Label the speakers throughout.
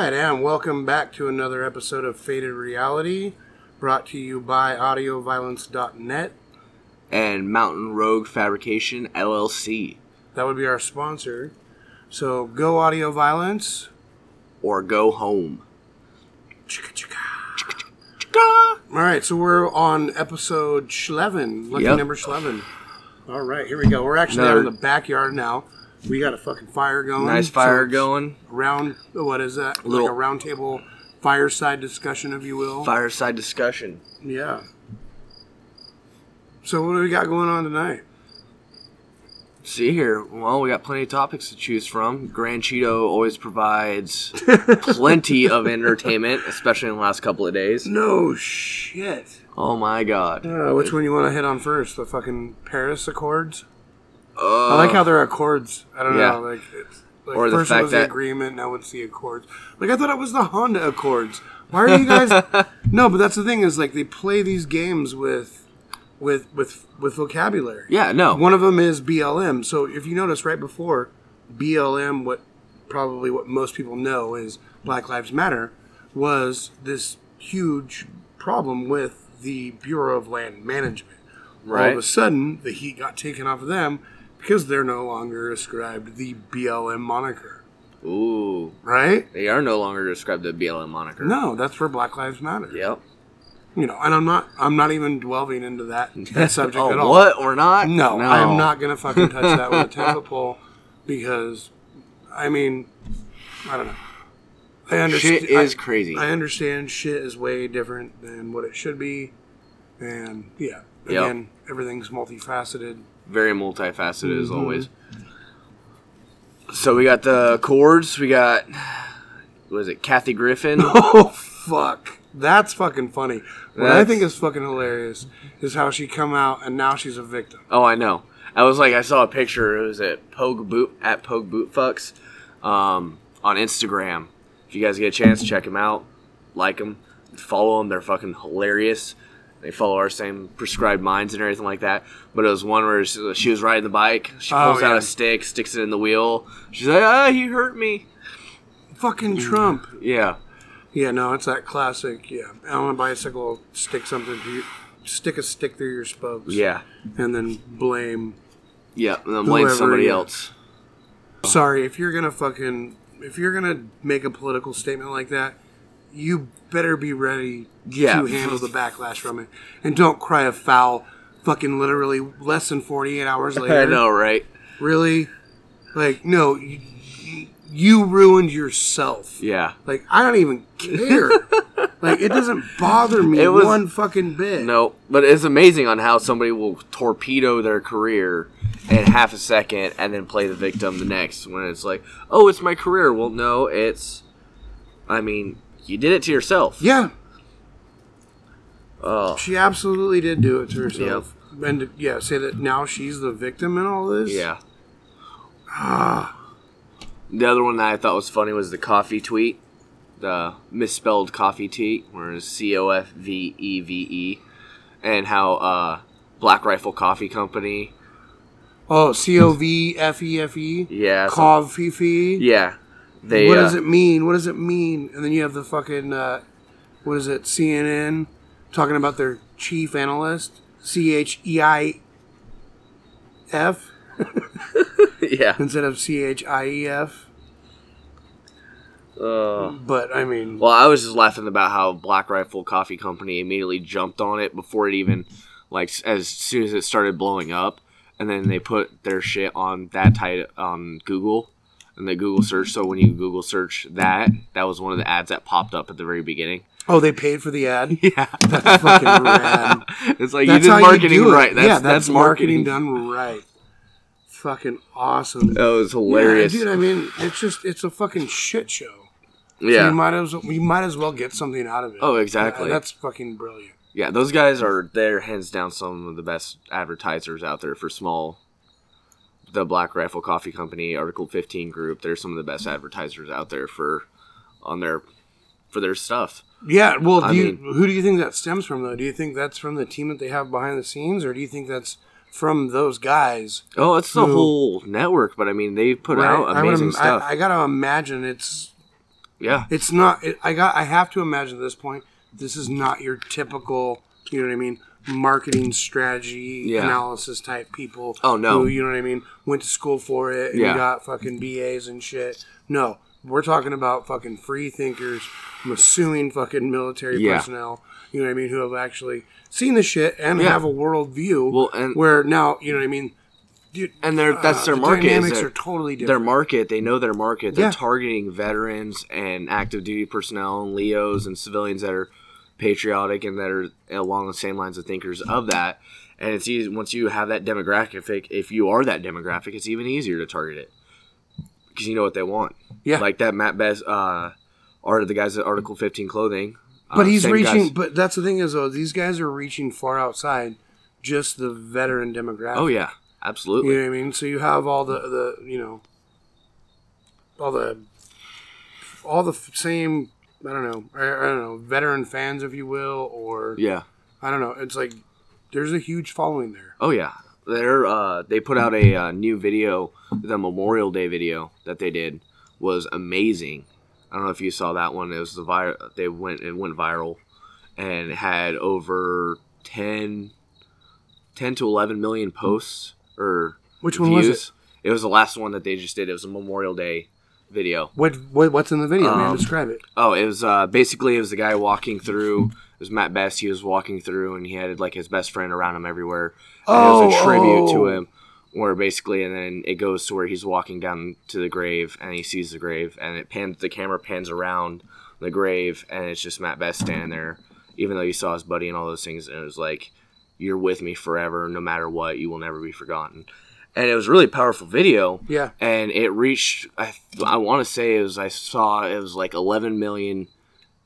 Speaker 1: Welcome back to another episode of Faded Reality, brought to you by AudioViolence.net.
Speaker 2: and Mountain Rogue Fabrication LLC,
Speaker 1: That would be our sponsor. So go Audio Violence.
Speaker 2: or go home.
Speaker 1: Chicka, chicka.
Speaker 2: Chicka!
Speaker 1: All right, so we're on episode 11, lucky
Speaker 2: Yep.
Speaker 1: number 11. All right, here we go. We're actually out
Speaker 2: Another-
Speaker 1: in the backyard now. We got a fucking fire going.
Speaker 2: Nice
Speaker 1: so
Speaker 2: fire
Speaker 1: it's
Speaker 2: going.
Speaker 1: Round, what is that?
Speaker 2: Little-
Speaker 1: like a round table fireside discussion, if you will.
Speaker 2: Fireside discussion.
Speaker 1: Yeah. So what do we got going on tonight?
Speaker 2: See here. Well, we got plenty of topics to choose from. Grand Cheeto always provides plenty of entertainment, especially in the last couple of days.
Speaker 1: No shit.
Speaker 2: Oh my god.
Speaker 1: Uh, which one you want to hit on first? The fucking Paris Accords. I
Speaker 2: Uh,
Speaker 1: like how they're accords. I don't
Speaker 2: yeah.
Speaker 1: know. Like, it's, like
Speaker 2: Or the
Speaker 1: first it
Speaker 2: fact
Speaker 1: was the
Speaker 2: that-
Speaker 1: agreement, now it's the accords. Like I thought it was the Honda Accords. Why are you guys? no, but that's the thing is like they play these games with, with with with vocabulary.
Speaker 2: Yeah, no.
Speaker 1: One of them is BLM. So if you notice right before BLM, what probably what most people know is Black Lives Matter was this huge problem with the Bureau of Land Management. All of a
Speaker 2: Right.
Speaker 1: sudden, the heat got taken off of them because they're no longer ascribed the BLM moniker,
Speaker 2: Ooh.
Speaker 1: right?
Speaker 2: They are no longer described the BLM moniker.
Speaker 1: No, that's for Black Lives Matter.
Speaker 2: Yep.
Speaker 1: You know, and I'm not I'm not even dwelling into that, that subject
Speaker 2: oh,
Speaker 1: at all.
Speaker 2: what? We're not?
Speaker 1: No, I am not gonna fucking touch that with a ten foot pole because, I mean, I don't know. I understand.
Speaker 2: Shit is crazy.
Speaker 1: I, understand shit is way different than what it should be, and yeah,
Speaker 2: Yep.
Speaker 1: again, everything's multifaceted.
Speaker 2: very multifaceted as
Speaker 1: Mm-hmm.
Speaker 2: always. So we got the chords. We got was it Kathy Griffin?
Speaker 1: Oh fuck, that's fucking funny. What I
Speaker 2: That's-
Speaker 1: think is fucking hilarious is how she come out and now she's a victim.
Speaker 2: oh, I know. I was like, I saw a picture. It was at Pogue Boot at Pogue Boot Fucks um, on Instagram. If you guys get a chance, check them out, like them, follow them. They're fucking hilarious. They follow our same prescribed minds and everything like that. But it was one where she she was riding the bike. She
Speaker 1: Oh,
Speaker 2: pulls
Speaker 1: yeah.
Speaker 2: out a stick, sticks it in the wheel. She's like, ah, he hurt me. Mm.
Speaker 1: Fucking Trump.
Speaker 2: Yeah.
Speaker 1: Yeah, no, it's that classic. Yeah, on a bicycle, stick something to you, stick a stick through your spokes.
Speaker 2: Yeah.
Speaker 1: and then blame.
Speaker 2: Yeah, and then blame
Speaker 1: Whoever
Speaker 2: somebody
Speaker 1: it is.
Speaker 2: else.
Speaker 1: Sorry, if you're gonna fucking if you're gonna make a political statement like that, you better be ready
Speaker 2: Yeah.
Speaker 1: to handle the backlash from it, and don't cry a foul. Fucking literally less than forty eight hours later.
Speaker 2: I know, right?
Speaker 1: Really, like no, you, you ruined yourself.
Speaker 2: Yeah.
Speaker 1: Like I don't even care. like it doesn't bother me
Speaker 2: It was-
Speaker 1: one fucking bit.
Speaker 2: No, but it's amazing on how somebody will torpedo their career in half a second and then play the victim the next when it's like, oh, it's my career. Well, no, it's. I mean, you did it to yourself.
Speaker 1: Yeah,
Speaker 2: Oh,
Speaker 1: She absolutely did do it to herself. And to- yeah, say that now she's the victim in all this.
Speaker 2: yeah. the other one that I thought was funny was the coffee tweet, the misspelled coffee tweet, where it's C O F V E V E, and how uh, Black Rifle Coffee Company
Speaker 1: Oh, C O V F E F E.
Speaker 2: Yeah. so-
Speaker 1: Cov Fifi.
Speaker 2: yeah. They.
Speaker 1: What
Speaker 2: uh,
Speaker 1: does it mean? What does it mean? And then you have the fucking uh, what is it? CNN talking about their chief analyst C H E I F
Speaker 2: yeah.
Speaker 1: instead of C H I E F.
Speaker 2: Uh,
Speaker 1: But I mean,
Speaker 2: well, I was just laughing about how Black Rifle Coffee Company immediately jumped on it before it even, like, s- as soon as it started blowing up, and then they put their shit on that tight on Google. And the Google search. So when you Google search that, that was one of the ads that popped up at the very beginning.
Speaker 1: oh, they paid for the ad.
Speaker 2: Yeah,
Speaker 1: That's fucking rad.
Speaker 2: it's like
Speaker 1: That's
Speaker 2: you
Speaker 1: how
Speaker 2: did marketing
Speaker 1: you do it.
Speaker 2: right. That's,
Speaker 1: yeah,
Speaker 2: that's marketing.
Speaker 1: done right. Fucking awesome.
Speaker 2: That was
Speaker 1: Yeah,
Speaker 2: hilarious. Yeah,
Speaker 1: dude. I mean, it's just it's a fucking shit show. You might as well, you might as well get something out of it.
Speaker 2: Oh, exactly.
Speaker 1: Yeah, that's fucking brilliant.
Speaker 2: Yeah, those guys are they're hands down some of the best advertisers out there for small the Black Rifle Coffee Company, Article 15 group, they're some of the best advertisers out there for on their for their stuff.
Speaker 1: Yeah. Well, do
Speaker 2: I
Speaker 1: you,
Speaker 2: mean-
Speaker 1: who do you think that stems from though? Do you think that's from the team that they have behind the scenes, or do you think that's from those guys?
Speaker 2: Oh, it's the
Speaker 1: Who-
Speaker 2: whole network, but I mean they put out
Speaker 1: I- I would
Speaker 2: amazing
Speaker 1: im- I,
Speaker 2: stuff.
Speaker 1: I, gotta imagine it's
Speaker 2: Yeah.
Speaker 1: It's not. It, I got. I have to imagine at this point, this is not your typical. You know what I mean? Marketing strategy
Speaker 2: Yeah.
Speaker 1: analysis type people.
Speaker 2: Oh, no.
Speaker 1: Who, you know what I mean? Went to school for it and
Speaker 2: Yeah.
Speaker 1: got fucking BAs and shit. No, we're talking about fucking free thinkers. I'm assuming fucking military
Speaker 2: Yeah.
Speaker 1: personnel. You know what I mean? Who have actually seen the shit and
Speaker 2: Yeah.
Speaker 1: have a worldview.
Speaker 2: Well, and-
Speaker 1: where now you know what I mean? Dude,
Speaker 2: And their that's
Speaker 1: uh,
Speaker 2: their
Speaker 1: the
Speaker 2: market. is
Speaker 1: Dynamics
Speaker 2: their-
Speaker 1: are totally
Speaker 2: their
Speaker 1: different.
Speaker 2: market. They know their market. They're
Speaker 1: Yeah.
Speaker 2: targeting veterans and active duty personnel and Leos and civilians that are patriotic and that are along the same lines of thinkers of that. And it's easy once you have that demographic. If you are that demographic, it's even easier to target it because you know what they want.
Speaker 1: Yeah.
Speaker 2: like that Matt Best, uh, art the guys at Article Fifteen Clothing. uh,
Speaker 1: But he's
Speaker 2: same guys-
Speaker 1: reaching. But that's the thing is though, these guys are reaching far outside just the veteran demographic.
Speaker 2: oh yeah, absolutely.
Speaker 1: you know what I mean. So you have all the the you know all the all the f- same. I don't know. I, I don't know. Veteran fans, if you will, or
Speaker 2: yeah.
Speaker 1: I don't know. It's like there's a huge following there.
Speaker 2: Oh yeah, they're uh, they put out a uh, new video. The Memorial Day video that they did was amazing. I don't know if you saw that one. It was the vir- They went it went viral, and had over 10, 10 to eleven million posts or
Speaker 1: Which
Speaker 2: views.
Speaker 1: one was it?
Speaker 2: It was the last one that they just did. It was a Memorial Day video.
Speaker 1: What, what what's in the video, man?
Speaker 2: Um,
Speaker 1: Describe it.
Speaker 2: Oh, it was uh, basically it was the guy walking through. It was Matt Best. He was walking through, and he had like his best friend around him everywhere. And it was
Speaker 1: Oh,
Speaker 2: a tribute
Speaker 1: oh.
Speaker 2: to him, where basically, and then it goes to where he's walking down to the grave, and he sees the grave, and it pans. The camera pans around the grave, and it's just Matt Best standing there, even though you saw his buddy and all those things, and it was like, "You're with me forever, no matter what. You will never be forgotten." And it was a really powerful video
Speaker 1: Yeah.
Speaker 2: and it reached i, I want to say it was i saw it was like 11 million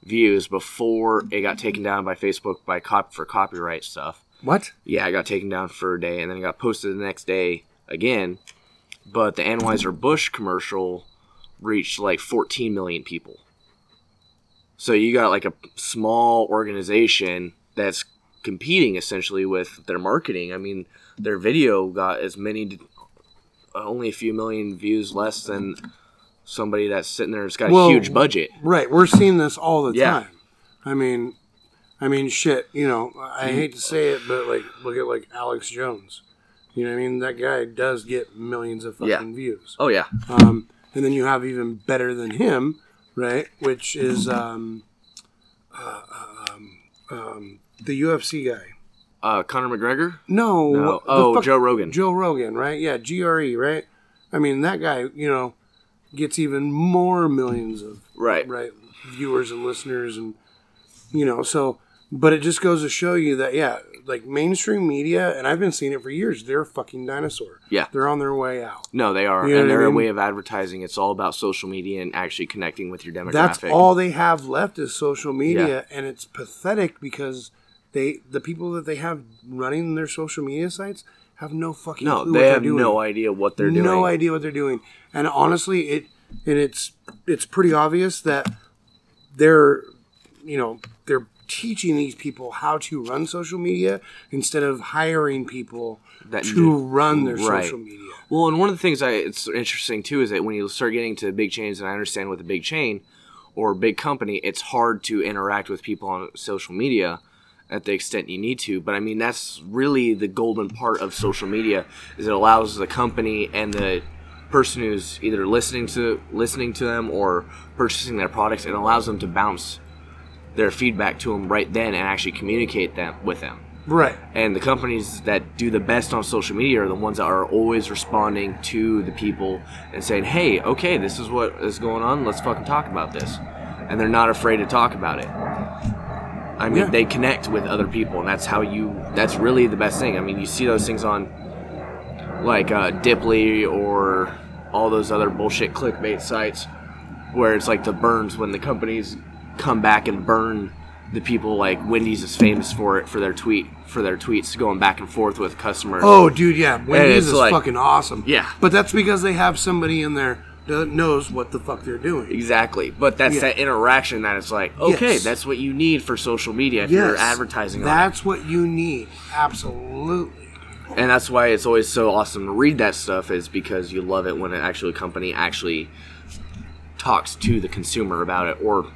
Speaker 2: views before it got taken down by facebook by cop for copyright stuff
Speaker 1: What?
Speaker 2: yeah it got taken down for a day and then it got posted the next day again but the anheuser-busch commercial reached like 14 million people so you got like a small organization that's competing essentially with their marketing i mean their video got as many uh, only a few million views less than somebody that's sitting there that's got
Speaker 1: Well,
Speaker 2: a huge budget.
Speaker 1: Right, we're seeing this all the
Speaker 2: Yeah.
Speaker 1: time. I mean, I mean, shit. You know, I
Speaker 2: Mm-hmm.
Speaker 1: hate to say it, but like, look at like Alex Jones. You know, what I mean, that guy does get millions of fucking
Speaker 2: Yeah.
Speaker 1: views.
Speaker 2: Oh yeah,
Speaker 1: Um, and then you have even better than him, right? Which is um, uh, um, um, the UFC guy.
Speaker 2: uh, Conor McGregor.
Speaker 1: No,
Speaker 2: No.
Speaker 1: what the
Speaker 2: Oh,
Speaker 1: fuck-
Speaker 2: Joe Rogan.
Speaker 1: Joe Rogan, right? Yeah, GRE, right? I mean, that guy, you know, gets even more millions of
Speaker 2: Right.
Speaker 1: right viewers and listeners and you know so but it just goes to show you that yeah like mainstream media and i've been seeing it for years they're a fucking dinosaur
Speaker 2: Yeah.
Speaker 1: they're on their way out
Speaker 2: No, they are,
Speaker 1: You know
Speaker 2: and
Speaker 1: what I
Speaker 2: they're
Speaker 1: mean?
Speaker 2: a way of advertising. It's all about social media and actually connecting with your demographic.
Speaker 1: that's all they have left is social media and it's pathetic because they the people that they have running their social media sites have no fucking clue
Speaker 2: No, they
Speaker 1: what they're
Speaker 2: have
Speaker 1: doing.
Speaker 2: no idea what they're doing.
Speaker 1: no idea what they're doing. And honestly, it and it's it's pretty obvious that they're you know they're teaching these people how to run social media instead of hiring people
Speaker 2: That
Speaker 1: to
Speaker 2: do-
Speaker 1: run their
Speaker 2: right.
Speaker 1: social media.
Speaker 2: Well, and one of the things I it's interesting too is that when you start getting to big chains, and I understand with a big chain or a big company, it's hard to interact with people on social media at the extent you need to. But I mean, that's really the golden part of social media is it allows the company and the person who's either listening to listening to them or purchasing their products, it allows them to bounce their feedback to them right then and actually communicate them with them
Speaker 1: Right.
Speaker 2: and the companies that do the best on social media are the ones that are always responding to the people and saying, "Hey, okay, this is what is going on. Let's fucking talk about this," and they're not afraid to talk about it. I mean,
Speaker 1: Yeah.
Speaker 2: they connect with other people, and that's how you. That's really the best thing. I mean, you see those things on like uh, Dipley or all those other bullshit clickbait sites where it's like the burns when the companies come back and burn the people like Wendy's is famous for it for their tweet for their tweets going back and forth with customers.
Speaker 1: Oh, dude, yeah, Wendy's
Speaker 2: it's
Speaker 1: is
Speaker 2: like-
Speaker 1: fucking awesome.
Speaker 2: Yeah.
Speaker 1: But that's because they have somebody in there that knows what the fuck they're doing.
Speaker 2: Exactly. But that's
Speaker 1: Yeah.
Speaker 2: that interaction that it's like, okay,
Speaker 1: Yes.
Speaker 2: that's what you need for social media if you're advertising on it.
Speaker 1: That's what you need. Absolutely.
Speaker 2: and that's why it's always so awesome to read that stuff is because you love it when an actual company actually talks to the consumer about it, or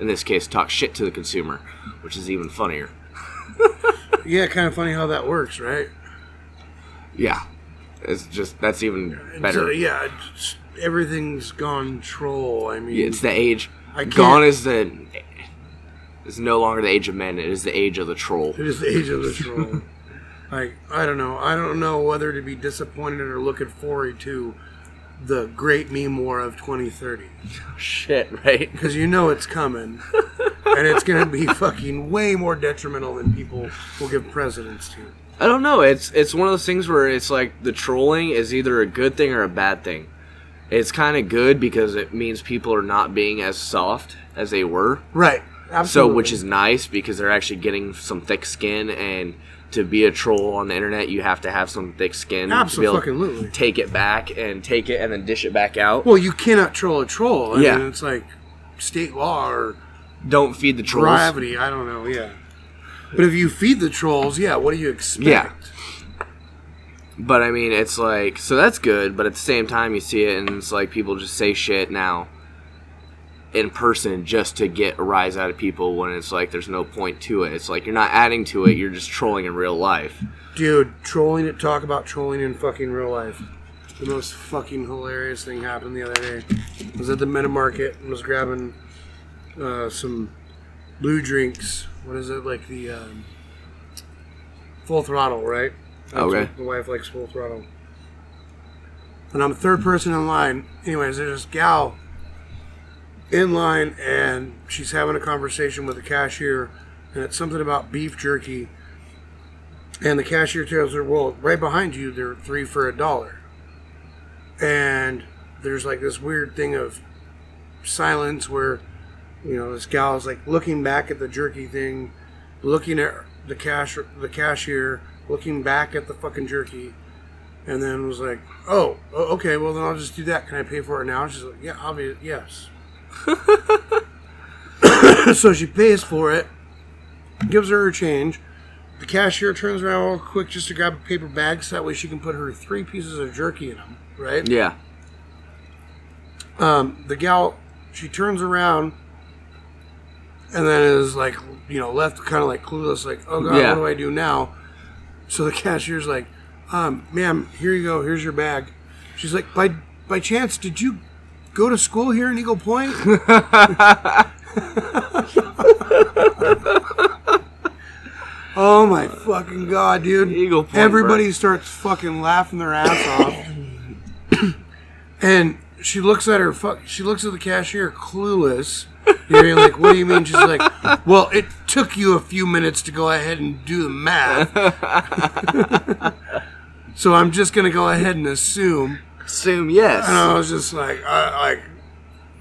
Speaker 2: in this case, talks shit to the consumer, which is even funnier.
Speaker 1: Yeah, kind of funny how that works, right?
Speaker 2: Yeah, it's just that's even
Speaker 1: And So,
Speaker 2: better.
Speaker 1: yeah, it's- everything's gone troll. I mean,
Speaker 2: Yeah, It's the age.
Speaker 1: I can't-
Speaker 2: Gone is the. It's no longer the age of men. It is the age of the troll.
Speaker 1: It is the age of the troll. like I don't know. I don't know whether to be disappointed or looking forward to the great meme war of 2030
Speaker 2: Shit, right?
Speaker 1: because you know it's coming, and it's going to be fucking way more detrimental than people will give presidents to.
Speaker 2: I don't know. It's it's one of those things where it's like the trolling is either a good thing or a bad thing. It's kind of good because it means people are not being as soft as they were.
Speaker 1: Right. Absolutely.
Speaker 2: So, which is nice because they're actually getting some thick skin, and to be a troll on the internet, you have to have some thick skin to be able
Speaker 1: Abso-fucking-lutely.
Speaker 2: to take it back and take it and then dish it back out.
Speaker 1: well, you cannot troll a troll. I
Speaker 2: Yeah.
Speaker 1: mean, it's like state law or
Speaker 2: Don't feed the trolls.
Speaker 1: gravity. I don't know. Yeah. But if you feed the trolls, yeah, what do you expect?
Speaker 2: Yeah. But I mean, it's like so that's good, but at the same time, you see it, and it's like people just say shit now in person just to get a rise out of people when it's like there's no point to it. It's like you're not adding to it; you're just trolling in real life.
Speaker 1: Dude, trolling it. Talk about trolling in fucking real life. The most fucking hilarious thing happened the other day. I was at the Meta Market and was grabbing uh, some blue drinks. What is it like the um, full throttle, right? That's
Speaker 2: Okay.
Speaker 1: what The wife likes full throttle. And I'm the third person in line. Anyways, there's this gal in line and she's having a conversation with the cashier, and it's something about beef jerky. And the cashier tells her, Well, right behind you, they're three for a dollar. And there's like this weird thing of silence where, you know, this gal is like looking back at the jerky thing, looking at the cash, the cashier, looking back at the fucking jerky, and then was like, "Oh, o- okay, well then I'll just do that. Can I pay for it now?" She's like, "Yeah, obvious, yes." so she pays for it, gives her her change. The cashier turns around real quick just to grab a paper bag so that way she can put her three pieces of jerky in them, right?
Speaker 2: Yeah,
Speaker 1: um, the gal she turns around and then is like you know left kind of like clueless like oh god
Speaker 2: Yeah.
Speaker 1: what do i do now so the cashier's like um, ma'am here you go here's your bag she's like by by chance did you go to school here in eagle point oh my fucking god dude
Speaker 2: Eagle Point, bro.
Speaker 1: everybody starts fucking laughing their ass off and she looks at her fuck. She looks at the cashier, clueless. You're like, what do you mean? She's like, well, it took you a few minutes to go ahead and do the math. so I'm just gonna go ahead and assume.
Speaker 2: assume yes.
Speaker 1: And I was just like, I, like,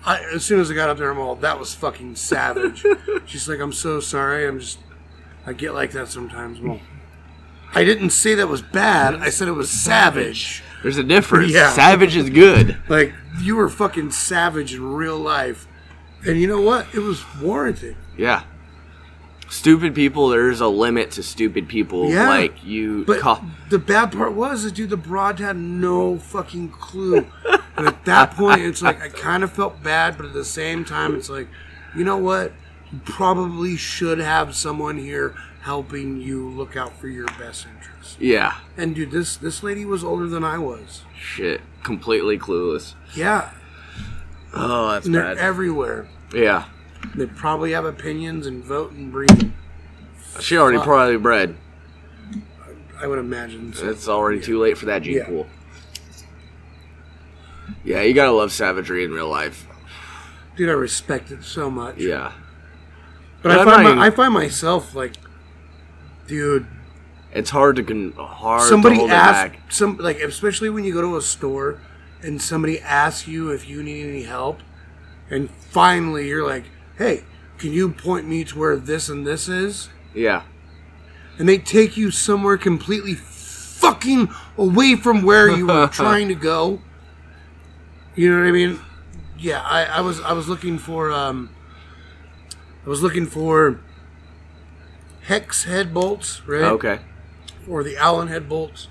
Speaker 1: I, as soon as I got up there, I'm all, that was fucking savage. She's like, I'm so sorry. I'm just, I get like that sometimes. Well, I didn't say that was bad. I said it was savage.
Speaker 2: There's a difference.
Speaker 1: Yeah.
Speaker 2: Savage is good.
Speaker 1: Like you were fucking savage in real life, and you know what? It was warranted.
Speaker 2: Yeah. Stupid people. There's a limit to stupid people.
Speaker 1: Yeah.
Speaker 2: Like you.
Speaker 1: But
Speaker 2: ca-
Speaker 1: the bad part was, is dude, the broad had no fucking clue. and at that point, it's like I kind of felt bad, but at the same time, it's like, you know what? You probably should have someone here helping you look out for your best interest.
Speaker 2: yeah.
Speaker 1: And dude, this this lady was older than I was.
Speaker 2: Shit. Completely clueless.
Speaker 1: Yeah,
Speaker 2: Oh, that's
Speaker 1: and they're
Speaker 2: bad.
Speaker 1: everywhere.
Speaker 2: yeah.
Speaker 1: They probably have opinions and vote and breathe.
Speaker 2: She already probably bred.
Speaker 1: I would imagine. So.
Speaker 2: It's already too late for that gene
Speaker 1: Yeah.
Speaker 2: pool. Yeah, you gotta love savagery in real life.
Speaker 1: Dude, I respect it so much.
Speaker 2: Yeah.
Speaker 1: But
Speaker 2: But
Speaker 1: I
Speaker 2: I'm
Speaker 1: find,
Speaker 2: not
Speaker 1: my,
Speaker 2: even-
Speaker 1: I find myself like, dude,
Speaker 2: It's hard to con- hard
Speaker 1: somebody
Speaker 2: to hold it
Speaker 1: asked
Speaker 2: back.
Speaker 1: some like especially when you go to a store and somebody asks you if you need any help, and finally you're like, hey, can you point me to where this and this is?
Speaker 2: Yeah.
Speaker 1: And they take you somewhere completely fucking away from where you were trying to go. You know what I mean? Yeah, I, I was I was looking for um, I was looking for hex head bolts, right?
Speaker 2: Okay.
Speaker 1: Or the Allen head bolts.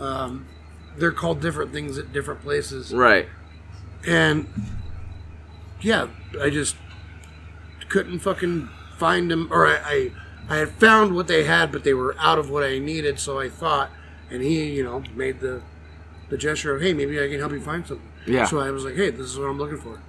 Speaker 1: Um, they're called different things at different places.
Speaker 2: Right.
Speaker 1: And yeah, I just couldn't fucking find them, or I, I, I had found what they had, but they were out of what I needed. So I thought, and he, you know, made the, the gesture of, hey, maybe I can help you find something.
Speaker 2: Yeah.
Speaker 1: So I was like, hey, this is what I'm looking for.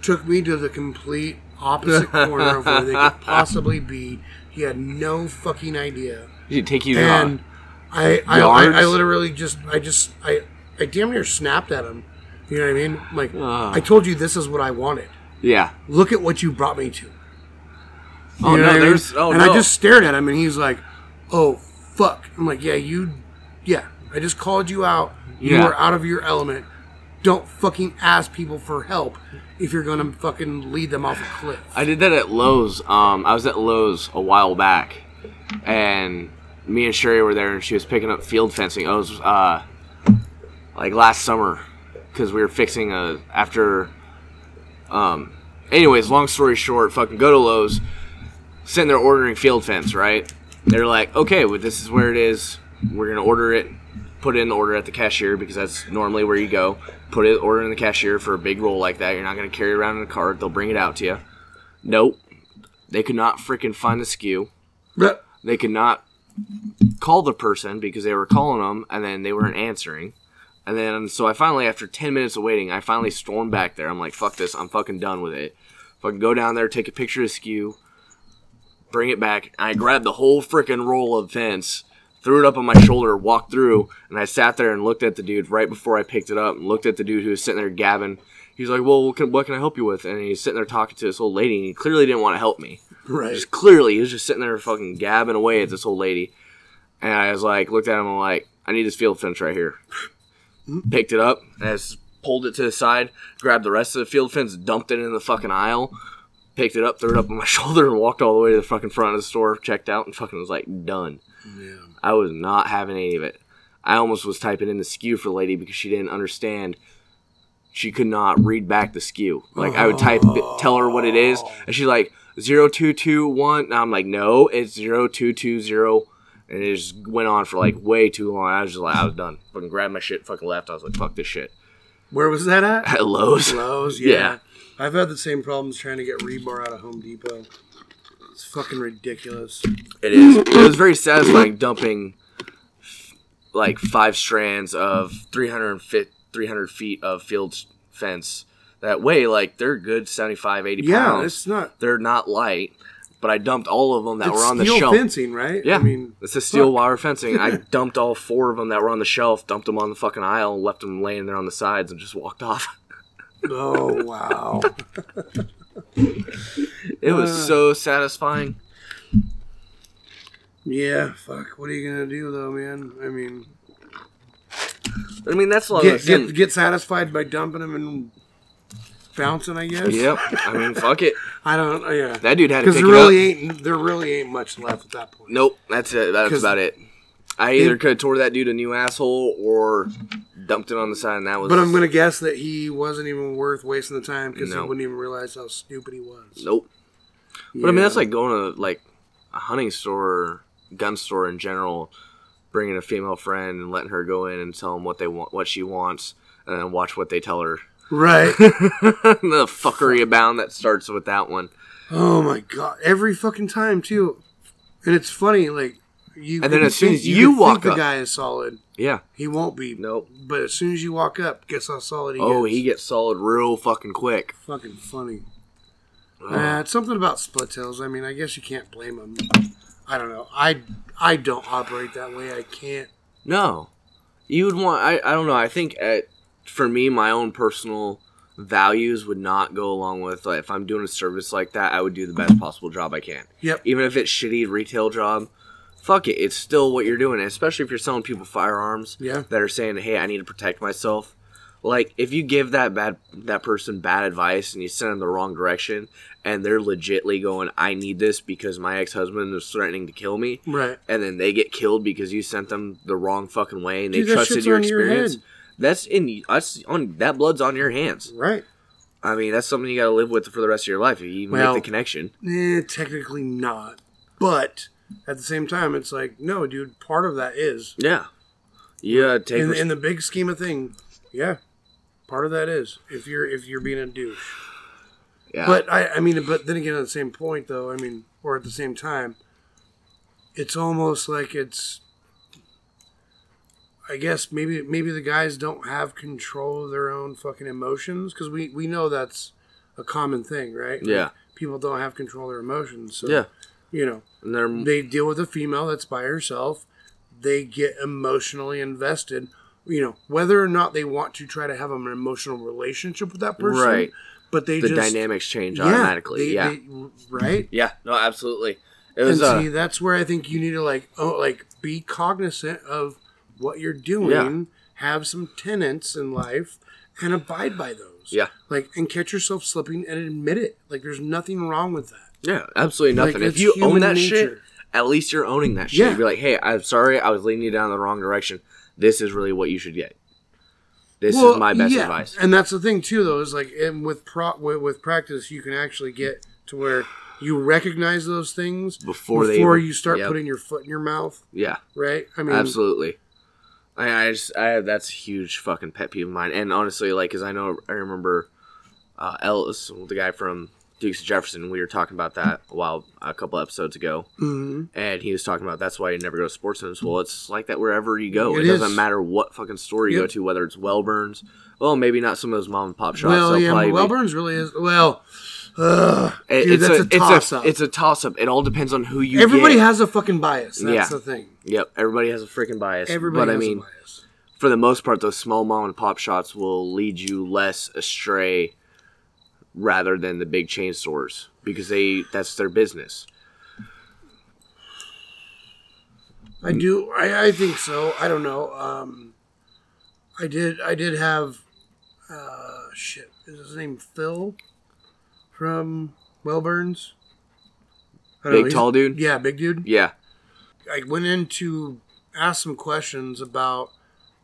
Speaker 1: Took me to the complete opposite corner of where they could possibly be. He had no fucking idea
Speaker 2: You take you
Speaker 1: and
Speaker 2: on.
Speaker 1: I, I, I,
Speaker 2: yards?
Speaker 1: I literally just I just I I damn near snapped at him. You know what I mean? Like
Speaker 2: Ah.
Speaker 1: I told you this is what I wanted.
Speaker 2: Yeah.
Speaker 1: Look at what you brought me to. You
Speaker 2: Oh
Speaker 1: know what I
Speaker 2: no,
Speaker 1: mean?
Speaker 2: there's oh
Speaker 1: and
Speaker 2: no.
Speaker 1: I just stared at him and he's like, "Oh fuck." I'm like, "Yeah, you yeah, I just called you out. You
Speaker 2: Yeah.
Speaker 1: are out of your element. Don't fucking ask people for help if you're going to fucking lead them off a cliff."
Speaker 2: I did that at Lowe's. Um, I was at Lowe's a while back, and me and Sherry were there, and she was picking up field fencing. I was uh, like last summer, because we were fixing a after. Um, anyways, long story short, fucking go to Lowe's, sitting there ordering field fence. Right? They're like, okay, well, this is where it is. We're gonna order it. Put in the order at the cashier because that's normally where you go. Put it order in the cashier for a big roll like that. You're not gonna carry it around in a cart. They'll bring it out to you. Nope. They could not freaking find the skew.
Speaker 1: But
Speaker 2: They could not call the person because they were calling them and then they weren't answering. And then, so I finally, after 10 minutes of waiting, I finally stormed back there. I'm like, fuck this. I'm fucking done with it. Fucking go down there, take a picture of the skew, bring it back. I grabbed the whole freaking roll of fence, threw it up on my shoulder, walked through, and I sat there and looked at the dude right before I picked it up and looked at the dude who was sitting there gabbing. He's like, well, what can, what can I help you with? And he's sitting there talking to this old lady, and he clearly didn't want to help me
Speaker 1: right.
Speaker 2: just clearly he was just sitting there fucking gabbing away at this old lady. And I was like, looked at him, I'm like, I need this field fence right here. Picked it up, and I just pulled it to the side, grabbed the rest of the field fence, dumped it in the fucking aisle, picked it up, threw it up on my shoulder, and walked all the way to the fucking front of the store, checked out, and fucking was like, done. I was not having any of it. I almost was typing in the skew for the lady because she didn't understand. She could not read back the skew. Like I would type,
Speaker 1: Oh.
Speaker 2: tell her what it is, and she's like zero two two one. And I'm like, no, it's zero two two zero. And it just went on for like way too long. I was just like, I was done. Fucking grabbed my shit, fucking left. I was like, fuck this shit.
Speaker 1: Where was that at?
Speaker 2: At Lowe's.
Speaker 1: Lowe's, yeah.
Speaker 2: Yeah.
Speaker 1: I've had the same problems trying to get rebar out of Home Depot. It's fucking ridiculous.
Speaker 2: It is. It was very satisfying dumping like five strands of 300, fit, 300 feet of field fence. That way, like, they're good 75, 80
Speaker 1: Yeah,
Speaker 2: pounds.
Speaker 1: it's not.
Speaker 2: They're not light, but I dumped all of them that
Speaker 1: It's
Speaker 2: were on the
Speaker 1: steel
Speaker 2: shelf.
Speaker 1: fencing, right?
Speaker 2: Yeah,
Speaker 1: I mean,
Speaker 2: it's a steel
Speaker 1: fuck.
Speaker 2: wire fencing. I dumped all four of them that were on the shelf, dumped them on the fucking aisle, left them laying there on the sides, and just walked off.
Speaker 1: Oh wow.
Speaker 2: It was
Speaker 1: Uh.
Speaker 2: so satisfying.
Speaker 1: yeah, fuck. What are you gonna do though, man? I mean,
Speaker 2: I mean, that's a lot
Speaker 1: get
Speaker 2: of the
Speaker 1: get, get satisfied by dumping them and bouncing, I guess.
Speaker 2: Yep. I mean, fuck it.
Speaker 1: I don't. oh, Yeah.
Speaker 2: That dude had to
Speaker 1: Because
Speaker 2: pick
Speaker 1: there
Speaker 2: it up.
Speaker 1: really ain't there really ain't much left at that point.
Speaker 2: Nope, that's it. That's
Speaker 1: 'Cause-
Speaker 2: about it. I either could have tore that dude a new asshole or dumped it on the side, and that was.
Speaker 1: But I'm gonna guess that he wasn't even worth wasting the time because
Speaker 2: No.
Speaker 1: he wouldn't even realize how stupid he was.
Speaker 2: Nope. But I mean, that's
Speaker 1: Yeah.
Speaker 2: like going to like a hunting store, gun store in general, bringing a female friend and letting her go in and tell them what they want, what she wants, and then watch what they tell her.
Speaker 1: right.
Speaker 2: the fuckery abound that starts with that one.
Speaker 1: Oh my god! Every fucking time too, and it's funny. Like you,
Speaker 2: And then
Speaker 1: could
Speaker 2: as soon
Speaker 1: think-
Speaker 2: as you
Speaker 1: could
Speaker 2: walk
Speaker 1: think
Speaker 2: up-
Speaker 1: the guy is solid.
Speaker 2: Yeah.
Speaker 1: He won't be.
Speaker 2: Nope.
Speaker 1: But as soon as you walk up, guess how solid he
Speaker 2: Oh,
Speaker 1: gets?
Speaker 2: he gets solid real fucking quick.
Speaker 1: fucking funny.
Speaker 2: Oh.
Speaker 1: Uh, it's something about split tails. I mean, I guess you can't blame him. I don't know. I I don't operate that way. I can't.
Speaker 2: No, you would want. I, I don't know. I think at, for me, my own personal values would not go along with like, if I'm doing a service like that. I would do the best possible job I can,
Speaker 1: Yep.
Speaker 2: even if it's shitty retail job. Fuck it, it's still what you're doing, especially if you're selling people firearms
Speaker 1: Yeah.
Speaker 2: that are saying, "Hey, I need to protect myself." Like if you give that bad that person bad advice and you send them the wrong direction, and they're legitly going, "I need this because my ex husband is threatening to kill me."
Speaker 1: Right.
Speaker 2: and then they get killed because you sent them the wrong fucking way and they
Speaker 1: Dude, that
Speaker 2: trusted
Speaker 1: shit's
Speaker 2: your
Speaker 1: on your
Speaker 2: experience.
Speaker 1: head.
Speaker 2: that's in that's on that blood's on your hands.
Speaker 1: Right.
Speaker 2: I mean, that's something you got to live with for the rest of your life if you even
Speaker 1: Well-
Speaker 2: make the connection.
Speaker 1: Eh, technically not. But at the same time, it's like no, dude. Part of that is
Speaker 2: Yeah, yeah. Take
Speaker 1: in,
Speaker 2: res-
Speaker 1: in the big scheme of thing, yeah, part of that is if you're if you're being a douche.
Speaker 2: Yeah.
Speaker 1: But I, I mean, but then again, at the same point, though, I mean, or at the same time, it's almost like it's. I guess maybe maybe the guys don't have control of their own fucking emotions because we we know that's a common thing, right? Like,
Speaker 2: Yeah.
Speaker 1: people don't have control of their emotions. So,
Speaker 2: yeah.
Speaker 1: you know,
Speaker 2: And they're
Speaker 1: they deal with a female that's by herself. They get emotionally invested. You know, whether or not they want to try to have an emotional relationship with that person,
Speaker 2: Right.
Speaker 1: But they
Speaker 2: the
Speaker 1: just
Speaker 2: dynamics change automatically.
Speaker 1: they-
Speaker 2: yeah.
Speaker 1: they- right.
Speaker 2: yeah. No, absolutely. It
Speaker 1: And
Speaker 2: was uh,
Speaker 1: see, that's where I think you need to like, oh, like be cognizant of what you're doing.
Speaker 2: Yeah.
Speaker 1: Have some tenets in life and abide by those.
Speaker 2: Yeah.
Speaker 1: Like, and catch yourself slipping and admit it. Like, there's nothing wrong with that.
Speaker 2: yeah, absolutely
Speaker 1: Like,
Speaker 2: nothing. if
Speaker 1: it's
Speaker 2: you
Speaker 1: human
Speaker 2: own that shit,
Speaker 1: nature.
Speaker 2: at least you're owning that shit.
Speaker 1: Yeah.
Speaker 2: You'd be like, hey, I'm sorry, I was leading you down the wrong direction. This is really what you should get. This is my best
Speaker 1: yeah,
Speaker 2: advice.
Speaker 1: And that's the thing too, though, is like, and with pro with, with practice, you can actually get to where you recognize those things
Speaker 2: Before they even-
Speaker 1: you start
Speaker 2: yep.
Speaker 1: putting your foot in your mouth,
Speaker 2: Yeah.
Speaker 1: right? I mean,
Speaker 2: Absolutely. I, I just I that's a huge fucking pet peeve of mine. And honestly, like, cause I know I remember uh, Ellis, the guy from Dukes of Jefferson. We were talking about that a while, a couple episodes ago,
Speaker 1: mhm.
Speaker 2: and he was talking about that's why you never go to sports events. Well, it's like that wherever you go. It,
Speaker 1: It
Speaker 2: doesn't
Speaker 1: is.
Speaker 2: matter what fucking store you go
Speaker 1: Yep.
Speaker 2: to, whether it's Wellburns. Well, maybe not some of those mom and pop shops.
Speaker 1: well,
Speaker 2: They'll
Speaker 1: yeah,
Speaker 2: probably be-
Speaker 1: Wellburns really is. Well, ugh,
Speaker 2: It-
Speaker 1: dude,
Speaker 2: it's
Speaker 1: that's a,
Speaker 2: a,
Speaker 1: toss up.
Speaker 2: It's a, toss up. It all depends on who you.
Speaker 1: Everybody
Speaker 2: get.
Speaker 1: has a fucking bias. That's
Speaker 2: Yeah.
Speaker 1: the thing.
Speaker 2: Yep, everybody has a freaking bias.
Speaker 1: Everybody
Speaker 2: but
Speaker 1: has
Speaker 2: I mean,
Speaker 1: a bias.
Speaker 2: for the most part, those small mom and pop shops will lead you less astray rather than the big chain stores because they that's their business.
Speaker 1: I do. I, I think so. I don't know. Um, I did. I did have. Uh, shit. Is his name Phil? From Wellburns. I don't
Speaker 2: Big
Speaker 1: he's-
Speaker 2: tall dude?
Speaker 1: Oh, Yeah, big dude.
Speaker 2: Yeah.
Speaker 1: I went in to ask some questions about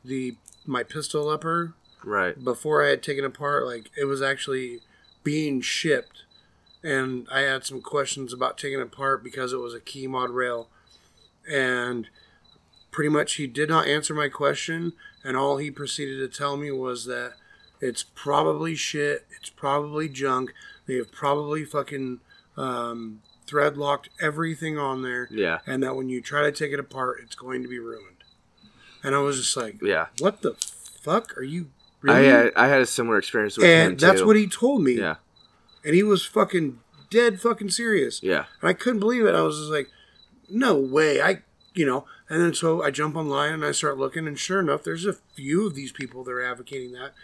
Speaker 1: the my pistol upper
Speaker 2: Right.
Speaker 1: before I had taken apart, like it was actually being shipped, and I had some questions about taking it apart because it was a key mod rail, and pretty much he did not answer my question, and all he proceeded to tell me was that it's probably shit, it's probably junk, they have probably fucking um, thread locked everything on there,
Speaker 2: Yeah.
Speaker 1: and that when you try to take it apart, it's going to be ruined. And I was just like,
Speaker 2: Yeah.
Speaker 1: what the fuck are you
Speaker 2: I uh,
Speaker 1: really?
Speaker 2: had, I had a similar experience with him
Speaker 1: and that's
Speaker 2: too.
Speaker 1: what he told me.
Speaker 2: Yeah.
Speaker 1: And he was fucking dead fucking serious.
Speaker 2: Yeah.
Speaker 1: And I couldn't believe it. I was just like, no way. I, you know, and then so I jump online and I start looking, and sure enough, there's a few of these people that are advocating that.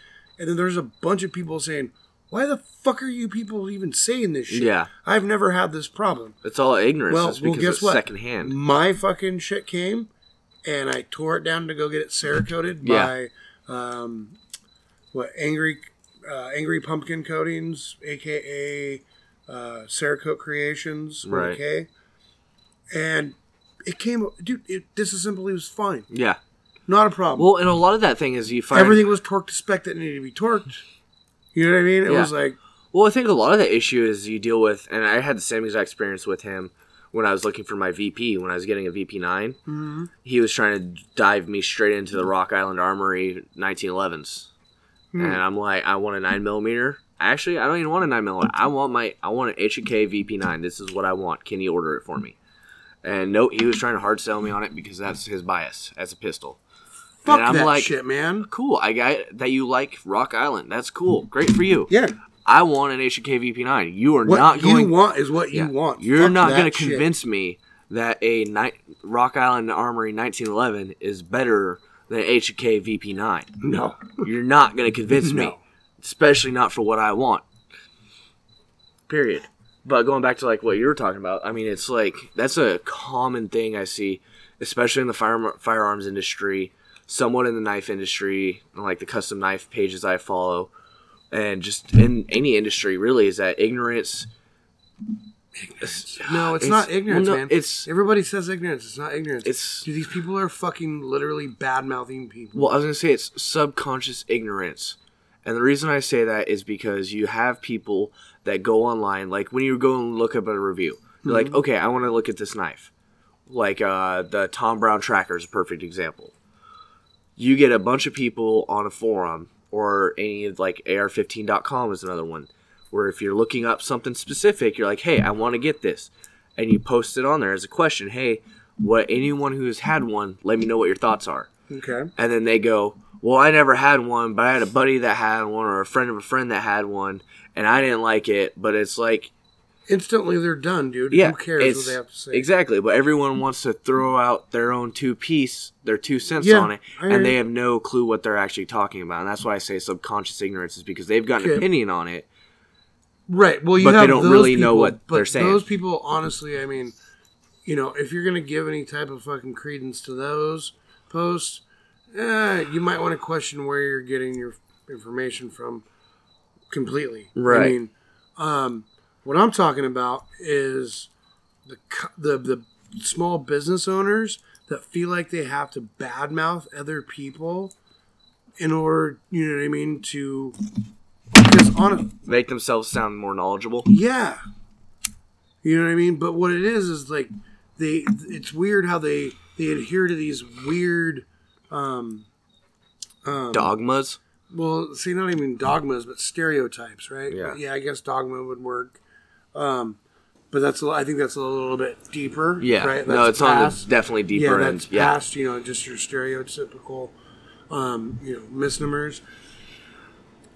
Speaker 1: And then there's a bunch of people saying, why the fuck are you people even saying this shit?
Speaker 2: Yeah.
Speaker 1: I've never had this problem.
Speaker 2: It's all ignorance.
Speaker 1: Well,
Speaker 2: it's
Speaker 1: well,
Speaker 2: because
Speaker 1: guess
Speaker 2: it's
Speaker 1: what?
Speaker 2: secondhand.
Speaker 1: My fucking shit came, and I tore it down to go get it cerakoted
Speaker 2: Yeah.
Speaker 1: by, um, what angry, uh, angry pumpkin coatings, aka uh, Cerakote Creations,
Speaker 2: Right.
Speaker 1: okay. And it came, dude. It disassembly was fine,
Speaker 2: Yeah.
Speaker 1: not a problem.
Speaker 2: Well, and a lot of that thing is you find
Speaker 1: Everything was torqued to spec that needed to be torqued. You know what I mean? It
Speaker 2: Yeah.
Speaker 1: was like,
Speaker 2: Well, I think a lot of the issue is you deal with, and I had the same exact experience with him when I was looking for my VP. When I was getting a VP 9
Speaker 1: Mm-hmm.
Speaker 2: he was trying to dive me straight into the Rock Island Armory 1911s,
Speaker 1: Hmm.
Speaker 2: and I'm like, I want a nine millimeter. Actually, I don't even want a nine millimeter. I want my, I want an H K VP nine. This is what I want. Can you order it for me? And no, he was trying to hard sell me on it because that's his bias as a pistol.
Speaker 1: fuck
Speaker 2: I'm
Speaker 1: that
Speaker 2: like-
Speaker 1: shit, man.
Speaker 2: Cool, I got that you like Rock Island. That's cool. Great for you.
Speaker 1: Hmm. Yeah,
Speaker 2: I want an HK VP9. You are
Speaker 1: what
Speaker 2: not
Speaker 1: you
Speaker 2: going.
Speaker 1: want is what
Speaker 2: Yeah.
Speaker 1: you want.
Speaker 2: You're
Speaker 1: Fuck
Speaker 2: not
Speaker 1: that
Speaker 2: going to
Speaker 1: shit.
Speaker 2: convince me that a ni- Rock Island Armory 1911 is better than HK VP9.
Speaker 1: No,
Speaker 2: You're not going to convince me,
Speaker 1: No.
Speaker 2: especially not for what I want. Period. But going back to like what you were talking about, I mean, it's like that's a common thing I see, especially in the fire, firearms industry, somewhat in the knife industry, and, like the custom knife pages I follow, and just in any industry really is that ignorance.
Speaker 1: No, it's, not ignorance,
Speaker 2: well, no,
Speaker 1: man.
Speaker 2: It's
Speaker 1: everybody says ignorance. It's not ignorance.
Speaker 2: It's-
Speaker 1: Dude, these people are fucking literally bad mouthing people.
Speaker 2: Well, I was gonna say it's subconscious ignorance, and the reason I say that is because you have people that go online, like when you go and look up a review, you're like, okay, I want to look at this knife, like uh, the Tom Brown Tracker is a perfect example. You get a bunch of people on a forum or any of, like AR15.com is another one where if you're looking up something specific, you're like, hey, I want to get this. And you post it on there as a question. Hey, what anyone who has had one, let me know what your thoughts are.
Speaker 1: Okay.
Speaker 2: And then they go, well, I never had one, but I had a buddy that had one or a friend of a friend that had one, and I didn't like it. But it's like,
Speaker 1: Instantly they're done, dude.
Speaker 2: yeah,
Speaker 1: Who cares what
Speaker 2: it's-
Speaker 1: they have to say?
Speaker 2: Exactly, but everyone wants to throw out their own two piece, their two cents
Speaker 1: Yeah,
Speaker 2: on it,
Speaker 1: I hear
Speaker 2: and they
Speaker 1: you.
Speaker 2: have no clue what they're actually talking about. And that's why I say subconscious ignorance is because they've got an
Speaker 1: Okay.
Speaker 2: opinion on it.
Speaker 1: Right. Well, you
Speaker 2: But they
Speaker 1: have
Speaker 2: don't
Speaker 1: those
Speaker 2: really
Speaker 1: people,
Speaker 2: know what
Speaker 1: but
Speaker 2: they're saying.
Speaker 1: Those people, honestly, I mean, you know, if you're going to give any type of fucking credence to those posts, eh, you might want to question where you're getting your information from completely. I
Speaker 2: Right.
Speaker 1: mean, um, what I'm talking about is the co- the the small business owners that feel like they have to badmouth other people in order, you know what I mean, to because honest
Speaker 2: Make themselves sound more knowledgeable.
Speaker 1: yeah. You know what I mean? But what it is is like they it's weird how they they adhere to these weird Um,
Speaker 2: Dogmas.
Speaker 1: well, see not even dogmas but stereotypes, right?
Speaker 2: Yeah.
Speaker 1: Yeah, I guess dogma would work. Um but that's a, I think that's a little bit deeper.
Speaker 2: Yeah.
Speaker 1: Right?
Speaker 2: no,
Speaker 1: That's
Speaker 2: it's on
Speaker 1: past-
Speaker 2: the definitely deeper
Speaker 1: yeah,
Speaker 2: end.
Speaker 1: that's
Speaker 2: Yeah.
Speaker 1: past, you know, just your stereotypical, um, you know, misnomers.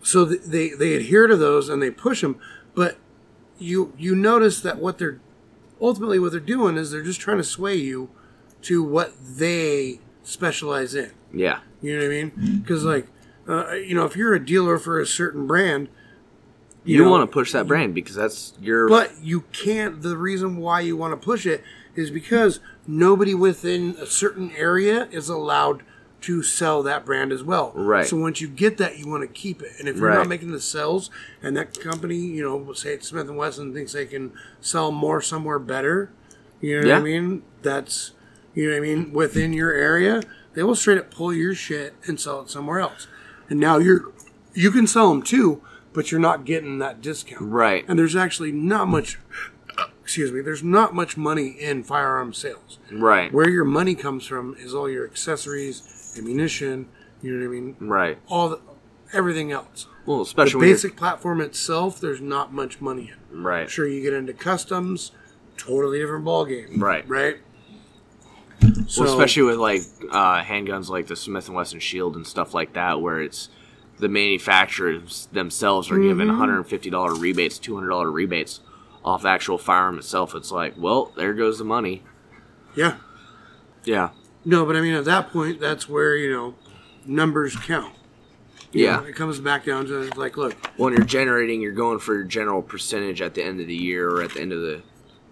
Speaker 1: So th- they they adhere to those and they push them, but you you notice that what they're ultimately what they're doing is they're just trying to sway you to what they specialize in.
Speaker 2: Yeah.
Speaker 1: You know what I mean? Because like, uh, you know, if you're a dealer for a certain brand,
Speaker 2: You,
Speaker 1: know,
Speaker 2: want to push that brand because that's your
Speaker 1: but you can't. The reason why you want to push it is because nobody within a certain area is allowed to sell that brand as well.
Speaker 2: Right.
Speaker 1: So once you get that, you want to keep it. And if you're not
Speaker 2: Right.
Speaker 1: making the sales, and that company, you know, let's say it's Smith and Wesson thinks they can sell more somewhere better, you know what I
Speaker 2: Yeah.
Speaker 1: mean? That's you know what I mean within your area, they will straight up pull your shit and sell it somewhere else. And now you're you can sell them too, but you're not getting that discount.
Speaker 2: right.
Speaker 1: And there's actually not much, excuse me, there's not much money in firearm sales.
Speaker 2: Right.
Speaker 1: Where your money comes from is all your accessories, ammunition, you know what I mean?
Speaker 2: Right.
Speaker 1: All the, everything else.
Speaker 2: Well, especially when
Speaker 1: Basic platform itself, there's not much money in.
Speaker 2: you're, right.
Speaker 1: Sure, you get into customs, totally different ballgame.
Speaker 2: Right.
Speaker 1: Right? So,
Speaker 2: well, especially with like uh, handguns like the Smith and Wesson Shield and stuff like that, where it's the manufacturers themselves are given one hundred and fifty dollar rebates, two hundred dollar rebates off the actual firearm itself. It's like, well, there goes the money.
Speaker 1: yeah.
Speaker 2: Yeah,
Speaker 1: No, but I mean, at that point, that's where, you know, numbers count. You
Speaker 2: yeah.
Speaker 1: know, it comes back down to like, look,
Speaker 2: When you're generating, you're going for your general percentage at the end of the year or at the end of the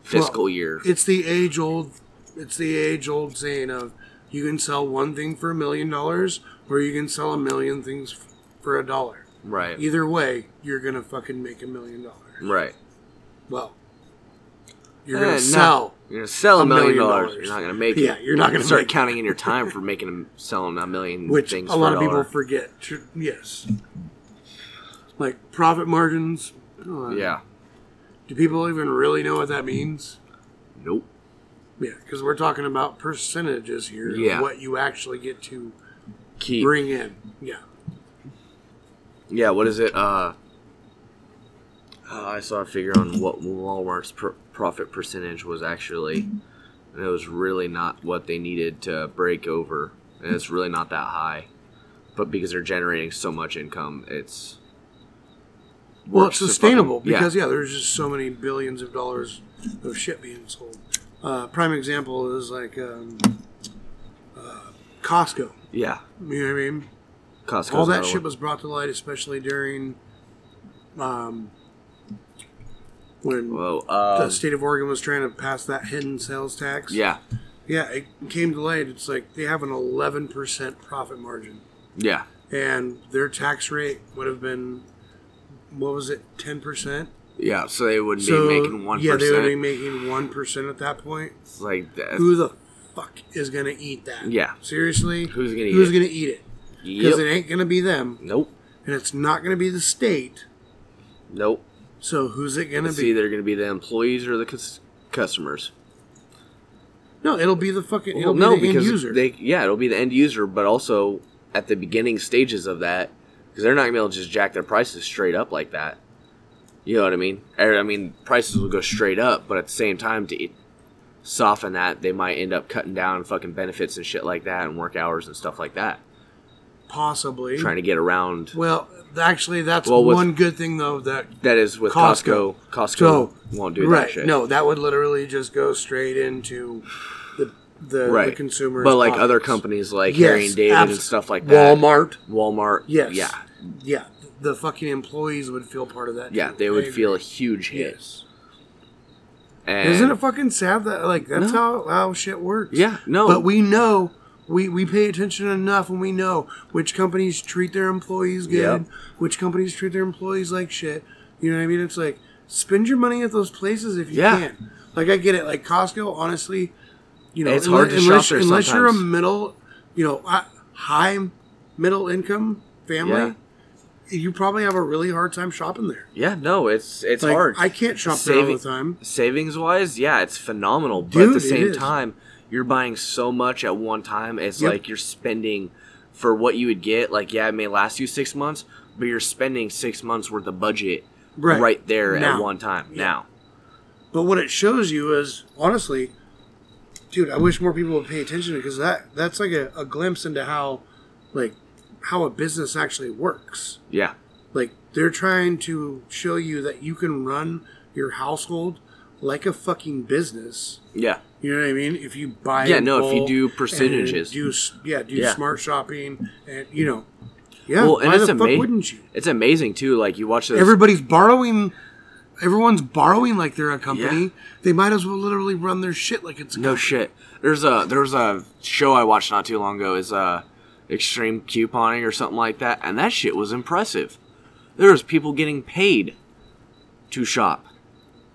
Speaker 2: fiscal
Speaker 1: Well,
Speaker 2: year.
Speaker 1: It's the age old. It's the age old saying of you can sell one thing for a million dollars, or you can sell a million things f- for a dollar.
Speaker 2: Right.
Speaker 1: Either way, you're gonna fucking make a million dollars.
Speaker 2: right.
Speaker 1: Well, you're gonna
Speaker 2: Eh, no.
Speaker 1: sell.
Speaker 2: You're gonna sell a million,
Speaker 1: million
Speaker 2: dollars.
Speaker 1: dollars.
Speaker 2: You're not gonna make
Speaker 1: Yeah,
Speaker 2: it.
Speaker 1: you're not gonna
Speaker 2: start
Speaker 1: make it.
Speaker 2: counting in your time for making them selling a million
Speaker 1: which
Speaker 2: things.
Speaker 1: a lot
Speaker 2: for
Speaker 1: of people
Speaker 2: dollar.
Speaker 1: forget. Tr- Yes, like profit margins. uh,
Speaker 2: Yeah.
Speaker 1: Do people even really know what that means?
Speaker 2: Nope.
Speaker 1: Yeah, because we're talking about percentages here. of
Speaker 2: Yeah.
Speaker 1: What you actually get to
Speaker 2: Keep.
Speaker 1: bring in. Yeah.
Speaker 2: Yeah, what is it? Uh, uh, I saw a figure on what Walmart's pr- profit percentage was actually, and it was really not what they needed to break over, and it's really not that high. But because they're generating so much income, it's
Speaker 1: Well, it's
Speaker 2: works to
Speaker 1: sustainable
Speaker 2: fucking- yeah.
Speaker 1: because yeah. there's just so many billions of dollars of shit being sold. Uh, prime example is like um, uh, Costco.
Speaker 2: yeah,
Speaker 1: You know what I mean?
Speaker 2: Costco.
Speaker 1: All that shit was brought to light, especially during um, when
Speaker 2: Whoa.
Speaker 1: the
Speaker 2: Uh,
Speaker 1: state of Oregon was trying to pass that hidden sales tax.
Speaker 2: yeah,
Speaker 1: yeah, it came to light. It's like they have an 11% profit margin,
Speaker 2: yeah,
Speaker 1: and their tax rate would have been what was it, 10%?
Speaker 2: yeah. So they would be
Speaker 1: so
Speaker 2: making one
Speaker 1: yeah, they would be making one percent at that point.
Speaker 2: like that.
Speaker 1: Who the fuck is gonna eat that?
Speaker 2: Yeah.
Speaker 1: seriously,
Speaker 2: Who's gonna eat
Speaker 1: who's
Speaker 2: it?
Speaker 1: gonna eat it? Because
Speaker 2: Yep.
Speaker 1: it ain't gonna be them,
Speaker 2: Nope.
Speaker 1: and it's not gonna be the state.
Speaker 2: Nope.
Speaker 1: So who's it gonna
Speaker 2: It's
Speaker 1: be?
Speaker 2: either going to be the employees or the cus- customers.
Speaker 1: No, it'll be the fucking.
Speaker 2: Well,
Speaker 1: It'll
Speaker 2: no,
Speaker 1: be the end
Speaker 2: because
Speaker 1: user.
Speaker 2: they yeah, it'll be the end user, but also at the beginning stages of that, because they're not gonna be able to just jack their prices straight up like that. You know what I mean? Er, I I mean, prices will go straight up, but at the same time, to e, soften that, they might end up cutting down fucking benefits and shit like that and work hours and stuff like that,
Speaker 1: possibly.
Speaker 2: trying to get around.
Speaker 1: Well, actually, that's
Speaker 2: Well, with-
Speaker 1: one good thing though that
Speaker 2: That is with
Speaker 1: Costco.
Speaker 2: Costco. Costco
Speaker 1: So,
Speaker 2: won't do
Speaker 1: right.
Speaker 2: that shit.
Speaker 1: No, that would literally just go straight into the the,
Speaker 2: right.
Speaker 1: the consumer.
Speaker 2: but like other companies like
Speaker 1: Yes,
Speaker 2: Harry and David and
Speaker 1: abs-
Speaker 2: stuff like that.
Speaker 1: Walmart.
Speaker 2: Walmart.
Speaker 1: Yes.
Speaker 2: Yeah.
Speaker 1: Yeah, the fucking employees would feel part of that.
Speaker 2: Yeah.
Speaker 1: too.
Speaker 2: They would
Speaker 1: I
Speaker 2: feel a
Speaker 1: agree.
Speaker 2: huge hit.
Speaker 1: Yes.
Speaker 2: And
Speaker 1: Isn't it fucking sad that like that's how how shit works?
Speaker 2: Yeah. No.
Speaker 1: But we know we, we pay attention enough and we know which companies treat their employees good,
Speaker 2: Yep.
Speaker 1: which companies treat their employees like shit. You know what I mean? It's like spend your money at those places if you
Speaker 2: Yeah.
Speaker 1: can. Like I get it. Like Costco, honestly, you know,
Speaker 2: It's
Speaker 1: unle-
Speaker 2: hard to shop
Speaker 1: unless,
Speaker 2: there
Speaker 1: unless you're a
Speaker 2: sometimes.
Speaker 1: middle, you know, hi- high middle income family, you probably have a really hard time shopping there.
Speaker 2: yeah. No. It's it's
Speaker 1: Like,
Speaker 2: hard.
Speaker 1: I can't shop there all
Speaker 2: Saving-
Speaker 1: the time.
Speaker 2: savings wise, yeah, it's phenomenal. But at
Speaker 1: Dude,
Speaker 2: the
Speaker 1: it
Speaker 2: same
Speaker 1: is.
Speaker 2: time, you're buying so much at one time. It's
Speaker 1: Yep.
Speaker 2: like you're spending for what you would get. Like, yeah, it may last you six months, but you're spending six months worth of budget
Speaker 1: Right.
Speaker 2: right, there at
Speaker 1: Now.
Speaker 2: one time
Speaker 1: Yeah.
Speaker 2: now.
Speaker 1: But what it shows you is honestly, dude, I wish more people would pay attention because that that's like a, a glimpse into how like how a business actually works.
Speaker 2: Yeah.
Speaker 1: Like they're trying to show you that you can run your household like a fucking business.
Speaker 2: Yeah.
Speaker 1: You know what I mean? If you buy
Speaker 2: Yeah,
Speaker 1: in
Speaker 2: no, if you
Speaker 1: bulk
Speaker 2: do
Speaker 1: and
Speaker 2: percentages.
Speaker 1: do s- yeah, do
Speaker 2: Yeah.
Speaker 1: smart shopping and you know, yeah.
Speaker 2: Well, and
Speaker 1: why
Speaker 2: it's
Speaker 1: the fuck
Speaker 2: amazing.
Speaker 1: wouldn't you?
Speaker 2: It's amazing too. Like you watch those.
Speaker 1: Everybody's borrowing. Everyone's borrowing like they're a company.
Speaker 2: Yeah.
Speaker 1: They might as well literally run their shit like it's a
Speaker 2: no shit. There's a there's a show I watched not too long ago. Is uh, extreme couponing or something like that, and that shit was impressive. There was people getting paid to shop,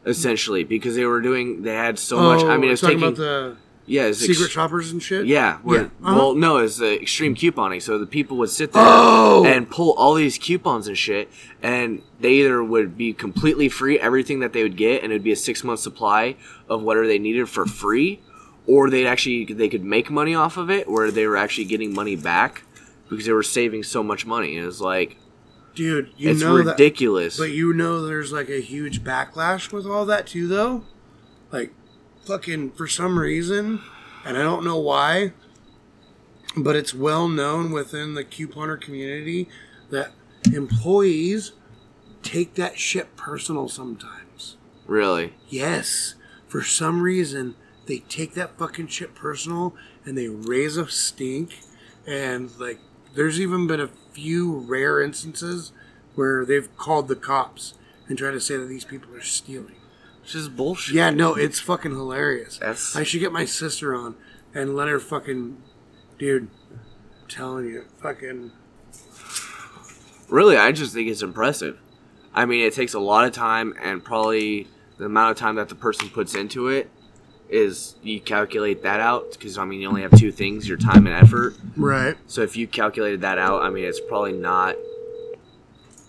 Speaker 2: essentially, because they were doing. They had so much. I mean,
Speaker 1: we're
Speaker 2: it's
Speaker 1: Oh, talking
Speaker 2: taking.
Speaker 1: about the
Speaker 2: yeah, it's
Speaker 1: secret
Speaker 2: ex-
Speaker 1: shoppers and shit.
Speaker 2: Yeah, where,
Speaker 1: Yeah, uh-huh.
Speaker 2: well, no, it's the extreme couponing. So the people would sit there
Speaker 1: Oh!
Speaker 2: and pull all these coupons and shit, and they either would be completely free, everything that they would get, and it would be a six month supply of whatever they needed for free, or they'd actually they could make money off of it, where they were actually getting money back because they were saving so much money. It was like
Speaker 1: dude, you
Speaker 2: it's
Speaker 1: know that.
Speaker 2: ridiculous.
Speaker 1: But you know, there's like a huge backlash with all that too, though. Like, fucking for some reason, and I don't know why, but it's well known within the couponer community that employees take that shit personal sometimes.
Speaker 2: really,
Speaker 1: Yes. For some reason, they take that fucking shit personal and they raise a stink. And, like, there's even been a few rare instances where they've called the cops and tried to say that these people are stealing.
Speaker 2: it's just bullshit.
Speaker 1: Yeah, no, it's fucking hilarious.
Speaker 2: That's-
Speaker 1: I should get my sister on and let her fucking. Dude, I'm telling you, fucking.
Speaker 2: Really, I just think it's impressive. I mean, it takes a lot of time, and probably the amount of time that the person puts into it is you calculate that out because I mean, you only have two things your time and effort.
Speaker 1: Right.
Speaker 2: So if you calculated that out, I mean, it's probably not.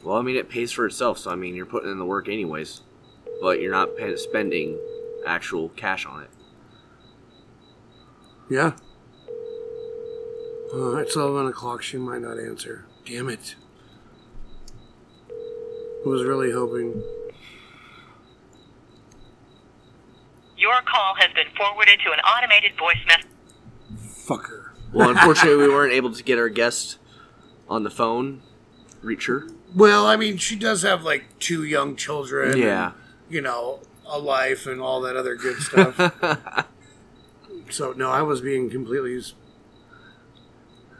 Speaker 2: Well, I mean, it pays for itself, so I mean, you're putting in the work anyways, but you're not pay- spending actual cash on it.
Speaker 1: Yeah. Uh, it's 11 o'clock. She might not answer. Damn it. I was really hoping.
Speaker 3: Your call has been forwarded to an automated voice message.
Speaker 1: Fuck her.
Speaker 2: Well, unfortunately, we weren't able to get our guest on the phone, reach her.
Speaker 1: Well, I mean, she does have like two young children. and,
Speaker 2: Yeah.
Speaker 1: you know, a life and all that other good stuff. so, no, I was being completely. s-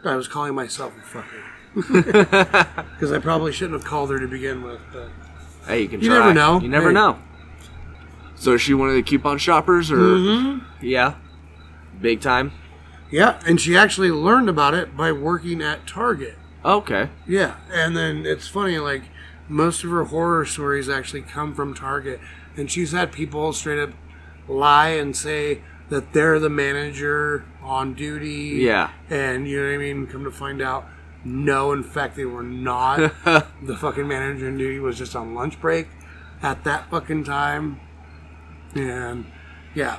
Speaker 1: I was calling myself a fucker. Because I probably shouldn't have called her to begin with, but.
Speaker 2: Hey, you can
Speaker 1: You
Speaker 2: try.
Speaker 1: never know.
Speaker 2: You never
Speaker 1: Hey.
Speaker 2: know. So is she one of the coupon shoppers or
Speaker 1: Mm-hmm.
Speaker 2: yeah. Big time.
Speaker 1: Yeah, and she actually learned about it by working at Target.
Speaker 2: Okay.
Speaker 1: Yeah, and then it's funny, like most of her horror stories actually come from Target, and she's had people straight up lie and say that they're the manager on duty.
Speaker 2: Yeah.
Speaker 1: and you know what I mean. Come to find out, no, in fact, they were not. the fucking manager on duty was just on lunch break at that fucking time, and yeah.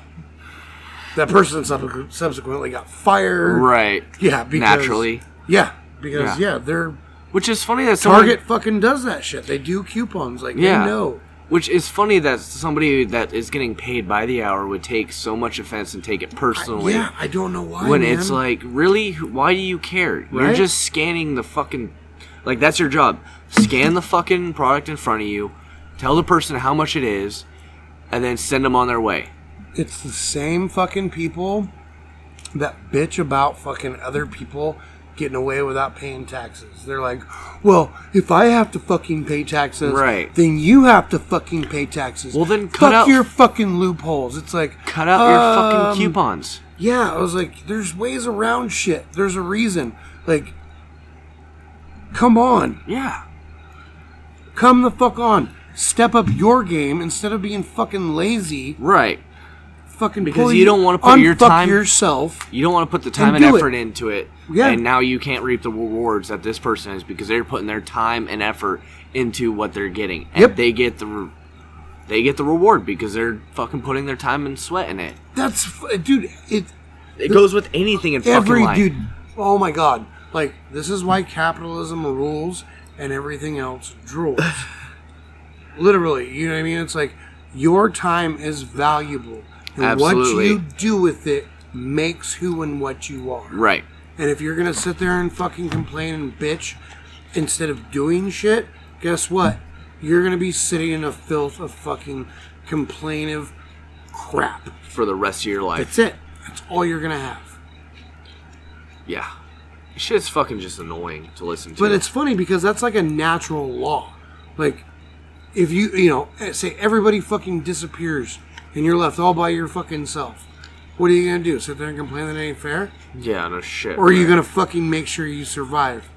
Speaker 1: That person subsequ- subsequently got fired.
Speaker 2: Right.
Speaker 1: Yeah, because
Speaker 2: Naturally.
Speaker 1: Yeah, because
Speaker 2: Yeah.
Speaker 1: yeah, they're
Speaker 2: Which is funny that someone,
Speaker 1: Target fucking does that shit. They do coupons. Like
Speaker 2: Yeah.
Speaker 1: they know.
Speaker 2: Which is funny that somebody that is getting paid by the hour would take so much offense and take it personally.
Speaker 1: yeah, I don't know why.
Speaker 2: when
Speaker 1: man.
Speaker 2: it's like, really, why do you care? You're
Speaker 1: Right?
Speaker 2: just scanning the fucking, like that's your job. Scan the fucking product in front of you, tell the person how much it is, and then send them on their way.
Speaker 1: It's the same fucking people that bitch about fucking other people getting away without paying taxes. They're like, well, if I have to fucking pay taxes,
Speaker 2: Right.
Speaker 1: then you have to fucking pay taxes.
Speaker 2: Well, then cut
Speaker 1: Fuck
Speaker 2: out-
Speaker 1: your fucking loopholes. It's like,
Speaker 2: Cut out your
Speaker 1: um,
Speaker 2: fucking coupons.
Speaker 1: Yeah, I was like, there's ways around shit. There's a reason. Like, come on.
Speaker 2: Yeah.
Speaker 1: Come the fuck on. Step up your game instead of being fucking lazy.
Speaker 2: Right.
Speaker 1: Fucking
Speaker 2: Because
Speaker 1: pull
Speaker 2: you don't wanna put your
Speaker 1: unfuck
Speaker 2: time-
Speaker 1: yourself.
Speaker 2: You don't want to put the time and,
Speaker 1: do it.
Speaker 2: effort into it,
Speaker 1: Yeah.
Speaker 2: and now you can't reap the rewards that this person is because they're putting their time and effort into what they're getting, and
Speaker 1: Yep.
Speaker 2: they get the re- they get the reward because they're fucking putting their time and sweat in it.
Speaker 1: That's f- uh, dude. It
Speaker 2: It goes with anything in
Speaker 1: every
Speaker 2: fucking life.
Speaker 1: dude. Oh my god! Like this is why capitalism rules and everything else drools. Literally, you know what I mean? It's like your time is valuable, and what
Speaker 2: Absolutely.
Speaker 1: you do with it makes who and what you are.
Speaker 2: Right.
Speaker 1: And if you're gonna sit there and fucking complain and bitch instead of doing shit, guess what? You're gonna be sitting in a filth of fucking complainative crap.
Speaker 2: For the rest of your life.
Speaker 1: That's it. That's all you're gonna have.
Speaker 2: Yeah. Shit's fucking just annoying to listen to.
Speaker 1: But it's funny because that's like a natural law. Like, if you, you know, eh, say everybody fucking disappears and you're left all by your fucking self, what are you gonna do? Sit there and complain that it ain't fair?
Speaker 2: yeah, no shit.
Speaker 1: Or are you
Speaker 2: right.
Speaker 1: gonna fucking make sure you survive?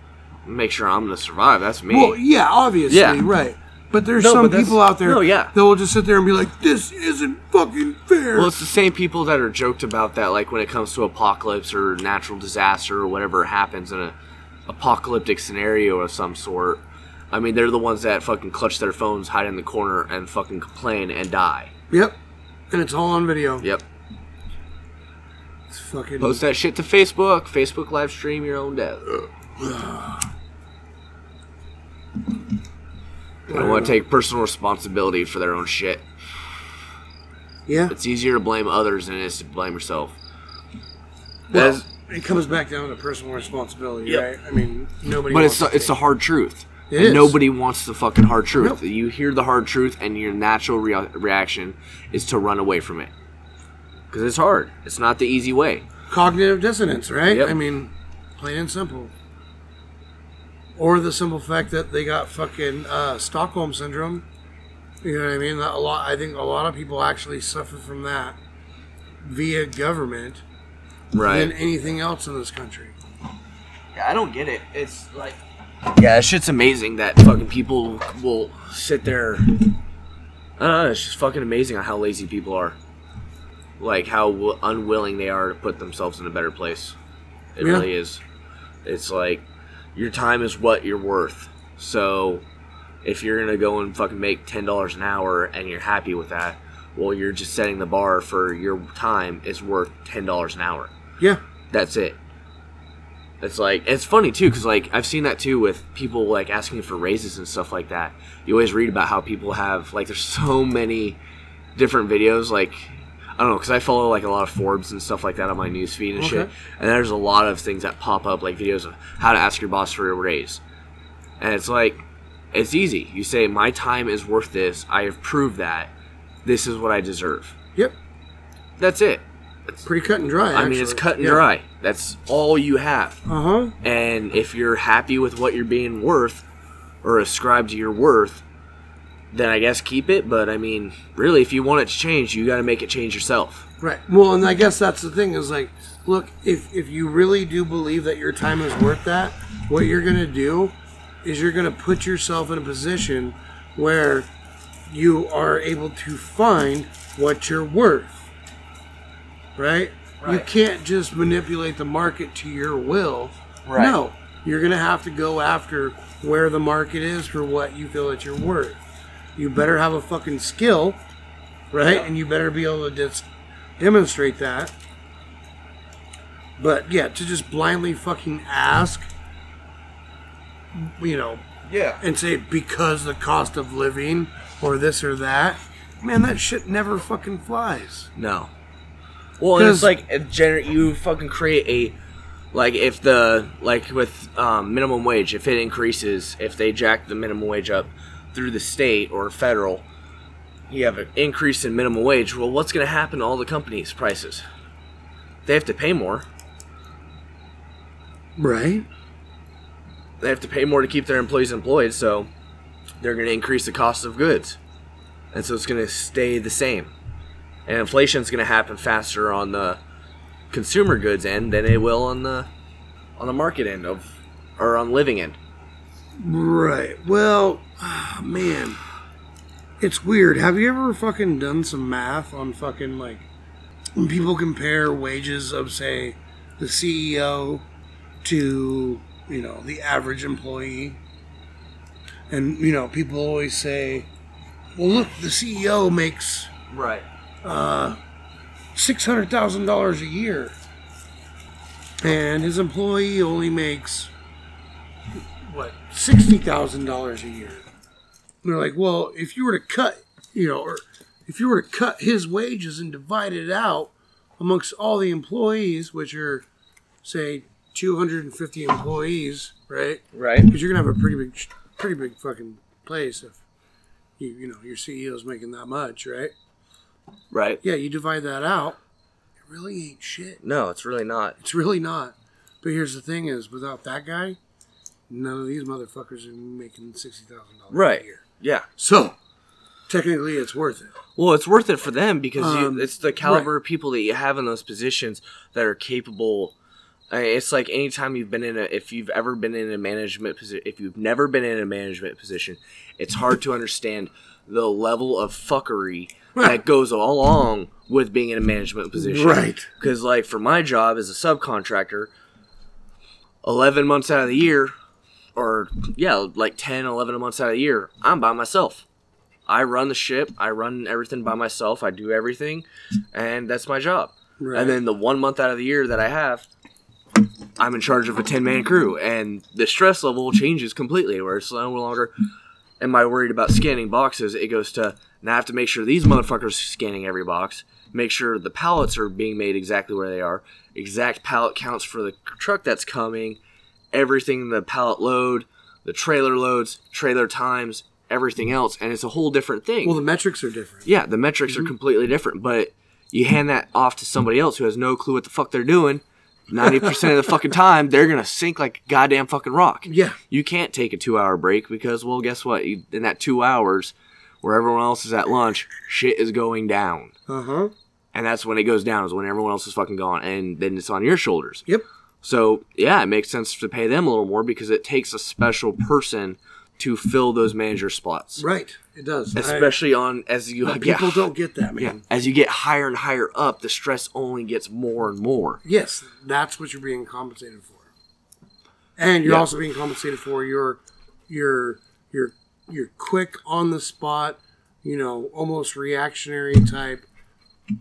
Speaker 2: make sure I'm gonna survive? That's me.
Speaker 1: Well, yeah, obviously,
Speaker 2: Yeah.
Speaker 1: right. But there's
Speaker 2: No,
Speaker 1: some
Speaker 2: but that's-
Speaker 1: people out there
Speaker 2: no, yeah.
Speaker 1: that will just sit there and be like, this isn't fucking fair.
Speaker 2: Well, it's the same people that are joked about that, like when it comes to apocalypse or natural disaster or whatever happens in a apocalyptic scenario of some sort. I mean, they're the ones that fucking clutch their phones, hide in the corner, and fucking complain and die.
Speaker 1: yep. And it's all on video.
Speaker 2: Yep.
Speaker 1: It's fucking.
Speaker 2: Post that shit to Facebook. Facebook live stream your own death. They don't want to take personal responsibility for their own shit.
Speaker 1: yeah.
Speaker 2: It's easier to blame others than it is to blame yourself.
Speaker 1: Well,
Speaker 2: That's-
Speaker 1: it comes back down to personal responsibility,
Speaker 2: Yep.
Speaker 1: right? I mean, nobody.
Speaker 2: But
Speaker 1: wants
Speaker 2: it's
Speaker 1: to
Speaker 2: the, it's
Speaker 1: take-
Speaker 2: the hard truth.
Speaker 1: It
Speaker 2: And
Speaker 1: is.
Speaker 2: Nobody wants the fucking hard truth.
Speaker 1: Nope.
Speaker 2: You hear the hard truth, and your natural rea- reaction is to run away from it because it's hard. It's not the easy way.
Speaker 1: cognitive dissonance, right?
Speaker 2: Yep.
Speaker 1: I mean, plain and simple. Or the simple fact that they got fucking uh, Stockholm syndrome. You know what I mean? That a lot. I think a lot of people actually suffer from that via government than anything else in this country.
Speaker 2: Yeah, I don't get it. It's like. Yeah, that shit's amazing that fucking people will sit there. I don't know. It's just fucking amazing how lazy people are. Like how w- unwilling they are to put themselves in a better place. It
Speaker 1: Yeah.
Speaker 2: really is. It's like your time is what you're worth. So if you're gonna go and fucking make ten dollars an hour and you're happy with that, well, you're just setting the bar for your time is worth ten dollars an hour
Speaker 1: Yeah.
Speaker 2: that's it. It's like it's funny too, because like I've seen that too with people like asking for raises and stuff like that. You always read about how people have like there's so many different videos. Like I don't know, because I follow like a lot of Forbes and stuff like that on my newsfeed and shit.
Speaker 1: Okay.
Speaker 2: And there's a lot of things that pop up like videos of how to ask your boss for a raise, and it's like it's easy. You say my time is worth this. I have proved that. This is what I deserve.
Speaker 1: Yep.
Speaker 2: That's it.
Speaker 1: Pretty cut and dry.
Speaker 2: I mean, it's cut and dry. That's all you have.
Speaker 1: Uh huh.
Speaker 2: And if you're happy with what you're being worth or ascribe to your worth, then I guess keep it. But I mean, really, if you want it to change, you got to make it change yourself.
Speaker 1: Right. Well, and I guess that's the thing is like, look, if if you really do believe that your time is worth that, what you're gonna do is you're gonna put yourself in a position where you are able to find what you're worth. Right? You can't just manipulate the market to your will. Right. No. You're gonna have to go after where the market is for what you feel that you're worth. You better have a fucking skill, right? And you better be able to dis- demonstrate that. But yeah, to just blindly fucking ask, you know,
Speaker 4: Yeah.
Speaker 1: and say because the cost of living or this or that. Man, that shit never fucking flies.
Speaker 2: No. Well, and it's
Speaker 1: 'Cause-
Speaker 2: like it gener- you fucking create a like if the like with um, minimum wage if it increases if they jack the minimum wage up through the state or federal you have an increase in minimum wage well what's going to happen to all the companies prices they have to pay more
Speaker 1: Right?
Speaker 2: they have to pay more to keep their employees employed so they're going to increase the cost of goods and so it's going to stay the same and inflation's going to happen faster on the consumer goods end than it will on the on the market end of or on living end
Speaker 1: Right. Well, ah, man, it's weird. Have you ever fucking done some math on fucking like when people compare wages of say the CEO to you know the average employee, and you know people always say, "Well, look, the CEO makes
Speaker 2: right
Speaker 1: six hundred thousand dollars a year, and his employee only makes what sixty thousand dollars a year. And they're like, well, if you were to cut, you know, or if you were to cut his wages and divide it out amongst all the employees, which are say two hundred and fifty employees, right?
Speaker 2: right
Speaker 1: Because you're gonna have a pretty big, pretty big fucking place if you, you know, your CEO's making that much, right?
Speaker 2: right
Speaker 1: Yeah, you divide that out. It really ain't shit.
Speaker 2: no it's really not
Speaker 1: It's really not. But here's the thing: is without that guy, none of these motherfuckers are making sixty thousand dollars
Speaker 2: right
Speaker 1: a year.
Speaker 2: yeah
Speaker 1: So technically, it's worth it.
Speaker 2: well it's worth it for them because
Speaker 1: Um,
Speaker 2: you, it's the caliber of people that you have in those positions that are capable I mean, it's like anytime you've been in a if you've ever been in a management position if you've never been in a management position it's hard to understand the level of fuckery that goes along with being in a management position
Speaker 1: Right.
Speaker 2: because like for my job as a subcontractor 11 months out of the year or yeah like 10 11 months out of the year i'm by myself i run the ship i run everything by myself i do everything and that's my job
Speaker 1: Right.
Speaker 2: and then the one month out of the year that i have i'm in charge of a 10 man crew and the stress level changes completely where it's no longer am i worried about scanning boxes it goes to now i have to make sure these motherfuckers scanning every box make sure the pallets are being made exactly where they are exact pallet counts for the truck that's coming everything the pallet load, the trailer loads, trailer times, everything else, and it's a whole different thing.
Speaker 1: Well, the Mm-hmm. metrics are different.
Speaker 2: yeah, the metrics are completely different, but you hand that off to somebody else who has no clue what the fuck they're doing. Ninety percent of the fucking time, they're gonna sink like a goddamn fucking rock.
Speaker 1: Yeah.
Speaker 2: you can't take a two-hour break because, well, guess what? You, in that two hours, where everyone else is at lunch, shit is going down,
Speaker 1: Uh huh.
Speaker 2: and that's when it goes down is when everyone else is fucking gone, and then it's on your shoulders.
Speaker 1: Yep.
Speaker 2: So yeah, it makes sense to pay them a little more because it takes a special person to fill those manager spots,
Speaker 1: Right. It does. I-
Speaker 2: especially on as you
Speaker 1: but
Speaker 2: get
Speaker 1: people don't get that, man.
Speaker 2: yeah, as you get higher and higher up, the stress only gets more and more.
Speaker 1: Yes, that's what you're being compensated for, and you're
Speaker 2: Yeah.
Speaker 1: also being compensated for your your your your quick on the spot, you know, almost reactionary type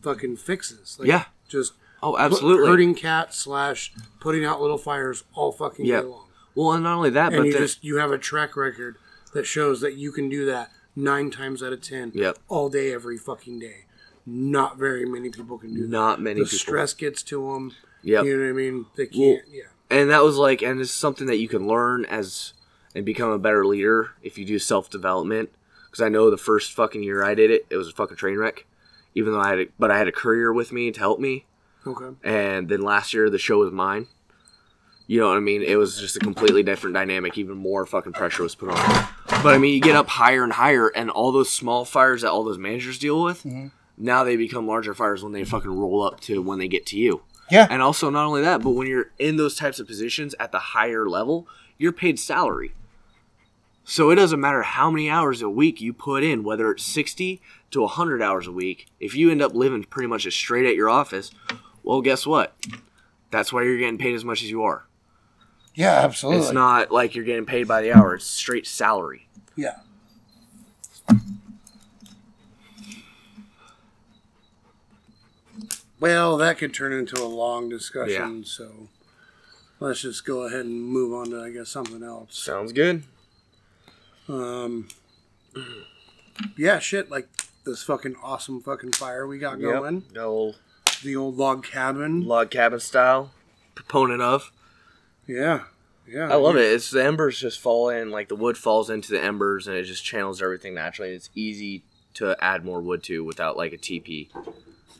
Speaker 1: fucking fixes. Like
Speaker 2: Yeah.
Speaker 1: just
Speaker 2: Oh,
Speaker 1: pu-
Speaker 2: absolutely.
Speaker 1: herding cats slash putting out little fires all fucking
Speaker 2: Yeah.
Speaker 1: day long,
Speaker 2: Well, and not only that,
Speaker 1: and
Speaker 2: but
Speaker 1: you
Speaker 2: then,
Speaker 1: just you have a track record that shows that you can do that nine times out of ten,
Speaker 2: Yep.
Speaker 1: all day every fucking day. Not very many people can do that
Speaker 2: not many
Speaker 1: the
Speaker 2: people.
Speaker 1: stress gets to them.
Speaker 2: Yep.
Speaker 1: You know what I mean? They can't.
Speaker 2: Well-
Speaker 1: yeah.
Speaker 2: and that was like, and it's something that you can learn as and become a better leader if you do self development. Because I know the first fucking year I did it, it was a fucking train wreck. Even though I had, a, but I had a courier with me to help me.
Speaker 1: Okay.
Speaker 2: and then last year the show was mine. You know what I mean? It was just a completely different dynamic. Even more fucking pressure was put on. it. But I mean, you get up higher and higher, and all those small fires that all those managers deal with, now they become larger fires when they fucking roll up to when they get to you.
Speaker 4: Yeah.
Speaker 2: And also, not only that, but when you're in those types of positions at the higher level, you're paid salary. So it doesn't matter how many hours a week you put in, whether it's 60 to 100 hours a week, if you end up living pretty much just straight at your office, well, guess what? That's why you're getting paid as much as you are.
Speaker 4: Yeah, absolutely.
Speaker 2: It's not like you're getting paid by the hour, it's straight salary.
Speaker 1: Yeah. Well, that could turn into a long discussion, so let's just go ahead and move on to, I guess, something else.
Speaker 2: Sounds good.
Speaker 1: Um, yeah, shit, like this fucking awesome fucking fire we got going.
Speaker 2: Yep. No
Speaker 1: The old log cabin.
Speaker 2: log cabin style proponent of.
Speaker 1: Yeah, yeah.
Speaker 2: I love it. It's the embers just fall in, like the wood falls into the embers, and it just channels everything naturally. It's easy to add more wood to without like a TP,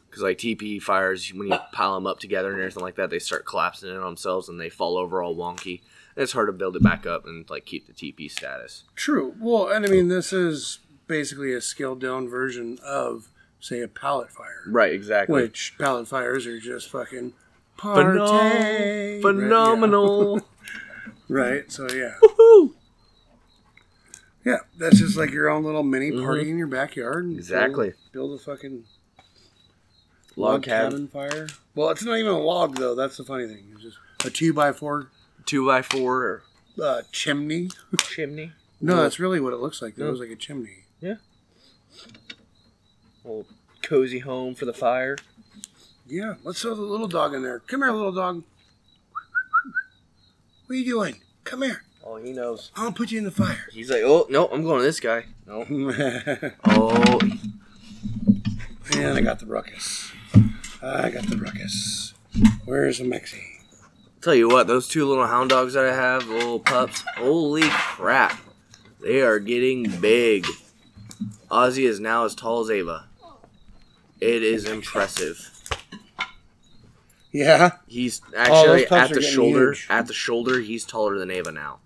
Speaker 2: because like TP fires when you pile them up together and everything like that, they start collapsing in on themselves and they fall over all wonky. And it's hard to build it back up and like keep the TP status.
Speaker 1: True. Well, and I mean, this is basically a scaled down version of, say, a pallet fire,
Speaker 2: Right, exactly.
Speaker 1: which pallet fires are just fucking
Speaker 2: Phenom-
Speaker 1: partay.
Speaker 2: phenomenal.
Speaker 1: Right, yeah. right? So, yeah. Yeah, that's just like your own little mini party in your backyard. and
Speaker 2: Mm-hmm. Exactly.
Speaker 1: Build, build a fucking
Speaker 2: Log cabin,
Speaker 1: fire. Well, it's not even a log though. That's the funny thing. It's just a two by four
Speaker 2: two by four or
Speaker 1: uh, chimney.
Speaker 2: chimney.
Speaker 1: No, that's really what it looks like. It looks like a chimney.
Speaker 2: Little cozy home for the fire.
Speaker 1: Yeah, let's throw the little dog in there. Come here, little dog. What are you doing? Come here.
Speaker 2: Oh, he knows.
Speaker 1: I'll put you in the fire.
Speaker 2: He's like, oh no, I'm going to this guy. No.
Speaker 1: Man,
Speaker 2: Oh,
Speaker 1: I got the ruckus. I got the ruckus. Where's the Mexi?
Speaker 2: Tell you what, those two little hound dogs that I have, little pups, holy crap. They are getting big. Ozzy is now as tall as Ava. It is impressive.
Speaker 1: Yeah.
Speaker 2: He's
Speaker 1: Oh, those
Speaker 2: actually
Speaker 1: pups
Speaker 2: at
Speaker 1: are
Speaker 2: the
Speaker 1: getting
Speaker 2: shoulder.
Speaker 1: huge.
Speaker 2: At the shoulder, he's taller than Ava now.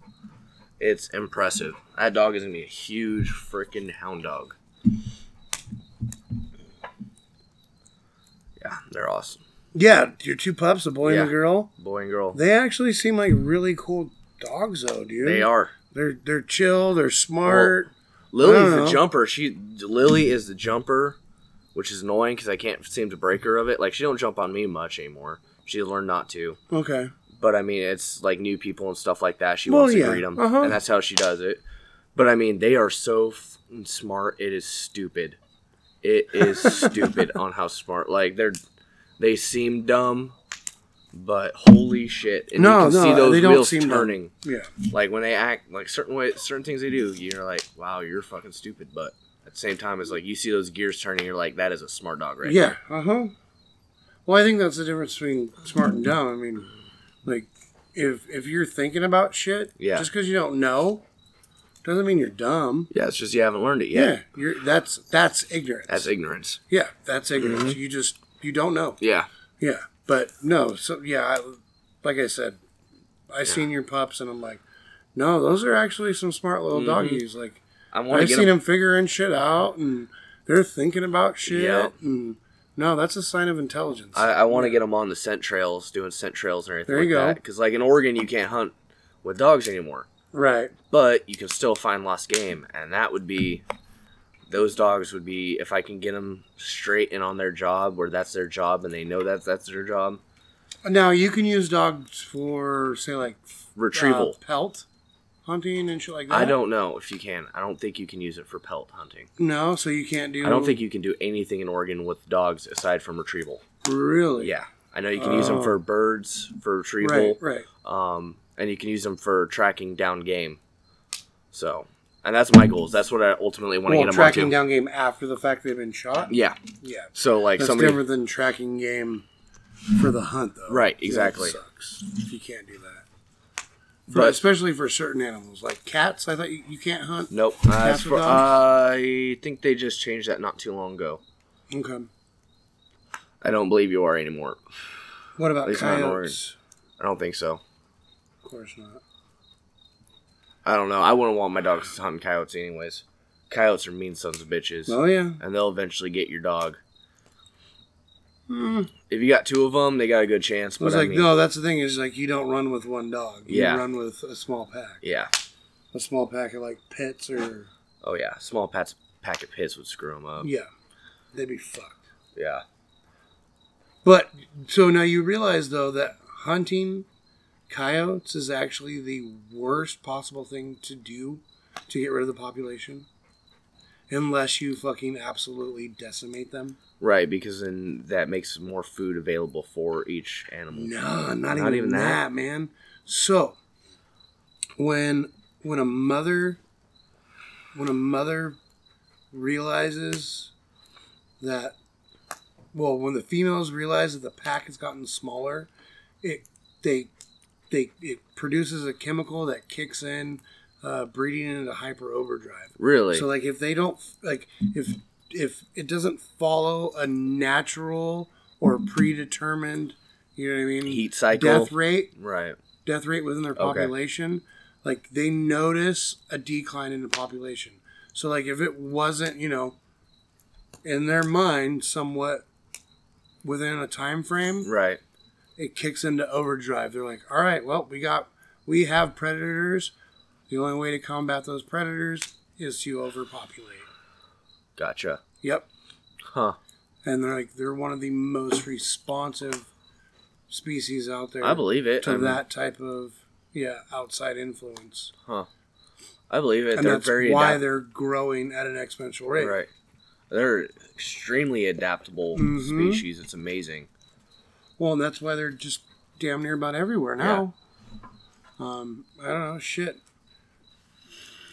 Speaker 2: It's impressive. That dog is gonna be a huge freaking hound dog. Yeah, they're awesome.
Speaker 1: Yeah, your two pups, a boy and
Speaker 2: Yeah.
Speaker 1: a girl.
Speaker 2: Boy and girl.
Speaker 1: They actually seem like really cool dogs, though, dude.
Speaker 2: They are.
Speaker 1: They're they're chill. They're smart.
Speaker 2: Lily's
Speaker 1: I don't
Speaker 2: the
Speaker 1: know.
Speaker 2: jumper. She Lily is the jumper, which is annoying because I can't seem to break her of it. Like she don't jump on me much anymore. She learned not to.
Speaker 1: Okay.
Speaker 2: But I mean, it's like new people and stuff like that. She
Speaker 1: Well,
Speaker 2: wants
Speaker 1: yeah.
Speaker 2: to greet them,
Speaker 1: Uh-huh.
Speaker 2: and that's how she does it. But I mean, they are so f- smart. It is stupid. It is stupid on how smart. Like they're they seem dumb, but holy shit! And
Speaker 1: No,
Speaker 2: you can
Speaker 1: no,
Speaker 2: see those
Speaker 1: they don't
Speaker 2: wheels
Speaker 1: seem dumb.
Speaker 2: turning
Speaker 1: Yeah.
Speaker 2: like when they act like certain way certain things they do you're like wow you're fucking stupid but at the same time it's like you see those gears turning you're like that is a smart dog right
Speaker 1: Yeah. Uh huh. Well, I think that's the difference between smart and dumb. I mean, like, if if you're thinking about shit,
Speaker 2: Yeah.
Speaker 1: just because you don't know, doesn't mean you're dumb.
Speaker 2: there. yeah it's just you haven't learned it yet
Speaker 1: You're that's that's ignorance.
Speaker 2: that's Mm-hmm. ignorance
Speaker 1: yeah, that's ignorance. You just you don't know.
Speaker 2: yeah
Speaker 1: Yeah. But no. So yeah, I, like I said, I seen your pups and I'm like, no, those are actually some smart little doggies. Like.
Speaker 2: i want to
Speaker 1: I've
Speaker 2: Mm-hmm. get
Speaker 1: seen
Speaker 2: them-
Speaker 1: them figuring shit out, and they're thinking about shit.
Speaker 2: Yeah.
Speaker 1: And no, that's a sign of intelligence.
Speaker 2: I, I want to get them on the scent trails doing scent trails and everything
Speaker 1: There you
Speaker 2: like
Speaker 1: go.
Speaker 2: that because like in oregon you can't hunt with dogs anymore
Speaker 1: right.
Speaker 2: but you can still find lost game and that would be those dogs would be if i can get them straight and on their job where that's their job and they know that that's their job
Speaker 1: Now you can use dogs for say like
Speaker 2: retrieval
Speaker 1: uh, pelt hunting and shit like that.
Speaker 2: I don't know if you can. I don't think you can use it for pelt hunting.
Speaker 1: No, so you can't do.
Speaker 2: I don't think you can do anything in Oregon with dogs aside from retrieval.
Speaker 1: really.
Speaker 2: Yeah, I know you can use them for birds for retrieval,
Speaker 1: Oh. Right. Right.
Speaker 2: um, and you can use them for tracking down game. So, and that's my goals. That's what I ultimately want to
Speaker 1: Well,
Speaker 2: get them
Speaker 1: tracking
Speaker 2: onto.
Speaker 1: down game after the fact they've been shot.
Speaker 2: yeah.
Speaker 1: Yeah.
Speaker 2: So like
Speaker 1: That's
Speaker 2: somebody,
Speaker 1: different than tracking game for the hunt, though.
Speaker 2: Right,
Speaker 1: That
Speaker 2: exactly.
Speaker 1: sucks. You can't do that. For,
Speaker 2: but
Speaker 1: especially for certain animals like cats, I thought you, you can't hunt.
Speaker 2: nope. Uh, as
Speaker 1: Cats
Speaker 2: for-
Speaker 1: with dogs?
Speaker 2: I think they just changed that not too long ago.
Speaker 1: Okay.
Speaker 2: I don't believe you are anymore.
Speaker 1: What about
Speaker 2: least not in
Speaker 1: coyotes?
Speaker 2: I don't think so.
Speaker 1: Of course not.
Speaker 2: I don't know. I wouldn't want my dogs hunting coyotes anyways. Coyotes are mean sons of bitches.
Speaker 1: Oh yeah,
Speaker 2: and they'll eventually get your dog. If you got two of them, they got a good chance.
Speaker 1: I
Speaker 2: But
Speaker 1: was
Speaker 2: I
Speaker 1: Hmm. like,
Speaker 2: mean,
Speaker 1: no, that's the thing is like you don't run with one dog. You
Speaker 2: Yeah.
Speaker 1: run with a small pack.
Speaker 2: yeah,
Speaker 1: A small pack of like pets or
Speaker 2: oh yeah, small pats pack of piss would screw them up.
Speaker 1: yeah, they'd be fucked.
Speaker 2: Yeah,
Speaker 1: But so now you realize though that hunting coyotes is actually the worst possible thing to do to get rid of the population, unless you fucking absolutely decimate them.
Speaker 2: right. Because then that makes more food available for each animal.
Speaker 1: No, not, even, that. man. So when when a mother when a mother realizes that, well, when the females realize that the pack has gotten smaller, it they they it produces a chemical that kicks in uh, breeding into hyper overdrive.
Speaker 2: Really?
Speaker 1: So like if they don't like if if it doesn't follow a natural or predetermined, you know what I mean,
Speaker 2: Heat cycle.
Speaker 1: death rate,
Speaker 2: right.
Speaker 1: death rate within their
Speaker 2: Okay.
Speaker 1: population, like they notice a decline in the population. So like if it wasn't, you know, in their mind somewhat within a time frame,
Speaker 2: Right.
Speaker 1: it kicks into overdrive. They're like, "All right, well, we got we have predators. The only way to combat those predators is to overpopulate."
Speaker 2: Gotcha.
Speaker 1: Yep.
Speaker 2: Huh.
Speaker 1: And they're like they're one of the most responsive species out there
Speaker 2: I believe it.
Speaker 1: to
Speaker 2: I'm-
Speaker 1: that type of yeah, outside influence.
Speaker 2: I believe it.
Speaker 1: and
Speaker 2: they're
Speaker 1: that's
Speaker 2: very
Speaker 1: why
Speaker 2: adapt-
Speaker 1: they're growing at an exponential rate.
Speaker 2: right. They're extremely adaptable
Speaker 1: Mhm.
Speaker 2: species. It's amazing.
Speaker 1: Well, and that's why they're just damn near about everywhere now. Um, I don't know. Shit.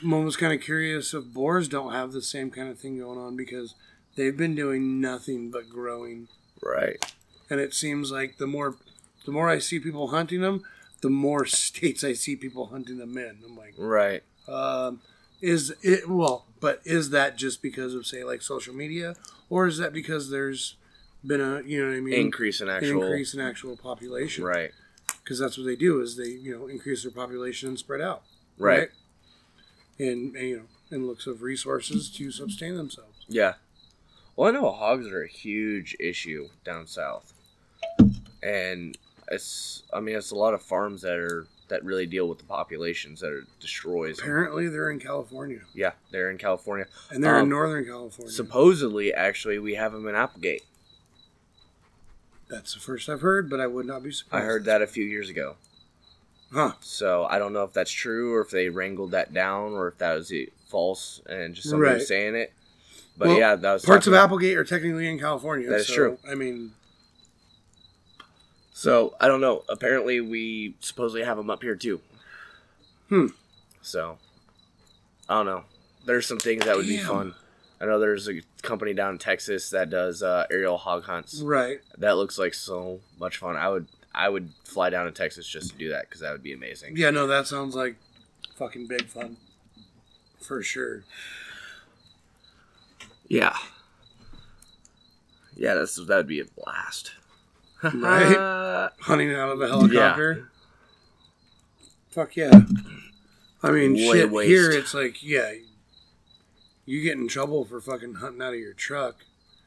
Speaker 1: I'm almost kind of curious if boars don't have the same kind of thing going on because they've been doing nothing but growing,
Speaker 2: Right.
Speaker 1: and it seems like the more, the more I see people hunting them, the more states I see people hunting them in. I'm like,
Speaker 2: Right.
Speaker 1: um, is it well but is that just because of say like social media or is that because there's been a you know what i mean
Speaker 2: Increase in
Speaker 1: an
Speaker 2: actual.
Speaker 1: increase in actual population
Speaker 2: Right.
Speaker 1: because that's what they do is they you know increase their population and spread out
Speaker 2: Right.
Speaker 1: and, and, you know and looks of resources to sustain themselves
Speaker 2: Yeah. Well, I know hogs are a huge issue down south, and it's. I mean, it's a lot of farms that are that really deal with the populations that are destroys. them.
Speaker 1: apparently they're in california
Speaker 2: Yeah, they're in California.
Speaker 1: and they're in
Speaker 2: Um,
Speaker 1: northern california
Speaker 2: Supposedly, actually, we have them in Applegate.
Speaker 1: that's the first i've heard but i would not be
Speaker 2: I
Speaker 1: surprised
Speaker 2: heard that a few years ago.
Speaker 1: huh
Speaker 2: So I don't know if that's true or if they wrangled that down or if that was uh, false and just somebody
Speaker 1: Right.
Speaker 2: was saying it. But
Speaker 1: Well,
Speaker 2: yeah, that was
Speaker 1: parts of
Speaker 2: talking-
Speaker 1: applegate are technically in california
Speaker 2: That is
Speaker 1: so,
Speaker 2: true.
Speaker 1: i mean
Speaker 2: So I don't know. Apparently, we supposedly have them up here too.
Speaker 1: Hmm.
Speaker 2: So I don't know. There's some things that would be
Speaker 1: Damn.
Speaker 2: fun. I know there's a company down in Texas that does uh, aerial hog hunts.
Speaker 1: right
Speaker 2: That looks like so much fun. I would I would fly down to Texas just to do that because that would be amazing.
Speaker 1: Yeah, no, that sounds like fucking big fun. For sure.
Speaker 2: Yeah. Yeah, that's that would be a blast.
Speaker 1: Right?
Speaker 2: Uh,
Speaker 1: Hunting out of a helicopter. Fuck yeah. I mean,
Speaker 2: Way
Speaker 1: shit,
Speaker 2: waste.
Speaker 1: here it's like, yeah, you get in trouble for fucking hunting out of your truck.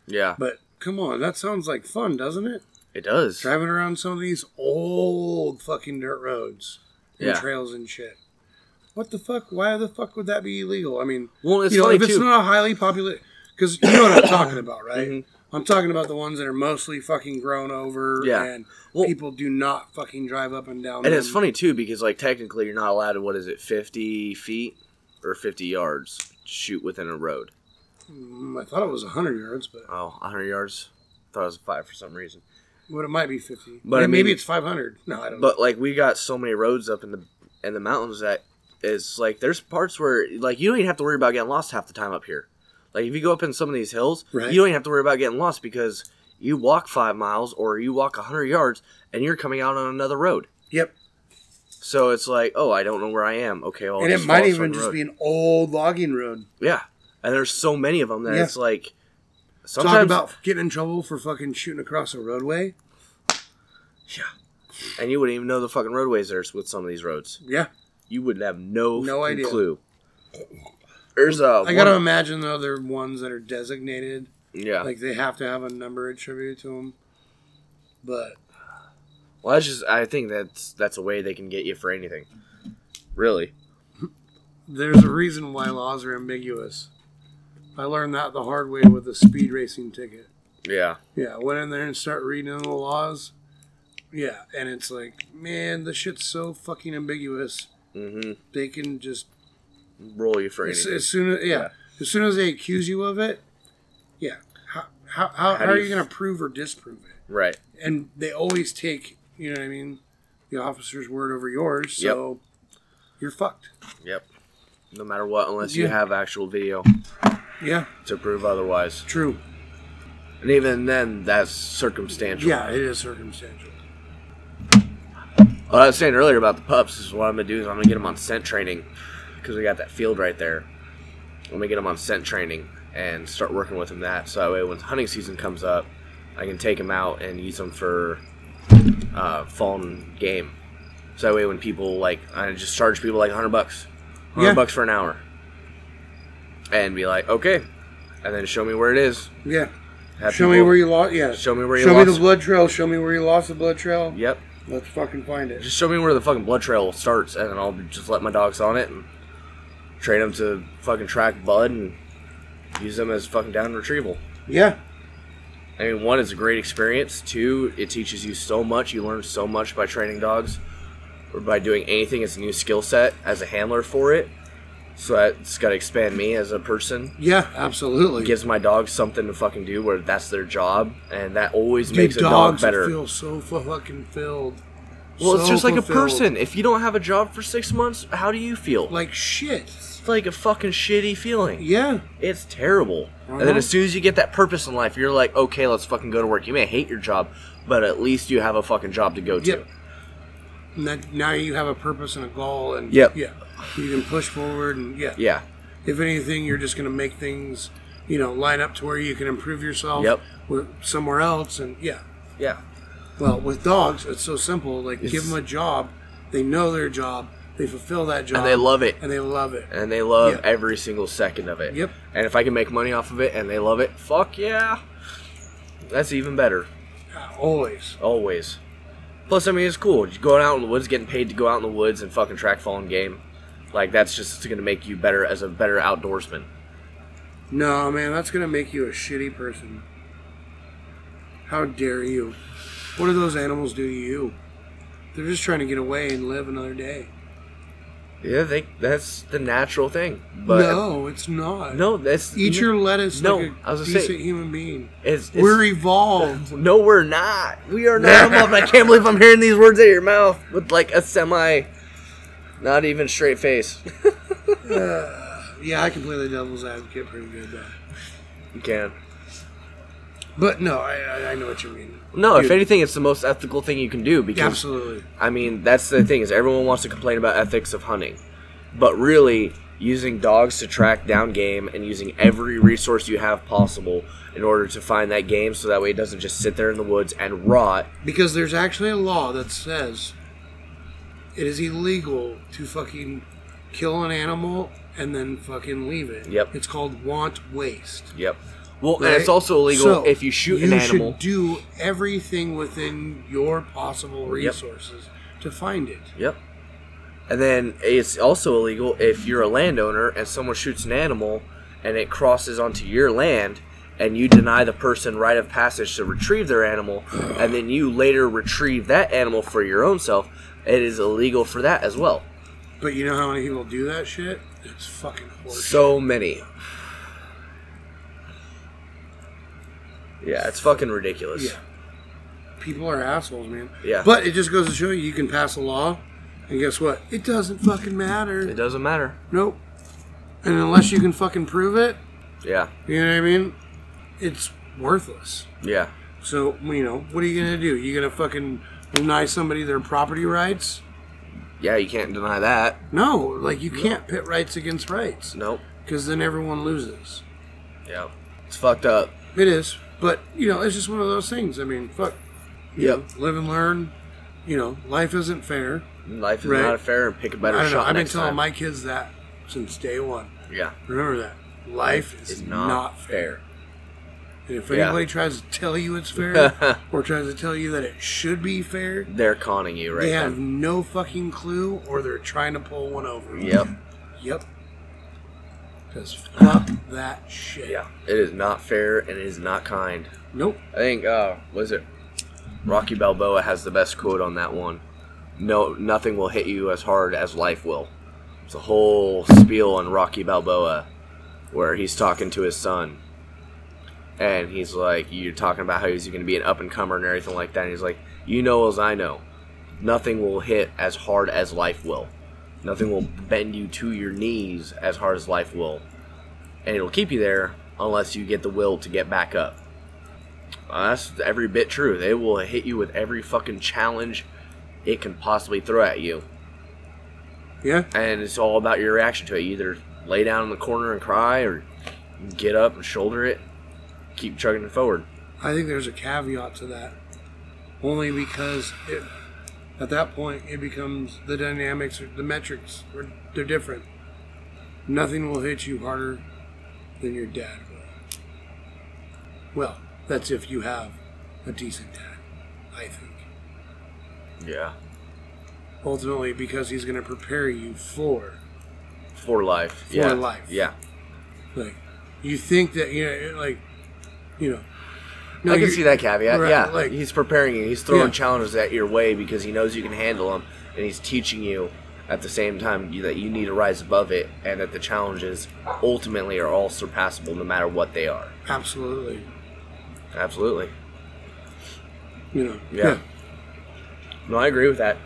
Speaker 2: yeah,
Speaker 1: But come on, that sounds like fun, doesn't it?
Speaker 2: it does.
Speaker 1: Driving around some of these old fucking dirt roads and
Speaker 2: Yeah.
Speaker 1: trails and shit. What the fuck? Why the fuck would that be illegal? I mean,
Speaker 2: Well, it's
Speaker 1: you know,
Speaker 2: funny
Speaker 1: if it's
Speaker 2: too.
Speaker 1: not Mm-hmm. a highly populated, because you know what I'm talking about, right?
Speaker 2: Mhm.
Speaker 1: I'm talking about the ones that are mostly fucking grown over,
Speaker 2: Yeah.
Speaker 1: and
Speaker 2: Well-
Speaker 1: people do not fucking drive up and down.
Speaker 2: and it's
Speaker 1: them.
Speaker 2: funny too because like technically you're not allowed to what is it, fifty feet or fifty yards shoot within a road.
Speaker 1: Mm, I thought it was 100 yards, but
Speaker 2: Oh, 100 yards. Thought it was a five for some reason.
Speaker 1: what it might be 50.
Speaker 2: But I
Speaker 1: But maybe,
Speaker 2: mean-
Speaker 1: it's 500. No, I don't. know.
Speaker 2: But like we got so many roads up in the in the mountains that it's like there's parts where like you don't even have to worry about getting lost half the time up here. Like if you go up in some of these hills,
Speaker 1: Right.
Speaker 2: you don't even have to worry about getting lost because you walk five miles or you walk hundred yards and you're coming out on another road.
Speaker 1: Yep,
Speaker 2: So it's like, oh, I don't know where I am. Okay, well,
Speaker 1: and it
Speaker 2: just
Speaker 1: might
Speaker 2: follow some
Speaker 1: even just
Speaker 2: road.
Speaker 1: be an old logging road.
Speaker 2: yeah. And there's so many of them that
Speaker 1: Yeah.
Speaker 2: it's like
Speaker 1: Talk
Speaker 2: sometimes
Speaker 1: about getting in trouble for fucking shooting across a roadway.
Speaker 2: yeah, and you wouldn't even know the fucking roadways there's with some of these roads.
Speaker 1: Yeah,
Speaker 2: You wouldn't have no
Speaker 1: No
Speaker 2: fucking
Speaker 1: idea.
Speaker 2: clue. There's a
Speaker 1: I gotta imagine though they're ones that are designated,
Speaker 2: yeah.
Speaker 1: like they have to have a number attributed to them. But
Speaker 2: Well, that's just I think that's that's a way they can get you for anything. Really?
Speaker 1: There's a reason why laws are ambiguous. I learned that the hard way with a speed racing ticket.
Speaker 2: Yeah.
Speaker 1: Yeah, I went in there and started reading the laws. Yeah, and it's like, man, this shit's so fucking ambiguous.
Speaker 2: Mm-hmm.
Speaker 1: They can just
Speaker 2: Roll you for
Speaker 1: as,
Speaker 2: anything.
Speaker 1: as soon as yeah,
Speaker 2: Yeah.
Speaker 1: as soon as they accuse you of it, yeah. How how how, how,
Speaker 2: do
Speaker 1: are
Speaker 2: you
Speaker 1: you
Speaker 2: f-
Speaker 1: gonna prove or disprove it?
Speaker 2: right.
Speaker 1: And they always take you know what I mean, the officer's word over yours.
Speaker 2: Yep.
Speaker 1: So you're fucked.
Speaker 2: Yep. no matter what, unless you
Speaker 1: Yeah.
Speaker 2: have actual video
Speaker 1: Yeah,
Speaker 2: to prove otherwise.
Speaker 1: true.
Speaker 2: And even then, that's circumstantial.
Speaker 1: Yeah, it is circumstantial.
Speaker 2: What I was saying earlier about the pups is what I'm gonna do is I'm gonna get them on scent training because we got that field right there. I'm gonna get them on scent training and start working with them that so that way when hunting season comes up, I can take them out and use them for uh, fallen game. So that way when people like I just charge people like 100 bucks, 100
Speaker 1: Yeah.
Speaker 2: bucks for an hour, and be like okay, and then show me where it is.
Speaker 1: Yeah.
Speaker 2: Have
Speaker 1: Show me
Speaker 2: people-
Speaker 1: where you lost. Yeah.
Speaker 2: Show me where you
Speaker 1: Show me
Speaker 2: lost-
Speaker 1: the blood trail. Show me where you lost the blood trail.
Speaker 2: Yep.
Speaker 1: Let's fucking find it.
Speaker 2: Just show me where the fucking blood trail starts, and I'll just let my dogs on it and train them to fucking track blood and use them as fucking down retrieval.
Speaker 1: Yeah.
Speaker 2: I mean, one, it's a great experience. Two, it teaches you so much. You learn so much by training dogs or by doing anything. It's a new skill set as a handler for it. So that's got to expand me as a person.
Speaker 1: Yeah. Absolutely.
Speaker 2: Gives my dogs something to fucking do where that's their job, and that always
Speaker 1: Dude,
Speaker 2: makes a dog
Speaker 1: dogs
Speaker 2: better.
Speaker 1: feel so fu- fucking filled.
Speaker 2: well, it's
Speaker 1: So
Speaker 2: just like a
Speaker 1: fulfilled.
Speaker 2: person. If you don't have a job for six months, how do you feel?
Speaker 1: Like shit.
Speaker 2: It's like a fucking shitty feeling.
Speaker 1: Yeah.
Speaker 2: It's terrible. And then
Speaker 1: Uh-huh.
Speaker 2: as soon as you get that purpose in life, you're like, okay, let's fucking go to work. You may hate your job, but at least you have a fucking job to go to.
Speaker 1: Yep. And that, now you have a purpose and a goal, and
Speaker 2: Yep.
Speaker 1: yeah, you can push forward, and yeah.
Speaker 2: Yeah.
Speaker 1: If anything, you're just gonna make things, you know, line up to where you can improve yourself.
Speaker 2: Yep.
Speaker 1: With somewhere else, and yeah.
Speaker 2: Yeah.
Speaker 1: Well, with dogs, it's so simple. Like, give
Speaker 2: It's-
Speaker 1: them a job. They know their job. They fulfill that job.
Speaker 2: And they love it.
Speaker 1: And they love it.
Speaker 2: And they love
Speaker 1: Yep.
Speaker 2: every single second of it.
Speaker 1: Yep.
Speaker 2: And if I can make money off of it and they love it, fuck yeah. That's even better.
Speaker 1: Always.
Speaker 2: Always. Plus, I mean, it's cool. Just going out in the woods, getting paid to go out in the woods and fucking track falling game. Like, that's just going to make you better as a better outdoorsman.
Speaker 1: No, man, that's gonna make you a shitty person. How dare you? What do those animals do to you? They're just trying to get away and live another day.
Speaker 2: Yeah, they, that's the natural thing. But
Speaker 1: no, it's not.
Speaker 2: No, that's
Speaker 1: Eat your lettuce
Speaker 2: No,
Speaker 1: like
Speaker 2: I
Speaker 1: a
Speaker 2: was gonna
Speaker 1: decent
Speaker 2: say-
Speaker 1: human being.
Speaker 2: It's, it's,
Speaker 1: We're evolved.
Speaker 2: no, we're not. We are not. evolved. I can't believe I'm hearing these words out of your mouth with like a semi, not even straight face.
Speaker 1: yeah, I can play the devil's advocate pretty good though.
Speaker 2: You can.
Speaker 1: But no, I, I, I know what you mean.
Speaker 2: No, if
Speaker 1: Dude.
Speaker 2: anything, it's the most ethical thing you can do because
Speaker 1: Absolutely.
Speaker 2: I mean that's the thing is everyone wants to complain about ethics of hunting, but really using dogs to track down game and using every resource you have possible in order to find that game so that way it doesn't just sit there in the woods and rot.
Speaker 1: Because there's actually a law that says it is illegal to fucking kill an animal and then fucking leave it.
Speaker 2: Yep.
Speaker 1: It's called want waste.
Speaker 2: Yep. Well, and
Speaker 1: right?
Speaker 2: it's also illegal
Speaker 1: So,
Speaker 2: if you shoot an animal.
Speaker 1: should do everything within your possible resources to find it.
Speaker 2: Yep. And then it's also illegal if you're a landowner and someone shoots an animal and it crosses onto your land and you deny the person right of passage to retrieve their animal and then you later retrieve that animal for your own self, it is illegal for that as well.
Speaker 1: But you know how many people do that shit? It's fucking horseshit.
Speaker 2: So many. Yeah, it's fucking ridiculous.
Speaker 1: Yeah. People are assholes, man.
Speaker 2: Yeah.
Speaker 1: But it just goes to show you, you can pass a law, and guess what? It doesn't fucking
Speaker 2: It
Speaker 1: matter.
Speaker 2: doesn't matter.
Speaker 1: Nope. And unless you can fucking prove it,
Speaker 2: Yeah.
Speaker 1: you know what I mean? It's worthless.
Speaker 2: Yeah.
Speaker 1: So, you know, what are you going to do? You going to fucking deny somebody their property rights?
Speaker 2: Yeah, you can't deny that.
Speaker 1: No, like you can't pit rights against rights
Speaker 2: Nope.
Speaker 1: because then everyone loses.
Speaker 2: Yeah. It's fucked up.
Speaker 1: It is, but you know, it's just one of those things. I mean, fuck. You
Speaker 2: Yep.
Speaker 1: know, live and learn. You know, life isn't fair.
Speaker 2: Life is
Speaker 1: Right.
Speaker 2: not fair and pick a better
Speaker 1: I don't know.
Speaker 2: shot
Speaker 1: I've been
Speaker 2: next
Speaker 1: telling
Speaker 2: time.
Speaker 1: my kids that since day one.
Speaker 2: yeah.
Speaker 1: Remember that. Life is
Speaker 2: It's
Speaker 1: not,
Speaker 2: not,
Speaker 1: fair.
Speaker 2: fair.
Speaker 1: And if
Speaker 2: Yeah.
Speaker 1: anybody tries to tell you it's fair or tries to tell you that it should be fair,
Speaker 2: They're conning you right
Speaker 1: they
Speaker 2: now.
Speaker 1: have no fucking clue or they're trying to pull one over.
Speaker 2: Yep.
Speaker 1: Yep. Because fuck that shit.
Speaker 2: Yeah. It is not fair and it is not kind.
Speaker 1: Nope.
Speaker 2: I think uh was it Rocky Balboa has the best quote on that one. No nothing will hit you as hard as life will. It's a whole spiel on Rocky Balboa where he's talking to his son and he's like, You're talking about how he's gonna be an up and comer and everything like that and he's like, You know as I know, nothing will hit as hard as life will. Nothing will bend you to your knees as hard as life will, and it'll keep you there unless you get the will to get back up. Uh, that's every bit true. They will hit you with every fucking challenge it can possibly throw at you,
Speaker 1: Yeah.
Speaker 2: and it's all about your reaction to it. You either lay down in the corner and cry, or get up and shoulder it, keep chugging it forward.
Speaker 1: I think there's a caveat to that, only because it, at that point it becomes the dynamics or the metrics are they're different. Nothing will hit you harder than your dad will. Well, that's if you have a decent dad, I think.
Speaker 2: Yeah,
Speaker 1: Ultimately, because he's going to prepare you for
Speaker 2: for life. For yeah.
Speaker 1: life.
Speaker 2: Yeah.
Speaker 1: like you think that you know like you know. No,
Speaker 2: I can
Speaker 1: you're-
Speaker 2: see that caveat.
Speaker 1: Right,
Speaker 2: yeah,
Speaker 1: like-
Speaker 2: he's preparing you. He's throwing
Speaker 1: Yeah.
Speaker 2: challenges at your way because he knows you can handle them, and he's teaching you at the same time you, that you need to rise above it, and that the challenges ultimately are all surpassable, no matter what they are.
Speaker 1: Absolutely,
Speaker 2: Absolutely.
Speaker 1: you know.
Speaker 2: Yeah. No, I agree with that.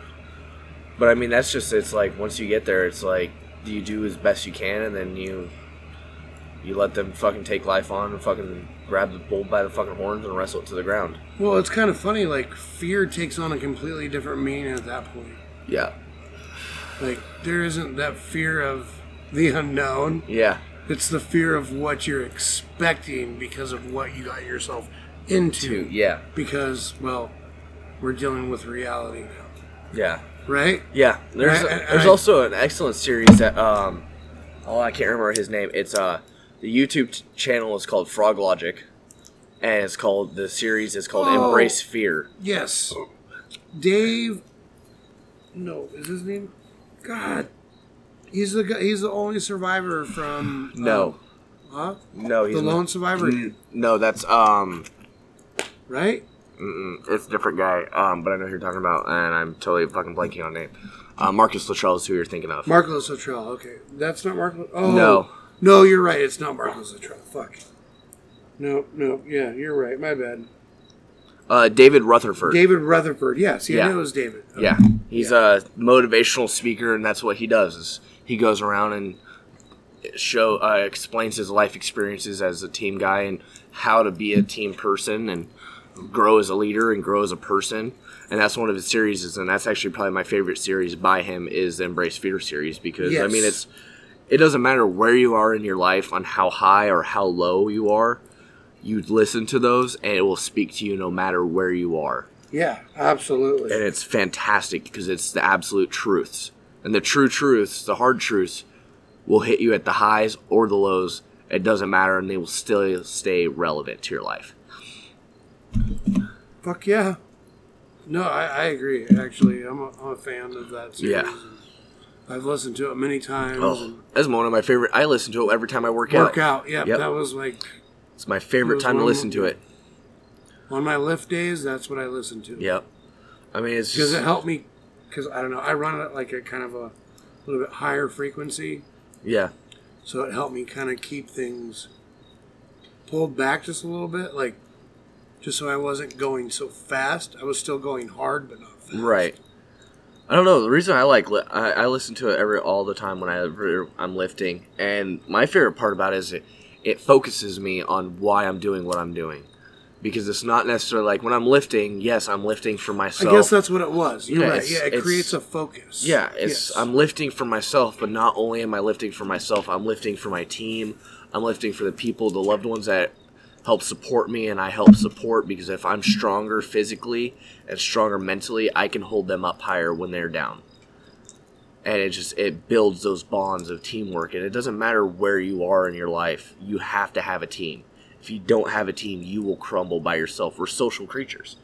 Speaker 2: But I mean, that's just it's like once you get there, it's like you do as best you can, and then you you let them fucking take life on and fucking grab the bull by the fucking horns and wrestle it to the ground.
Speaker 1: Well, it's kind of funny. Like fear takes on a completely different meaning at that point.
Speaker 2: Yeah.
Speaker 1: Like there isn't that fear of the unknown.
Speaker 2: Yeah.
Speaker 1: It's the fear of what you're expecting because of what you got yourself into.
Speaker 2: Yeah.
Speaker 1: Because well, we're dealing with reality now,
Speaker 2: Yeah.
Speaker 1: right?
Speaker 2: Yeah, there's
Speaker 1: Right, and-
Speaker 2: there's
Speaker 1: and I-
Speaker 2: also an excellent series that um, oh I can't remember his name. It's uh the YouTube t- channel is called Frog Logic, and it's called the series is called
Speaker 1: Oh.
Speaker 2: Embrace Fear.
Speaker 1: Yes. Dave. No, is his name? God. He's the guy, he's the only survivor from um,
Speaker 2: No,
Speaker 1: huh?
Speaker 2: no, he's
Speaker 1: the
Speaker 2: not-
Speaker 1: lone survivor,
Speaker 2: N- Mm, No, that's um,
Speaker 1: right?
Speaker 2: mm-mm, it's a different guy. Um, but I know who you're talking about, and I'm totally fucking blanking on name. Uh, Marcus Luttrell is who you're thinking of.
Speaker 1: Marco Sotrell. Okay, that's not Marco. Oh
Speaker 2: No.
Speaker 1: no, you're right. It's not Marco Sotrell. Fuck. No, no, yeah, you're right. My bad.
Speaker 2: uh, David Rutherford.
Speaker 1: David Rutherford. Yes, yeah, I
Speaker 2: Yeah.
Speaker 1: knew it was David. Okay.
Speaker 2: Yeah, he's a motivational speaker, and that's what he does. Is he goes around and show uh, explains his life experiences as a team guy and how to be a team person and grow as a leader and grow as a person. And that's one of his series, and that's actually probably my favorite series by him is the Embrace Fear series because I mean
Speaker 1: Yes.
Speaker 2: it's it doesn't matter where you are in your life on how high or how low you are. You listen to those, and it will speak to you no matter where you are
Speaker 1: Yeah, absolutely.
Speaker 2: and it's fantastic because it's the absolute truths. And the true truths, the hard truths, will hit you at the highs or the lows. It doesn't matter, and they will still stay relevant to your life.
Speaker 1: Fuck yeah. No, I, I agree. Actually, I'm a, I'm a fan of that series.
Speaker 2: Yeah.
Speaker 1: I've listened to it many times.
Speaker 2: Oh,
Speaker 1: and
Speaker 2: that's one of my favorite. I listen to it every time I work,
Speaker 1: work
Speaker 2: out.
Speaker 1: out. Yep,
Speaker 2: Yep.
Speaker 1: that was like
Speaker 2: It's my
Speaker 1: It
Speaker 2: favorite
Speaker 1: was
Speaker 2: time to
Speaker 1: one of
Speaker 2: listen
Speaker 1: my-
Speaker 2: to it.
Speaker 1: on my lift days. That's what I listen to.
Speaker 2: Yep. I mean, it's
Speaker 1: because
Speaker 2: just,
Speaker 1: it helped me. Because I don't know, I run it like a kind of a little bit higher frequency,
Speaker 2: yeah,
Speaker 1: so it helped me kind of keep things pulled back just a little bit, like just so I wasn't going so fast. I was still going hard, but not fast.
Speaker 2: right. I don't know. The reason I like li- I, I listen to it every all the time when I ever- I'm lifting, and my favorite part about it is it it focuses me on why I'm doing what I'm doing. because it's not necessarily like when I'm lifting. Yes, I'm lifting for
Speaker 1: I
Speaker 2: myself.
Speaker 1: guess that's what it was. You're
Speaker 2: Yeah,
Speaker 1: right.
Speaker 2: it's-
Speaker 1: Yeah, it
Speaker 2: it's-
Speaker 1: creates a focus.
Speaker 2: yeah, it's um
Speaker 1: Yes.
Speaker 2: I'm lifting for myself, but not only am I lifting for myself, I'm lifting for my team. I'm lifting for the people, the loved ones that help support me, and I help support because if I'm stronger physically and stronger mentally, I can hold them up higher when they're down. And it just it builds those bonds of teamwork, and it doesn't matter where you are in your life, you have to have a team. If you don't have a team, you will crumble by yourself. We're social creatures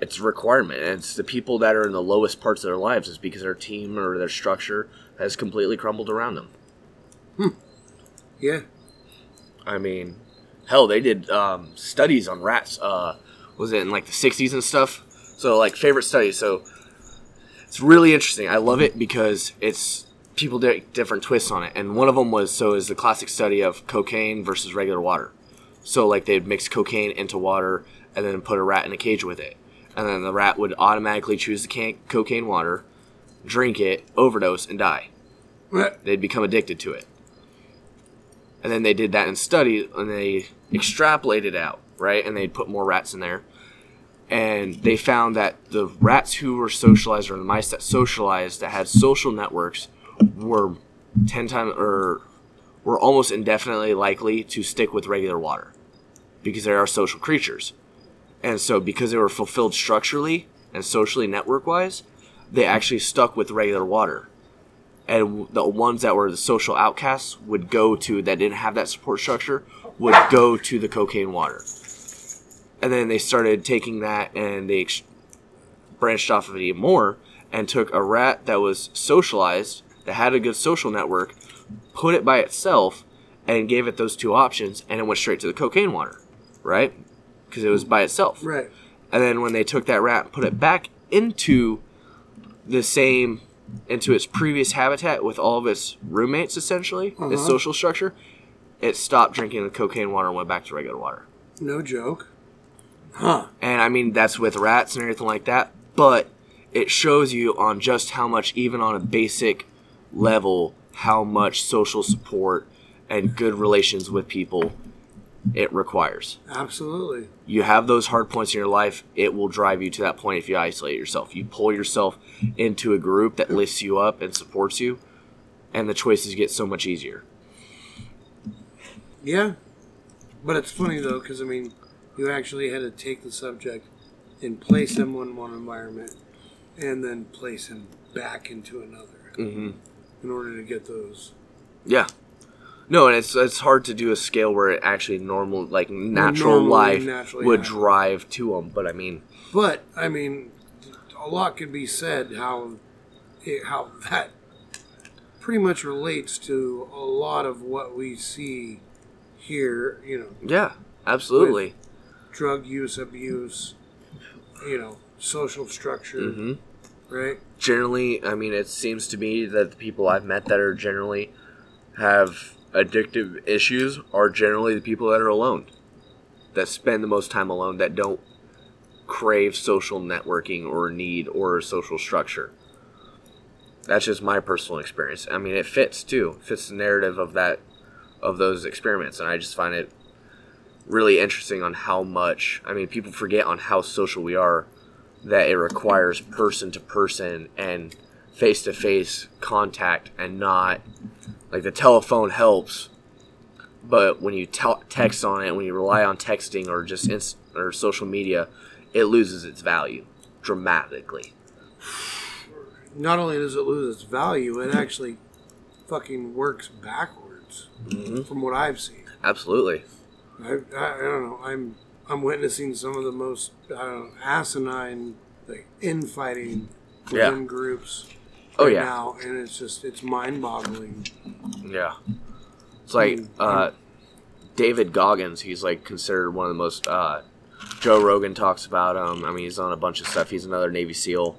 Speaker 2: it's a requirement. And it's the people that are in the lowest parts of their lives is because their team or their structure has completely crumbled around them.
Speaker 1: yeah.
Speaker 2: I mean, hell, they did um, studies on rats. Uh, was it in like the '60s and stuff? So like favorite studies. So it's really interesting. I love it because it's people did different twists on it. And one of them was so is the classic study of cocaine versus regular water. So like they'd mix cocaine into water and then put a rat in a cage with it, and then the rat would automatically choose the can- cocaine water, drink it, overdose, and die.
Speaker 1: Right.
Speaker 2: They'd become addicted to it. And then they did that in study, and they extrapolated it out, right? And they put more rats in there. And they found that the rats who were socialized, or the mice that socialized, that had social networks, were 10 times, or were almost indefinitely likely to stick with regular water because they are social creatures. And so, because they were fulfilled structurally and socially network wise, they actually stuck with regular water. And w- the ones that were the social outcasts would go to, that didn't have that support structure, would go to the cocaine water. And then they started taking that and they ex- branched off of it even more and took a rat that was socialized, that had a good social network, put it by itself, and gave it those two options, and it went straight to the cocaine water, right? Because it was by itself.
Speaker 1: Right.
Speaker 2: And then when they took that rat and put it back into the same, into its previous habitat with all of its roommates, essentially, its social structure, it stopped drinking the cocaine water and went back to regular water.
Speaker 1: No joke. Huh.
Speaker 2: And I mean, that's with rats and everything like that, but it shows you on just how much, even on a basic level, how much social support and good relations with people it requires
Speaker 1: Absolutely.
Speaker 2: you have those hard points in your life, it will drive you to that point if you isolate yourself. You pull yourself into a group that lifts you up and supports you, and the choices get so much easier.
Speaker 1: Yeah. But it's funny though, because I mean, you actually had to take the subject and place him in one environment, and then place him back into another
Speaker 2: Mm-hmm.
Speaker 1: in order to get those
Speaker 2: Yeah. No, and it's it's hard to do a scale where it actually normal like natural
Speaker 1: normally
Speaker 2: life
Speaker 1: naturally
Speaker 2: would
Speaker 1: happen.
Speaker 2: drive to them. But I mean,
Speaker 1: But I mean, a lot can be said how how that pretty much relates to a lot of what we see here. You know,
Speaker 2: yeah, absolutely.
Speaker 1: drug use, abuse, you know, social structure,
Speaker 2: hmm
Speaker 1: right?
Speaker 2: Generally, I mean, it seems to me that the people I've met that are generally have addictive issues are generally the people that are alone, that spend the most time alone, that don't crave social networking or need or social structure. That's just my personal experience. I mean, it fits too. It fits the narrative of that of those experiments, and I just find it really interesting on how much. I mean, people forget on how social we are. That it requires person to person and face to face contact, and not like the telephone helps but when you tel- text on it when you rely on texting or just inst- or social media it loses its value dramatically
Speaker 1: Not only does it lose its value, it actually fucking works backwards from what I've seen.
Speaker 2: absolutely
Speaker 1: I, I, I don't know. I'm I'm witnessing some of the most I don't know, asinine like infighting
Speaker 2: Yeah.
Speaker 1: within groups.
Speaker 2: Oh,
Speaker 1: right
Speaker 2: yeah.
Speaker 1: now, and it's just it's mind boggling.
Speaker 2: yeah it's like uh, david goggins he's like considered one of the most uh, joe rogan talks about him i mean he's on a bunch of stuff he's another navy seal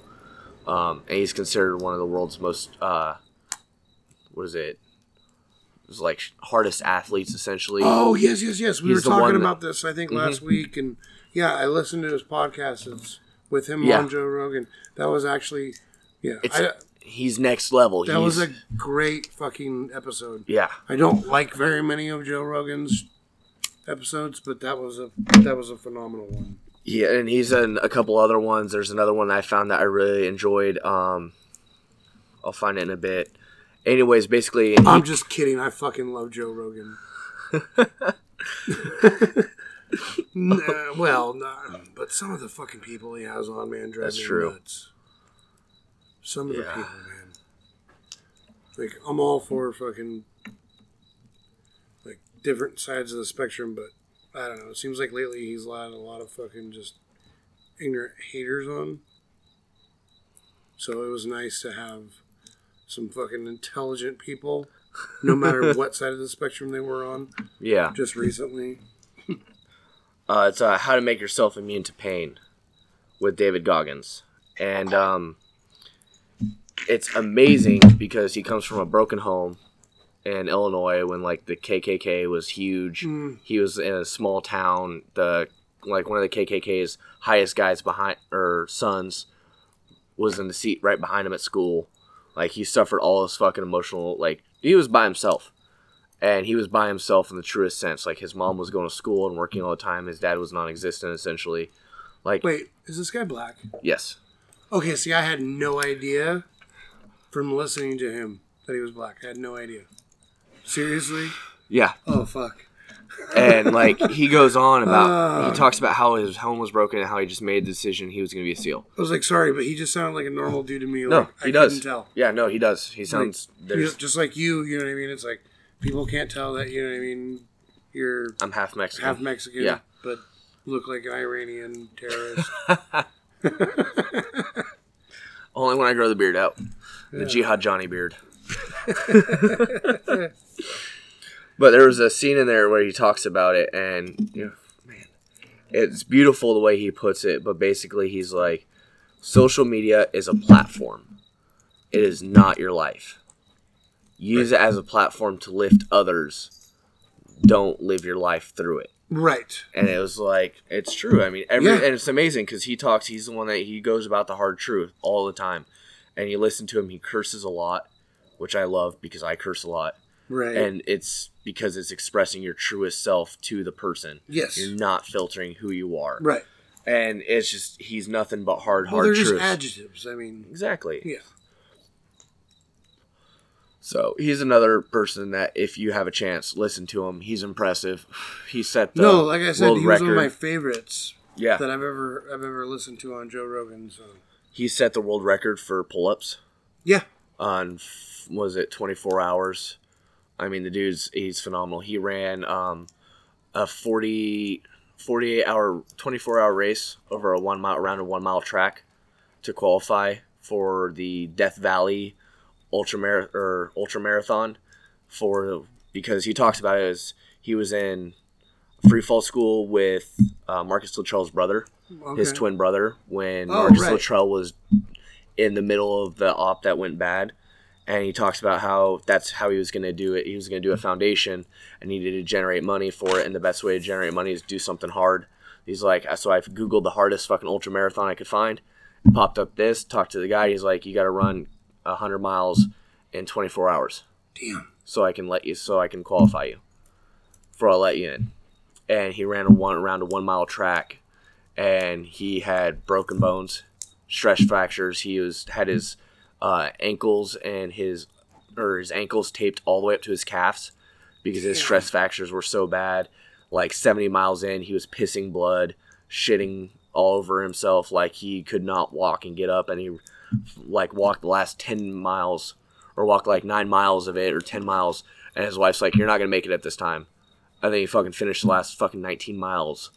Speaker 2: um, and he's considered one of the world's most uh, what is it it was like hardest athletes essentially
Speaker 1: Oh yes, yes, yes. We
Speaker 2: He's
Speaker 1: were
Speaker 2: the one
Speaker 1: talking
Speaker 2: that-
Speaker 1: about this I think last week, and yeah, I listened to his podcast. It's with him
Speaker 2: Yeah.
Speaker 1: on Joe Rogan. That was actually yeah.
Speaker 2: it's
Speaker 1: I,
Speaker 2: he's next level
Speaker 1: that
Speaker 2: he's,
Speaker 1: was a great fucking episode.
Speaker 2: yeah
Speaker 1: I don't like very many of Joe Rogan's episodes, but that was a that was a phenomenal one.
Speaker 2: Yeah, and he's in a couple other ones. There's another one I found that I really enjoyed. Um, I'll find it in a bit. Anyways, basically, he-
Speaker 1: I'm just kidding. I fucking love Joe Rogan. Nah, well, nah, but some of the fucking people he has on, man, drive
Speaker 2: That's
Speaker 1: me
Speaker 2: true.
Speaker 1: nuts. Some of the
Speaker 2: Yeah.
Speaker 1: people, man. Like I'm all for fucking like different sides of the spectrum, but I don't know. It seems like lately he's had a lot of fucking just ignorant haters on. So it was nice to have some fucking intelligent people, no matter what side of the spectrum they were on,
Speaker 2: yeah,
Speaker 1: just recently.
Speaker 2: uh, it's uh, how to make yourself immune to pain with David Goggins, and um, it's amazing because he comes from a broken home in Illinois when like the KKK was huge. He was in a small town. The like one of the KKK's highest guys behind or sons was in the seat right behind him at school. Like he suffered all his fucking emotional like he was by himself. And he was by himself in the truest sense. Like his mom was going to school and working all the time. His dad was non existent essentially. Like
Speaker 1: Wait, is this guy black?
Speaker 2: yes.
Speaker 1: Okay, see, I had no idea from listening to him that he was black. I had no idea. Seriously?
Speaker 2: Yeah.
Speaker 1: Oh, fuck.
Speaker 2: and like he goes on about
Speaker 1: Ah.
Speaker 2: he talks about how his home was broken and how he just made the decision he was going to be a seal.
Speaker 1: I was like, sorry, but he just sounded like a normal dude to me.
Speaker 2: No,
Speaker 1: Like, I
Speaker 2: he does.
Speaker 1: couldn't tell.
Speaker 2: Yeah, no, he does. He
Speaker 1: Like,
Speaker 2: sounds.
Speaker 1: you know,
Speaker 2: there's,
Speaker 1: just like you, you know what I mean? It's like people can't tell that, you know what I mean? You're
Speaker 2: I'm half Mexican.
Speaker 1: half Mexican,
Speaker 2: Yeah.
Speaker 1: but look like an Iranian terrorist.
Speaker 2: Only when I grow the beard out, the Jihad Johnny beard. but there was a scene in there where he talks about it, and you know, man, it's beautiful the way he puts it. But basically, he's like, social media is a platform. It is not your life. Use it as a platform to lift others. Don't live your life through it.
Speaker 1: right.
Speaker 2: and it was like it's true. I mean, every
Speaker 1: Yeah.
Speaker 2: and it's amazing because he talks. He's the one that he goes about the hard truth all the time, and you listen to him. He curses a lot, which I love because I curse a lot,
Speaker 1: Right.
Speaker 2: and it's because it's expressing your truest self to the person.
Speaker 1: Yes.
Speaker 2: you're not filtering who you are,
Speaker 1: right.
Speaker 2: and it's just he's nothing but hard,
Speaker 1: Well,
Speaker 2: hard
Speaker 1: they're just
Speaker 2: truth.
Speaker 1: adjectives. I mean,
Speaker 2: exactly.
Speaker 1: yeah.
Speaker 2: So he's another person that if you have a chance, listen to him. He's impressive. He set the
Speaker 1: no, like I said,
Speaker 2: world
Speaker 1: he was
Speaker 2: record.
Speaker 1: one of my favorites
Speaker 2: yeah,
Speaker 1: that I've ever I've ever listened to on Joe Rogan. So
Speaker 2: he set the world record for pull-ups.
Speaker 1: yeah,
Speaker 2: on f- was it 24 hours i mean the dude's he's phenomenal he ran um, a 40 48 hour 24 hour race over a one mile around a one mile track to qualify for the death valley ultra mar- or ultra marathon for because he talks about it as he was in free fall school with uh, marcus luttrell's brother his
Speaker 1: Okay.
Speaker 2: twin brother when
Speaker 1: Oh,
Speaker 2: Marcus
Speaker 1: right.
Speaker 2: Luttrell was in the middle of the op that went bad. And he talks about how that's how he was going to do it. He was going to do a foundation and needed to generate money for it. And the best way to generate money is do something hard. He's like, so I Googled the hardest fucking ultra marathon I could find, popped up this, talked to the guy. He's like, you got to run 100 miles in 24 hours
Speaker 1: Damn.
Speaker 2: so I can let you, so I can qualify you, for I'll let you in. And he ran a one around a one mile track, and he had broken bones, stress fractures. He was had his uh, ankles and his or his ankles taped all the way up to his calves because his stress fractures were so bad. Like seventy miles in, he was pissing blood, shitting all over himself. Like he could not walk and get up, and he like walked the last 10 miles or walked like 9 miles of it or 10 miles and his wife's like you're not going to make it at this time and then he fucking finished the last fucking 19 miles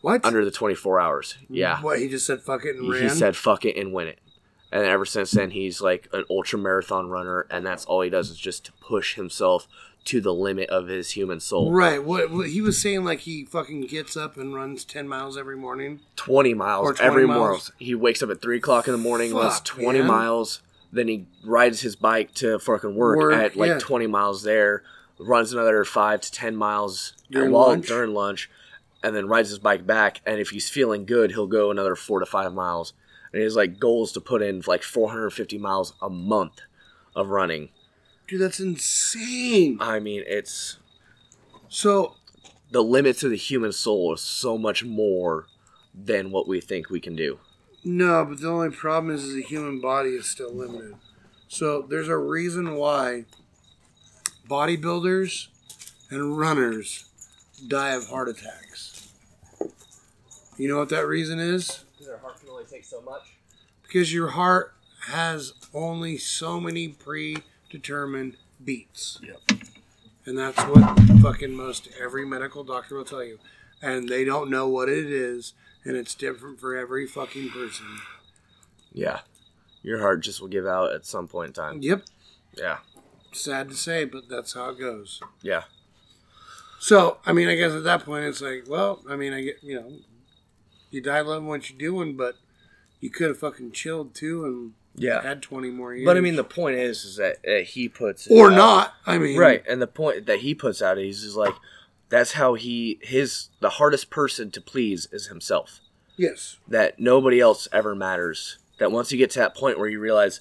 Speaker 1: What?
Speaker 2: under the 24 hours yeah
Speaker 1: What he just said? Fuck it and ran.
Speaker 2: he said fuck it and win it and ever since then he's like an ultra marathon runner and that's all he does is just to push himself to the limit of his human soul
Speaker 1: Right. What, what he was saying, like he fucking gets up and runs ten miles every morning.
Speaker 2: 20 miles
Speaker 1: Or 20
Speaker 2: every
Speaker 1: miles.
Speaker 2: morning. He wakes up at 3 o'clock in the morning, runs
Speaker 1: Fuck,
Speaker 2: 20
Speaker 1: man.
Speaker 2: miles, then he rides his bike to fucking work,
Speaker 1: Work,
Speaker 2: at like
Speaker 1: yeah.
Speaker 2: 20 miles there, runs another 5 to 10 miles
Speaker 1: During
Speaker 2: while-
Speaker 1: lunch.
Speaker 2: during lunch, and then rides his bike back. And if he's feeling good, he'll go another 4 to 5 miles. And his like goal is to put in like 450 miles a month of running.
Speaker 1: Dude, that's insane.
Speaker 2: I mean, it's
Speaker 1: So
Speaker 2: the limits of the human soul is so much more than what we think we can do.
Speaker 1: no, but the only problem is, is the human body is still limited. So there's a reason why bodybuilders and runners die of heart attacks. You know what that reason is?
Speaker 2: Their heart can only take so much.
Speaker 1: Because your heart has only so many predetermined beats. Yep. And that's what fucking most every medical doctor will tell you. And they don't know what it is, and it's different for every fucking person.
Speaker 2: Yeah. Your heart just will give out at some point in time.
Speaker 1: Yep.
Speaker 2: Yeah.
Speaker 1: Sad to say, but that's how it goes.
Speaker 2: Yeah.
Speaker 1: So, I mean, I guess at that point it's like, well, I mean, I get, you know, you die loving what you're doing, but you could have fucking chilled too and
Speaker 2: Yeah.
Speaker 1: had 20 more years.
Speaker 2: But I mean, the point is, is that uh, he puts it
Speaker 1: or
Speaker 2: out-
Speaker 1: not. I mean,
Speaker 2: right? And the point that he puts out is, is like that's how he his the hardest person to please is himself.
Speaker 1: Yes.
Speaker 2: That nobody else ever matters that once you get to that point where you realize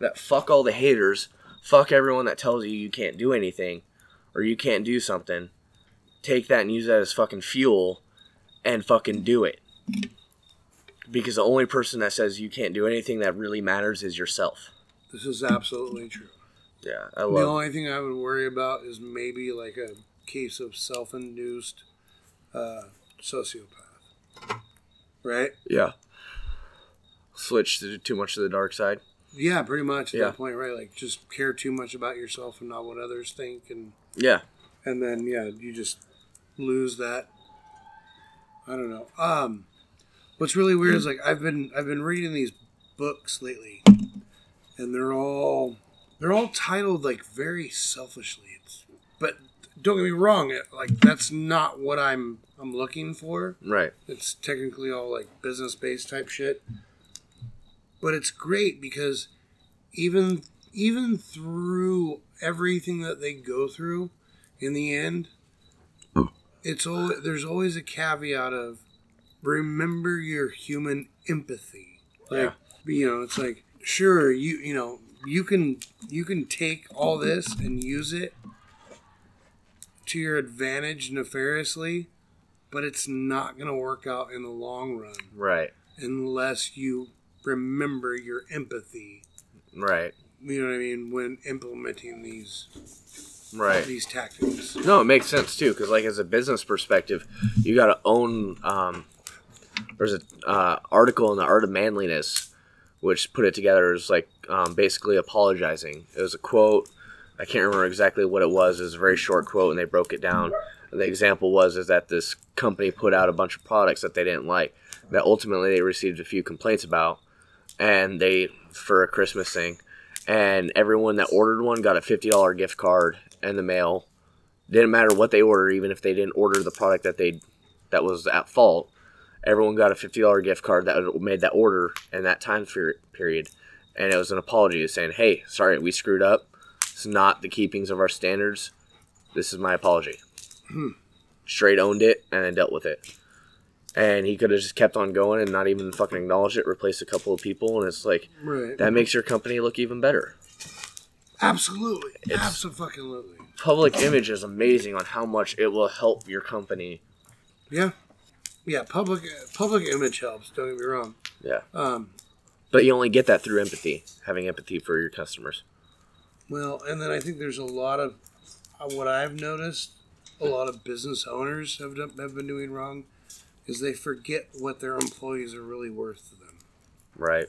Speaker 2: that fuck all the haters, fuck everyone that tells you you can't do anything or you can't do something, take that and use that as fucking fuel and fucking do it. Because the only person that says you can't do anything that really matters is yourself.
Speaker 1: This is absolutely true.
Speaker 2: Yeah, I
Speaker 1: The
Speaker 2: love.
Speaker 1: only thing I would worry about is maybe like a case of self-induced uh, sociopath, right?
Speaker 2: Yeah. Switch to too much to the dark side.
Speaker 1: Yeah, pretty much at
Speaker 2: Yeah.
Speaker 1: that point, right? Like just care too much about yourself and not what others think, and
Speaker 2: Yeah.
Speaker 1: and then yeah, you just lose that. I don't know. Um, what's really weird is like I've been I've been reading these books lately, and they're all they're all titled like very selfishly. It's, but don't get me wrong, it- like that's not what I'm I'm looking for.
Speaker 2: Right.
Speaker 1: It's technically all like business based type shit. But it's great because even even through everything that they go through, in the end, it's always there's always a caveat of remember your human empathy. Like you know, it's like sure you you know you can you can take all this and use it to your advantage nefariously, but it's not going to work out in the long run
Speaker 2: Right.
Speaker 1: unless you remember your empathy.
Speaker 2: Right.
Speaker 1: You know what I mean when implementing these
Speaker 2: Right.
Speaker 1: these tactics.
Speaker 2: No, it makes sense too, because like as a business perspective, you got to own. Um, there's a uh, article in the Art of Manliness, which put it together as like um, basically apologizing. It was a quote. I can't remember exactly what it was. It was a very short quote, and they broke it down. And the example was is that this company put out a bunch of products that they didn't like, that ultimately they received a few complaints about, and they for a Christmas thing, and everyone that ordered one got a fifty dollar gift card in the mail didn't matter what they order, even if they didn't order the product that they that was at fault. Everyone got a fifty dollar gift card that made that order in that time fer- period, and it was an apology saying, "Hey, sorry, we screwed up. It's not the keepings of our standards. This is my apology." Straight owned it and then dealt with it. And he could have just kept on going and not even fucking acknowledge it. Replaced a couple of people, and it's like
Speaker 1: Right.
Speaker 2: that makes your company look even better.
Speaker 1: Absolutely. Absolutely.
Speaker 2: Public image is amazing on how much it will help your company.
Speaker 1: Yeah. Yeah, public public image helps, don't get me wrong.
Speaker 2: Yeah.
Speaker 1: Um,
Speaker 2: But you only get that through empathy, having empathy for your customers.
Speaker 1: well, and then I think there's a lot of uh, what I've noticed a lot of business owners have done, have been doing wrong is they forget what their employees are really worth to them.
Speaker 2: Right.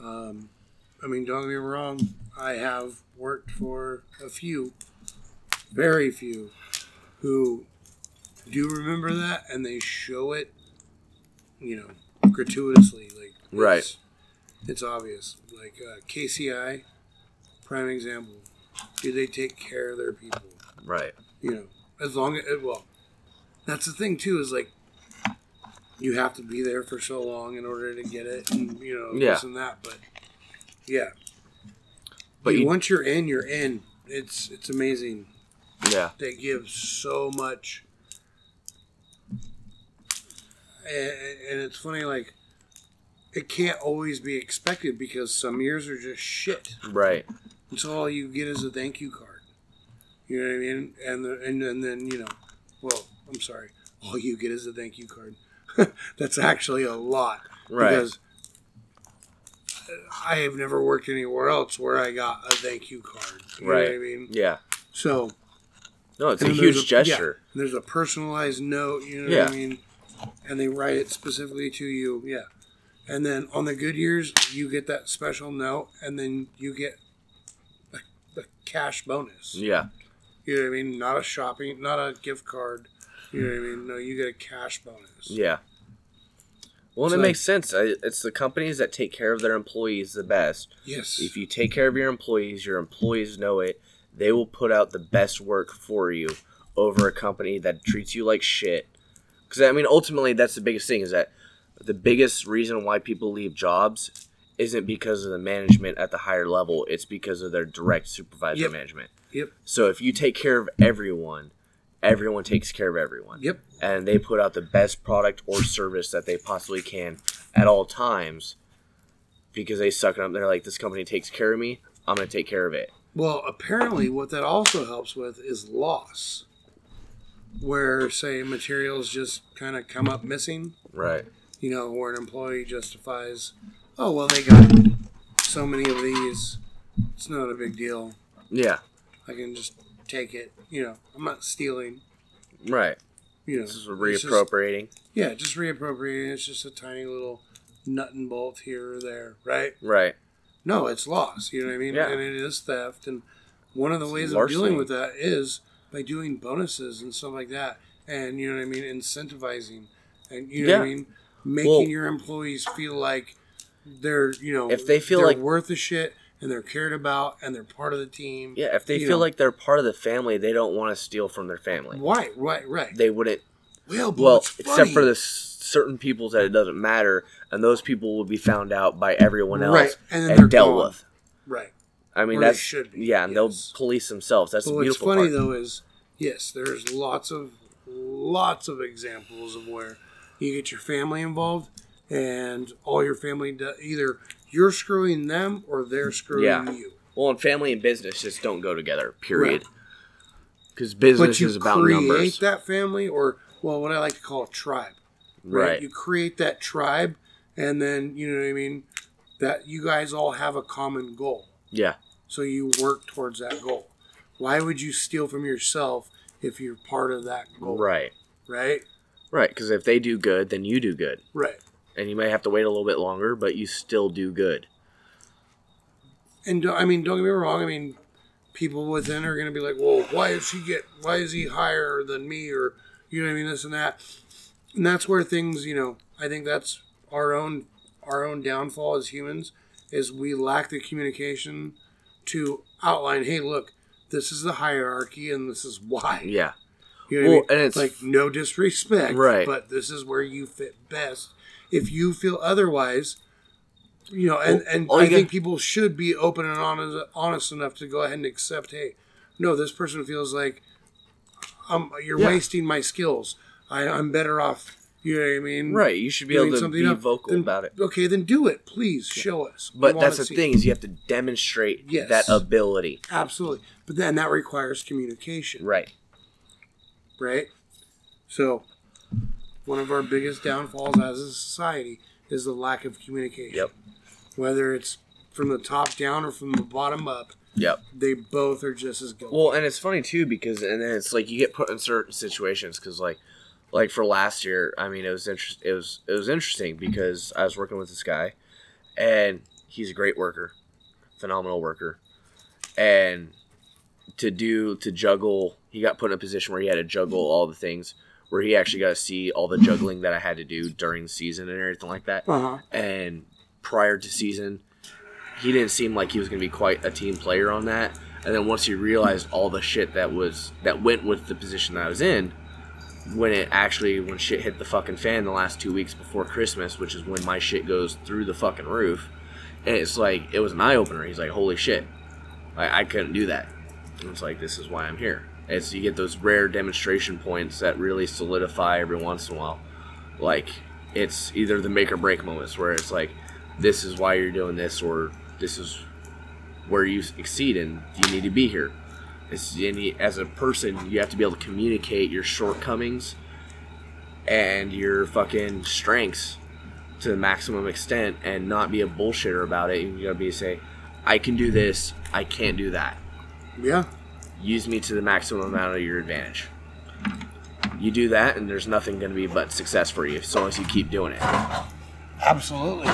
Speaker 1: I mean, don't get me wrong, I have worked for a few very few who do remember that and they show it you know gratuitously like it's-
Speaker 2: Right.
Speaker 1: it's obvious like uh, kci prime example do they take care of their people
Speaker 2: Right.
Speaker 1: you know as long as well that's the thing too is like you have to be there for so long in order to get it and you know
Speaker 2: Yeah.
Speaker 1: this and that but yeah
Speaker 2: But
Speaker 1: but
Speaker 2: you-
Speaker 1: once you're in you're in it's it's amazing
Speaker 2: Yeah.
Speaker 1: they give so much and, and it's funny like it can't always be expected because some years are just shit
Speaker 2: Right.
Speaker 1: and so all you get is a thank you card you know what i mean and the, and, and then you know well i'm sorry all you get is a thank you card that's actually a lot
Speaker 2: Right.
Speaker 1: because i have never worked anywhere else where i got a thank you card you know what i
Speaker 2: Right.
Speaker 1: mean
Speaker 2: Yeah.
Speaker 1: so
Speaker 2: No, it's a
Speaker 1: and
Speaker 2: huge
Speaker 1: there's yeah,
Speaker 2: gesture.
Speaker 1: and there's a personalized note, you know
Speaker 2: Yeah.
Speaker 1: what I mean? And they write it specifically to you, yeah. And then on the good years, you get that special note, and then you get a, a cash bonus.
Speaker 2: Yeah.
Speaker 1: You know what I mean? Not a shopping, not a gift card. You know what I mean? No, you get a cash bonus.
Speaker 2: Yeah. Well, and
Speaker 1: So-
Speaker 2: it makes sense. I- It's the companies that take care of their employees the best.
Speaker 1: Yes.
Speaker 2: If you take care of your employees, your employees know it. They will put out the best work for you over a company that treats you like shit. Because, I mean, ultimately, that's the biggest thing is that the biggest reason why people leave jobs isn't because of the management at the higher level, it's because of their direct supervisor
Speaker 1: Yep.
Speaker 2: management.
Speaker 1: Yep.
Speaker 2: So if you take care of everyone, everyone takes care of everyone.
Speaker 1: Yep.
Speaker 2: And they put out the best product or service that they possibly can at all times. because they suck it up. They're like, this company takes care of me. I'm gonna take care of it.
Speaker 1: Well, apparently, what that also helps with is loss, where say materials just kind of come up missing.
Speaker 2: Right.
Speaker 1: You know, where an employee justifies, oh well, they got so many of these, it's not a big deal.
Speaker 2: Yeah.
Speaker 1: I can just take it. You know, I'm not stealing.
Speaker 2: Right.
Speaker 1: You know,
Speaker 2: This is
Speaker 1: It's just-
Speaker 2: reappropriating.
Speaker 1: yeah, just reappropriating. It's just a tiny little nut and bolt here or there, right?
Speaker 2: Right.
Speaker 1: No, it's loss. You know what I mean?
Speaker 2: Yeah.
Speaker 1: And it is theft. And one of the ways
Speaker 2: larceny.
Speaker 1: of dealing with that is by doing bonuses and stuff like that. And you know what I mean? Incentivizing. And you know what I
Speaker 2: Yeah.
Speaker 1: mean? Making
Speaker 2: Well-
Speaker 1: your employees feel like they're, you know,
Speaker 2: If they feel
Speaker 1: they're
Speaker 2: like-
Speaker 1: worth a shit and they're cared about and they're part of the team.
Speaker 2: Yeah. If they
Speaker 1: you
Speaker 2: feel
Speaker 1: know.
Speaker 2: like they're part of the family, they don't want to steal from their family.
Speaker 1: Right, right, right.
Speaker 2: They wouldn't.
Speaker 1: well, but
Speaker 2: Well,
Speaker 1: what's
Speaker 2: except for
Speaker 1: funny-
Speaker 2: the s- certain people that it doesn't matter, and those people will be found out by everyone else
Speaker 1: Right, and
Speaker 2: and,
Speaker 1: then they're
Speaker 2: dealt
Speaker 1: gone.
Speaker 2: with.
Speaker 1: Right.
Speaker 2: I mean,
Speaker 1: Or they
Speaker 2: that's
Speaker 1: should be,
Speaker 2: yeah, and
Speaker 1: yes.
Speaker 2: they'll police themselves. That's
Speaker 1: But
Speaker 2: the
Speaker 1: what's
Speaker 2: beautiful
Speaker 1: funny
Speaker 2: part.
Speaker 1: though is, yes, there's lots of lots of examples of where you get your family involved, and all your family do, either you're screwing them or they're screwing
Speaker 2: Yeah.
Speaker 1: you.
Speaker 2: Well, and family and business just don't go together. Period.
Speaker 1: Right.
Speaker 2: Because business
Speaker 1: But you
Speaker 2: is about
Speaker 1: create
Speaker 2: numbers,
Speaker 1: that family, or well, what I like to call a tribe.
Speaker 2: right?
Speaker 1: You create that tribe, and then you know what I mean. That you guys all have a common goal.
Speaker 2: yeah,
Speaker 1: So you work towards that goal. Why would you steal from yourself if you're part of that goal?
Speaker 2: right,
Speaker 1: Right?
Speaker 2: right. Because if they do good, then you do good,
Speaker 1: Right.
Speaker 2: and you may have to wait a little bit longer, but you still do good.
Speaker 1: And don't- I mean, don't get me wrong. I mean, people within are going to be like, "Well, why is she get? Why is he higher than me?" Or you know what I mean, this and that. And that's where things, you know, I think that's our own our own downfall as humans is we lack the communication to outline, "Hey, look, this is the hierarchy, and this is why."
Speaker 2: Yeah,
Speaker 1: You know what
Speaker 2: Well,
Speaker 1: I mean?
Speaker 2: and it's-
Speaker 1: like no disrespect,
Speaker 2: Right.
Speaker 1: But this is where you fit best. If you feel otherwise, you know, and and
Speaker 2: all
Speaker 1: I
Speaker 2: you
Speaker 1: think
Speaker 2: got-
Speaker 1: people should be open and honest, honest enough to go ahead and accept. Hey, no, this person feels like I'm. You're
Speaker 2: Yeah.
Speaker 1: wasting my skills. I, I'm better off. You know what I mean?
Speaker 2: right. You should be
Speaker 1: Mm, Doing
Speaker 2: able to
Speaker 1: something
Speaker 2: be
Speaker 1: else.
Speaker 2: vocal
Speaker 1: Then-
Speaker 2: about it.
Speaker 1: Okay, then do it. Please show us. We
Speaker 2: But
Speaker 1: wanna
Speaker 2: that's the
Speaker 1: see.
Speaker 2: thing is you have to demonstrate
Speaker 1: Yes.
Speaker 2: that ability,
Speaker 1: Absolutely. But then that requires communication.
Speaker 2: right?
Speaker 1: right? So, one of our biggest downfalls as a society is the lack of communication.
Speaker 2: Yep,
Speaker 1: Whether it's from the top down or from the bottom up,
Speaker 2: yep.
Speaker 1: they both are just as guilty.
Speaker 2: Well, and it's funny too because and then it's like you get put in certain situations because like like for last year, I mean it was interest it was it was interesting because I was working with this guy and he's a great worker, phenomenal worker, and to do to juggle he got put in a position where he had to juggle all the things where he actually got to see all the juggling that I had to do during the season and everything like that
Speaker 4: uh-huh.
Speaker 1: uh huh.
Speaker 2: and prior to season he didn't seem like he was going to be quite a team player on that and then once he realized all the shit that was that went with the position that i was in when it actually when shit hit the fucking fan the last two weeks before christmas which is when my shit goes through the fucking roof and it's like it was an eye-opener he's like holy shit i, I couldn't do that and it's like this is why i'm here and so you get those rare demonstration points that really solidify every once in a while like it's either the make or break moments where it's like this is why you're doing this or this is where you exceed and you need to be here it's, and you, as a person you have to be able to communicate your shortcomings and your fucking strengths to the maximum extent and not be a bullshitter about it you gotta be say i can do this i can't do that
Speaker 1: Yeah.
Speaker 2: use me to the maximum amount of your advantage. You do that, and there's nothing going to be but success for you, as long as you keep doing it.
Speaker 4: Absolutely.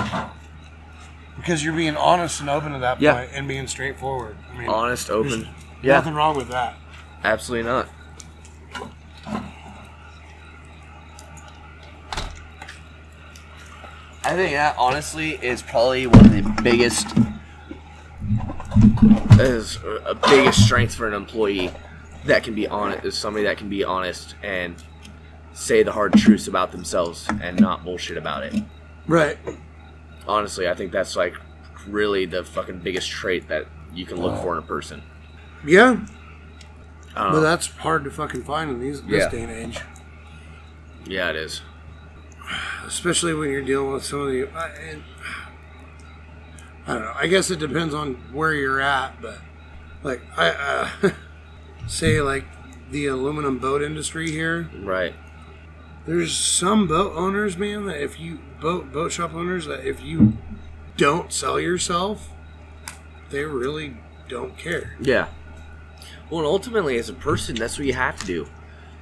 Speaker 4: Because you're being honest and open at that
Speaker 2: Yeah. Uh,
Speaker 4: point and being straightforward. I mean,
Speaker 2: Honest, open.
Speaker 4: nothing wrong with that.
Speaker 2: absolutely not. I think that honestly is probably one of the biggest is a biggest strength for an employee that can be honest is somebody that can be honest and say the hard truths about themselves and not bullshit about it.
Speaker 1: Right.
Speaker 2: honestly, I think that's like really the fucking biggest trait that you can look for in a person.
Speaker 1: Yeah.
Speaker 2: Um,
Speaker 1: But that's hard to fucking find in these, this
Speaker 2: Yeah.
Speaker 1: day and age.
Speaker 2: yeah, it is.
Speaker 1: Especially when you're dealing with some of the. I- And I don't know. I guess it depends on where you're at, but like I uh, say, like the aluminum boat industry here.
Speaker 2: Right.
Speaker 1: There's some boat owners, man, that if you boat boat shop owners that if you don't sell yourself, they really don't care.
Speaker 2: Yeah. Well, and ultimately, as a person, that's what you have to do.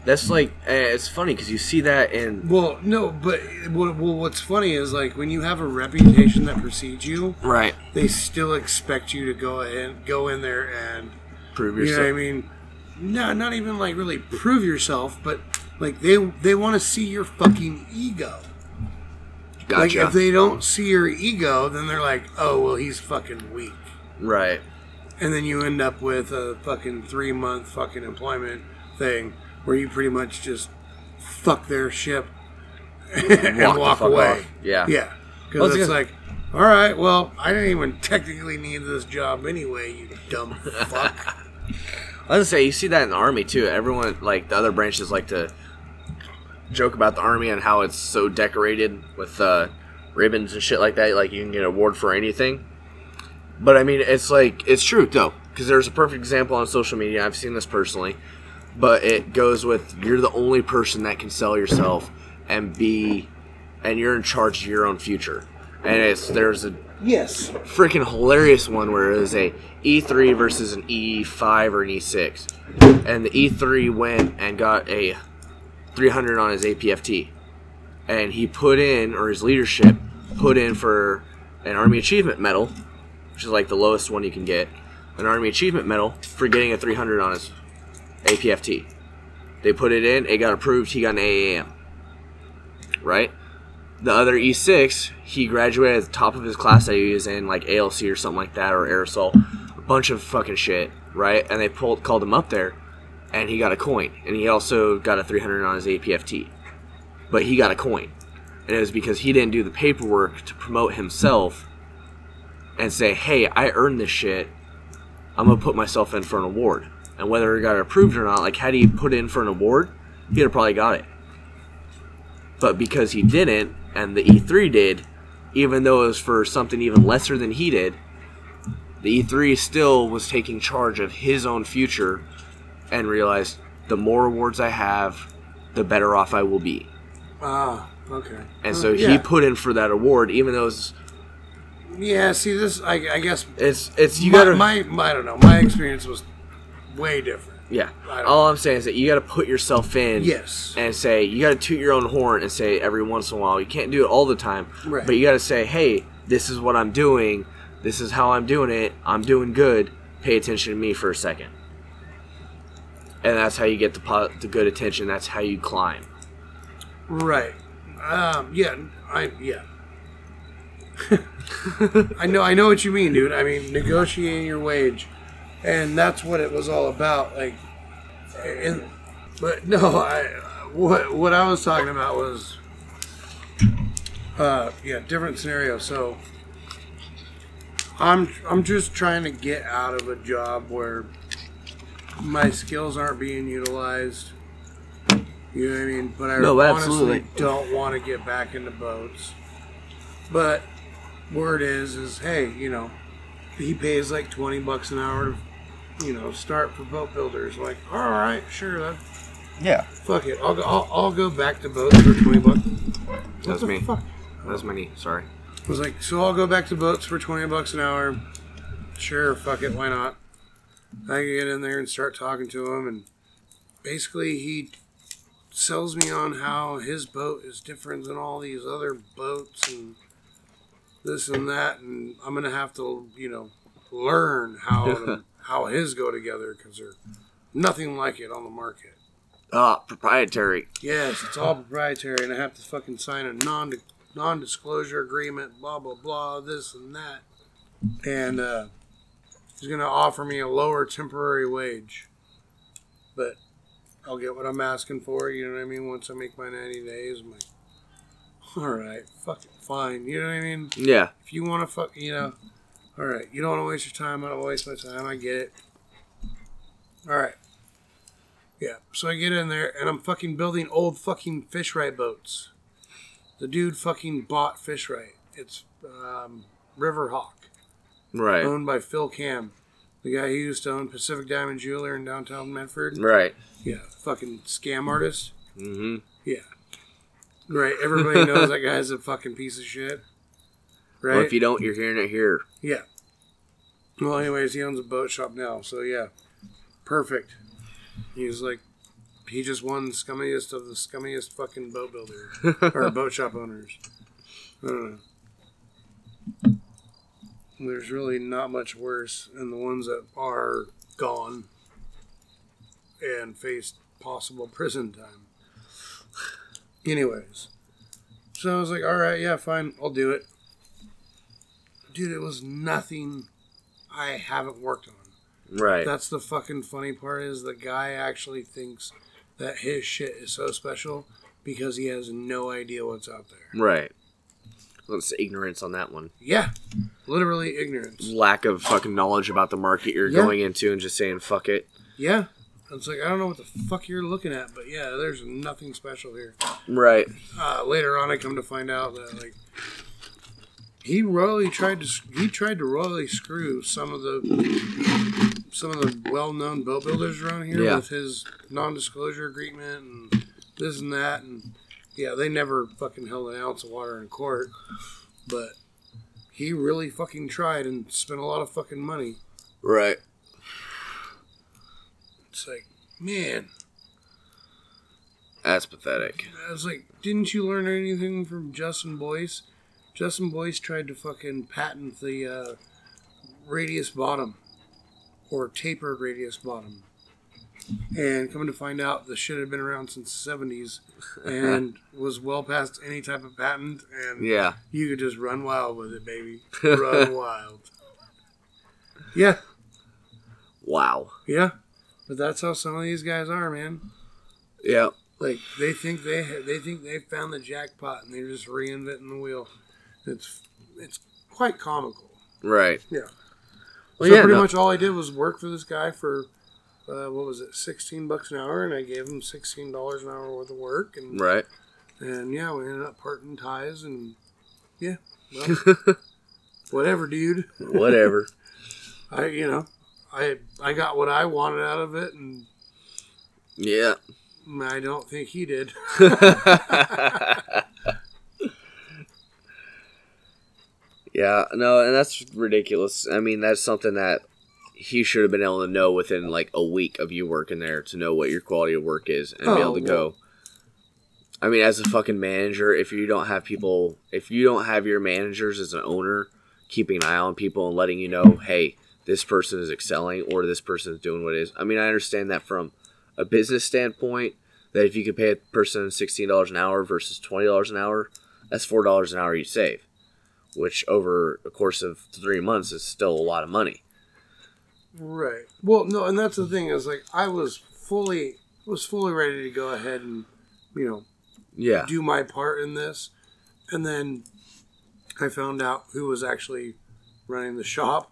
Speaker 2: That's like eh, it's funny because you see that in
Speaker 1: Well, no, but what, well, what's funny is like when you have a reputation that precedes you,
Speaker 2: right.
Speaker 1: they still expect you to go in, go in there and
Speaker 2: Prove
Speaker 1: you know what I
Speaker 2: yourself.
Speaker 1: mean. No, not even like really prove yourself, but like they they want to see your fucking ego. Like
Speaker 2: Gotcha.
Speaker 1: if they don't see your ego, then they're like, oh well, he's fucking weak,
Speaker 2: right.
Speaker 1: and then you end up with a fucking three month fucking employment thing where you pretty much just fuck their ship and
Speaker 2: Walk
Speaker 1: walk,
Speaker 2: the fuck
Speaker 1: away.
Speaker 2: off. Yeah.
Speaker 1: yeah, because
Speaker 2: Well, it's
Speaker 1: it's
Speaker 2: gonna-
Speaker 1: like, all right, well, I didn't even technically need this job anyway, you dumb fuck.
Speaker 2: I was gonna say you see that in the army too. Everyone like the other branches like to joke about the army and how it's so decorated with uh, ribbons and shit like that. Like you can get an award for anything. But I mean, it's like it's true though, because there's a perfect example on social media. I've seen this personally, but it goes with you're the only person that can sell yourself and be, and you're in charge of your own future. And it's there's a
Speaker 1: yes,
Speaker 2: freaking hilarious one where it was a E3 versus an E5 or an E6, and the E3 went and got a 300 on his APFT, and he put in or his leadership put in for an Army Achievement Medal, which is like the lowest one you can get, an Army Achievement Medal for getting a 300 on his APFT. They put it in, it got approved, he got an AAM. Right? The other E6, he graduated at the top of his class that he was in, like ALC or something like that, or aerosol, a bunch of fucking shit, right? And they pulled, called him up there, and he got a coin, and he also got a 300 on his APFT, but he got a coin, and it was because he didn't do the paperwork to promote himself and say, hey, I earned this shit, I'm gonna put myself in for an award, and whether it got approved or not, like had he put in for an award, he'd have probably got it but because he didn't and the E3 did, even though it was for something even lesser than he did, the E3 still was taking charge of his own future and realized the more awards I have, the better off I will be.
Speaker 1: ah, okay,
Speaker 2: And
Speaker 1: Uh,
Speaker 2: so he
Speaker 1: yeah.
Speaker 2: put in for that award, even though it's
Speaker 1: yeah. See, this, I, I guess
Speaker 2: it's, it's you
Speaker 1: my,
Speaker 2: gotta
Speaker 1: my, my- I don't know. My experience was way different.
Speaker 2: yeah.
Speaker 1: I don't-
Speaker 2: All I'm saying is that you gotta put yourself in
Speaker 1: Yes.
Speaker 2: and say you gotta toot your own horn and say every once in a while you can't do it all the time,
Speaker 1: Right.
Speaker 2: but you gotta say hey this is what I'm doing, this is how I'm doing it, I'm doing good. Pay attention to me for a second, and that's how you get the po- the good attention. That's how you climb.
Speaker 1: Right. Um, yeah. I yeah. I know. I know what you mean, dude. I mean, negotiating your wage, and that's what it was all about. Like, and, but no, I what what I was talking about was, uh, yeah, different scenario. So, I'm I'm just trying to get out of a job where my skills aren't being utilized. You know what I mean? But I
Speaker 2: No, absolutely.
Speaker 1: honestly don't want to get back into boats. But word is is hey, you know, he pays like twenty bucks an hour to, you know, start for boat builders. Like, all right, sure, that
Speaker 4: Yeah.
Speaker 1: Fuck it. I'll go, I'll, I'll go back to boats for 20 bucks.
Speaker 2: That's
Speaker 1: the
Speaker 2: me.
Speaker 1: Fuck?
Speaker 2: That's my knee. Sorry.
Speaker 1: I was like, so I'll go back to boats for 20 bucks an hour. Sure, fuck it. Why not? I can get in there and start talking to him. And basically, he sells me on how his boat is different than all these other boats and this and that. And I'm going to have to, you know, learn how, to, how his go together because they're nothing like it on the market.
Speaker 2: Ah, proprietary.
Speaker 1: Yes, it's all proprietary, and I have to fucking sign a non non disclosure agreement. Blah blah blah. This and that, and uh, he's gonna offer me a lower temporary wage, but I'll get what I'm asking for. You know what I mean? Once I make my 90 days, I'm like, all right, fuck it, fine. You know what I mean?
Speaker 2: Yeah.
Speaker 1: If you want to fuck, you know, all right. You don't want to waste your time. I don't waste my time. I get it. All right. Yeah. So I get in there and I'm fucking building old fucking fish right boats. The dude fucking bought fish right. It's um, River Hawk.
Speaker 2: Right.
Speaker 1: owned by Phil Cam, the guy who used to own Pacific Diamond Jeweler in downtown Medford.
Speaker 2: Right.
Speaker 1: Yeah, fucking scam artist.
Speaker 2: Mm-hmm.
Speaker 1: Yeah, right. Everybody knows that guy's a fucking piece of shit. Right.
Speaker 2: Well, if you don't, you're hearing it here.
Speaker 1: Yeah. Well, anyways, he owns a boat shop now, so yeah, perfect. He's like, he just won scummiest of the scummiest fucking boat builder or boat shop owners. I don't know. There's really not much worse than the ones that are gone and face possible prison time. Anyways, so I was like, all right, yeah, fine, I'll do it dude, it was nothing I haven't worked on.
Speaker 2: Right.
Speaker 1: That's the fucking funny part is the guy actually thinks that his shit is so special because he has no idea what's out there.
Speaker 2: right. Well, it's ignorance on that one.
Speaker 1: Yeah, literally ignorance.
Speaker 2: Lack of fucking knowledge about the market you're
Speaker 1: Yeah.
Speaker 2: going into and just saying fuck it.
Speaker 1: Yeah. It's like I don't know what the fuck you're looking at, but yeah, there's nothing special here.
Speaker 2: Right.
Speaker 1: Uh, later on, I come to find out that like he royally tried to he tried to royally screw some of the some of the well known boat builders around here
Speaker 2: Yeah.
Speaker 1: with his non disclosure agreement and this and that and yeah they never fucking held an ounce of water in court but he really fucking tried and spent a lot of fucking money
Speaker 2: Right.
Speaker 1: it's like man
Speaker 2: That's pathetic.
Speaker 1: I was like, didn't you learn anything from Justin Boyce? Justin Boyce tried to fucking patent the uh, radius bottom or taper radius bottom. And coming to find out, the shit had been around since the 70s and was well past any type of patent. And
Speaker 2: Yeah.
Speaker 1: you could just run wild with it, baby. Run wild. Yeah,
Speaker 2: Wow.
Speaker 1: yeah. But that's how some of these guys are, man.
Speaker 2: Yeah.
Speaker 1: Like they think they ha- they think they found the jackpot and they're just reinventing the wheel. It's it's quite comical.
Speaker 2: Right.
Speaker 1: Yeah.
Speaker 2: Well,
Speaker 1: so
Speaker 2: yeah,
Speaker 1: pretty
Speaker 2: no-
Speaker 1: much all I did was work for this guy for uh, what was it, sixteen bucks an hour, and I gave him sixteen dollars an hour worth of work, and
Speaker 2: Right.
Speaker 1: and yeah, we ended up parting ties, and yeah, well, whatever, dude.
Speaker 2: Whatever.
Speaker 1: I you know, I I got what I wanted out of it, and
Speaker 2: yeah.
Speaker 1: I don't think he did.
Speaker 2: Yeah, no, and that's ridiculous. I mean, that's something that he should have been able to know within like a week of you working there to know what your quality of work is and be
Speaker 1: Oh,
Speaker 2: able to go. I mean, as a fucking manager, if you don't have people, if you don't have your managers as an owner keeping an eye on people and letting you know, hey, this person is excelling or this person is doing what it is. I mean, I understand that from a business standpoint that if you could pay a person sixteen dollars an hour versus twenty dollars an hour, that's four dollars an hour you save which over a course of three months is still a lot of money.
Speaker 1: Right. Well, no, and that's the thing is like I was fully was fully ready to go ahead and you know
Speaker 2: Yeah.
Speaker 1: do my part in this, and then I found out who was actually running the shop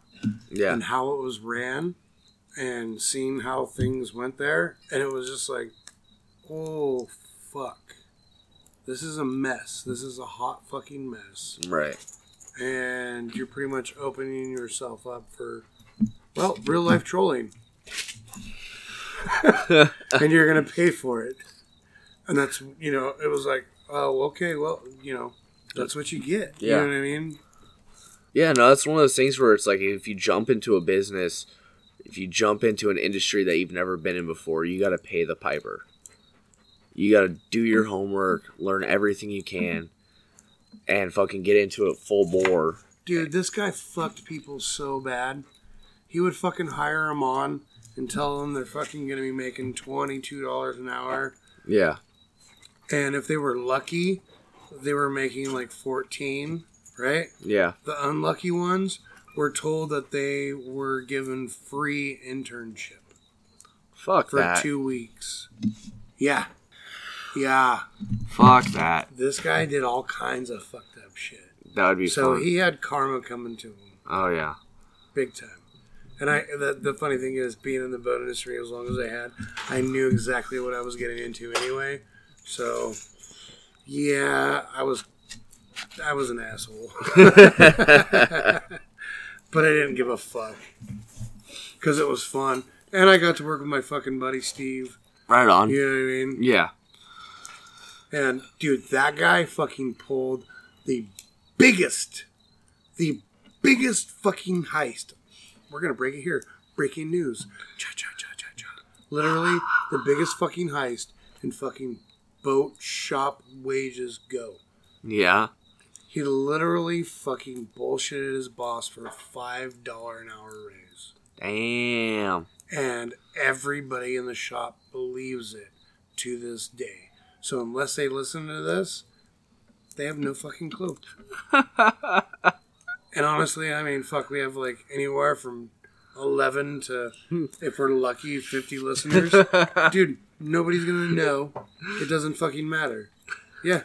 Speaker 2: Yeah.
Speaker 1: and how it was ran, and seeing how things went there, and it was just like, oh fuck, this is a mess. This is a hot fucking mess
Speaker 2: Right.
Speaker 1: and you're pretty much opening yourself up for well real life trolling and you're gonna pay for it and that's you know it was like oh okay well you know that's what you get you
Speaker 2: Yeah.
Speaker 1: know what i mean
Speaker 2: Yeah, no, that's one of those things where it's like if you jump into a business, if you jump into an industry that you've never been in before, you got to pay the piper. You got to do your homework, learn everything you can, and fucking get into it full bore.
Speaker 1: dude this guy fucked people so bad he would fucking hire them on and tell them they're fucking gonna be making $22 an hour
Speaker 2: Yeah.
Speaker 1: and if they were lucky they were making like 14 right
Speaker 2: Yeah.
Speaker 1: the unlucky ones were told that they were given free internship
Speaker 2: Fuck
Speaker 1: for
Speaker 2: that.
Speaker 1: two weeks. Yeah. Yeah.
Speaker 2: Fuck that.
Speaker 1: This guy did all kinds of fucked up shit.
Speaker 2: That would be
Speaker 1: So
Speaker 2: fun.
Speaker 1: he had karma coming to him
Speaker 2: oh yeah.
Speaker 1: big time. And I the, the funny thing is being in the boat industry as long as I had, I knew exactly what I was getting into anyway. So yeah, I was I was an asshole. but I didn't give a fuck because it was fun, and I got to work with my fucking buddy Steve.
Speaker 2: Right on.
Speaker 1: You know what I mean?
Speaker 2: Yeah.
Speaker 1: And dude, that guy fucking pulled the biggest, the biggest fucking heist. We're gonna break it here. Breaking news. Cha cha cha cha cha. Literally the biggest fucking heist in fucking boat shop wages go.
Speaker 2: Yeah.
Speaker 1: He literally fucking bullshitted his boss for a five dollar an hour raise.
Speaker 2: Damn.
Speaker 1: and everybody in the shop believes it to this day. So unless they listen to this, they have no fucking clue. and honestly, I mean, fuck, we have like anywhere from eleven to, if we're lucky, fifty listeners. Dude, nobody's gonna know. It doesn't fucking matter. Yeah,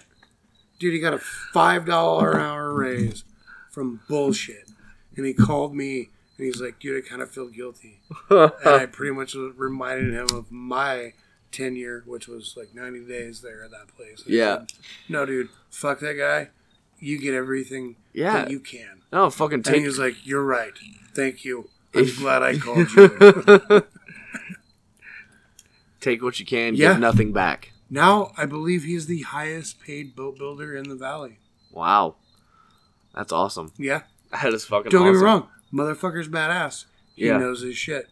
Speaker 1: dude, he got a five dollar an hour raise from bullshit, and he called me and he's like, dude, I kind of feel guilty and I pretty much reminded him of my tenure, which was like 90 days there at that place. And I
Speaker 2: Yeah.
Speaker 1: said, no, dude, fuck that guy. You get everything
Speaker 2: Yeah.
Speaker 1: that you can.
Speaker 2: No, fucking
Speaker 1: And he
Speaker 2: take.
Speaker 1: was like, you're right. Thank you. I'm glad I called you.
Speaker 2: Take what you can,
Speaker 1: Yeah.
Speaker 2: give nothing back.
Speaker 1: now I believe he's the highest paid boat builder in the valley.
Speaker 2: Wow. That's awesome.
Speaker 1: Yeah.
Speaker 2: That is fucking
Speaker 1: Don't
Speaker 2: awesome.
Speaker 1: get me wrong. Motherfucker's badass. He
Speaker 2: Yeah.
Speaker 1: knows his shit.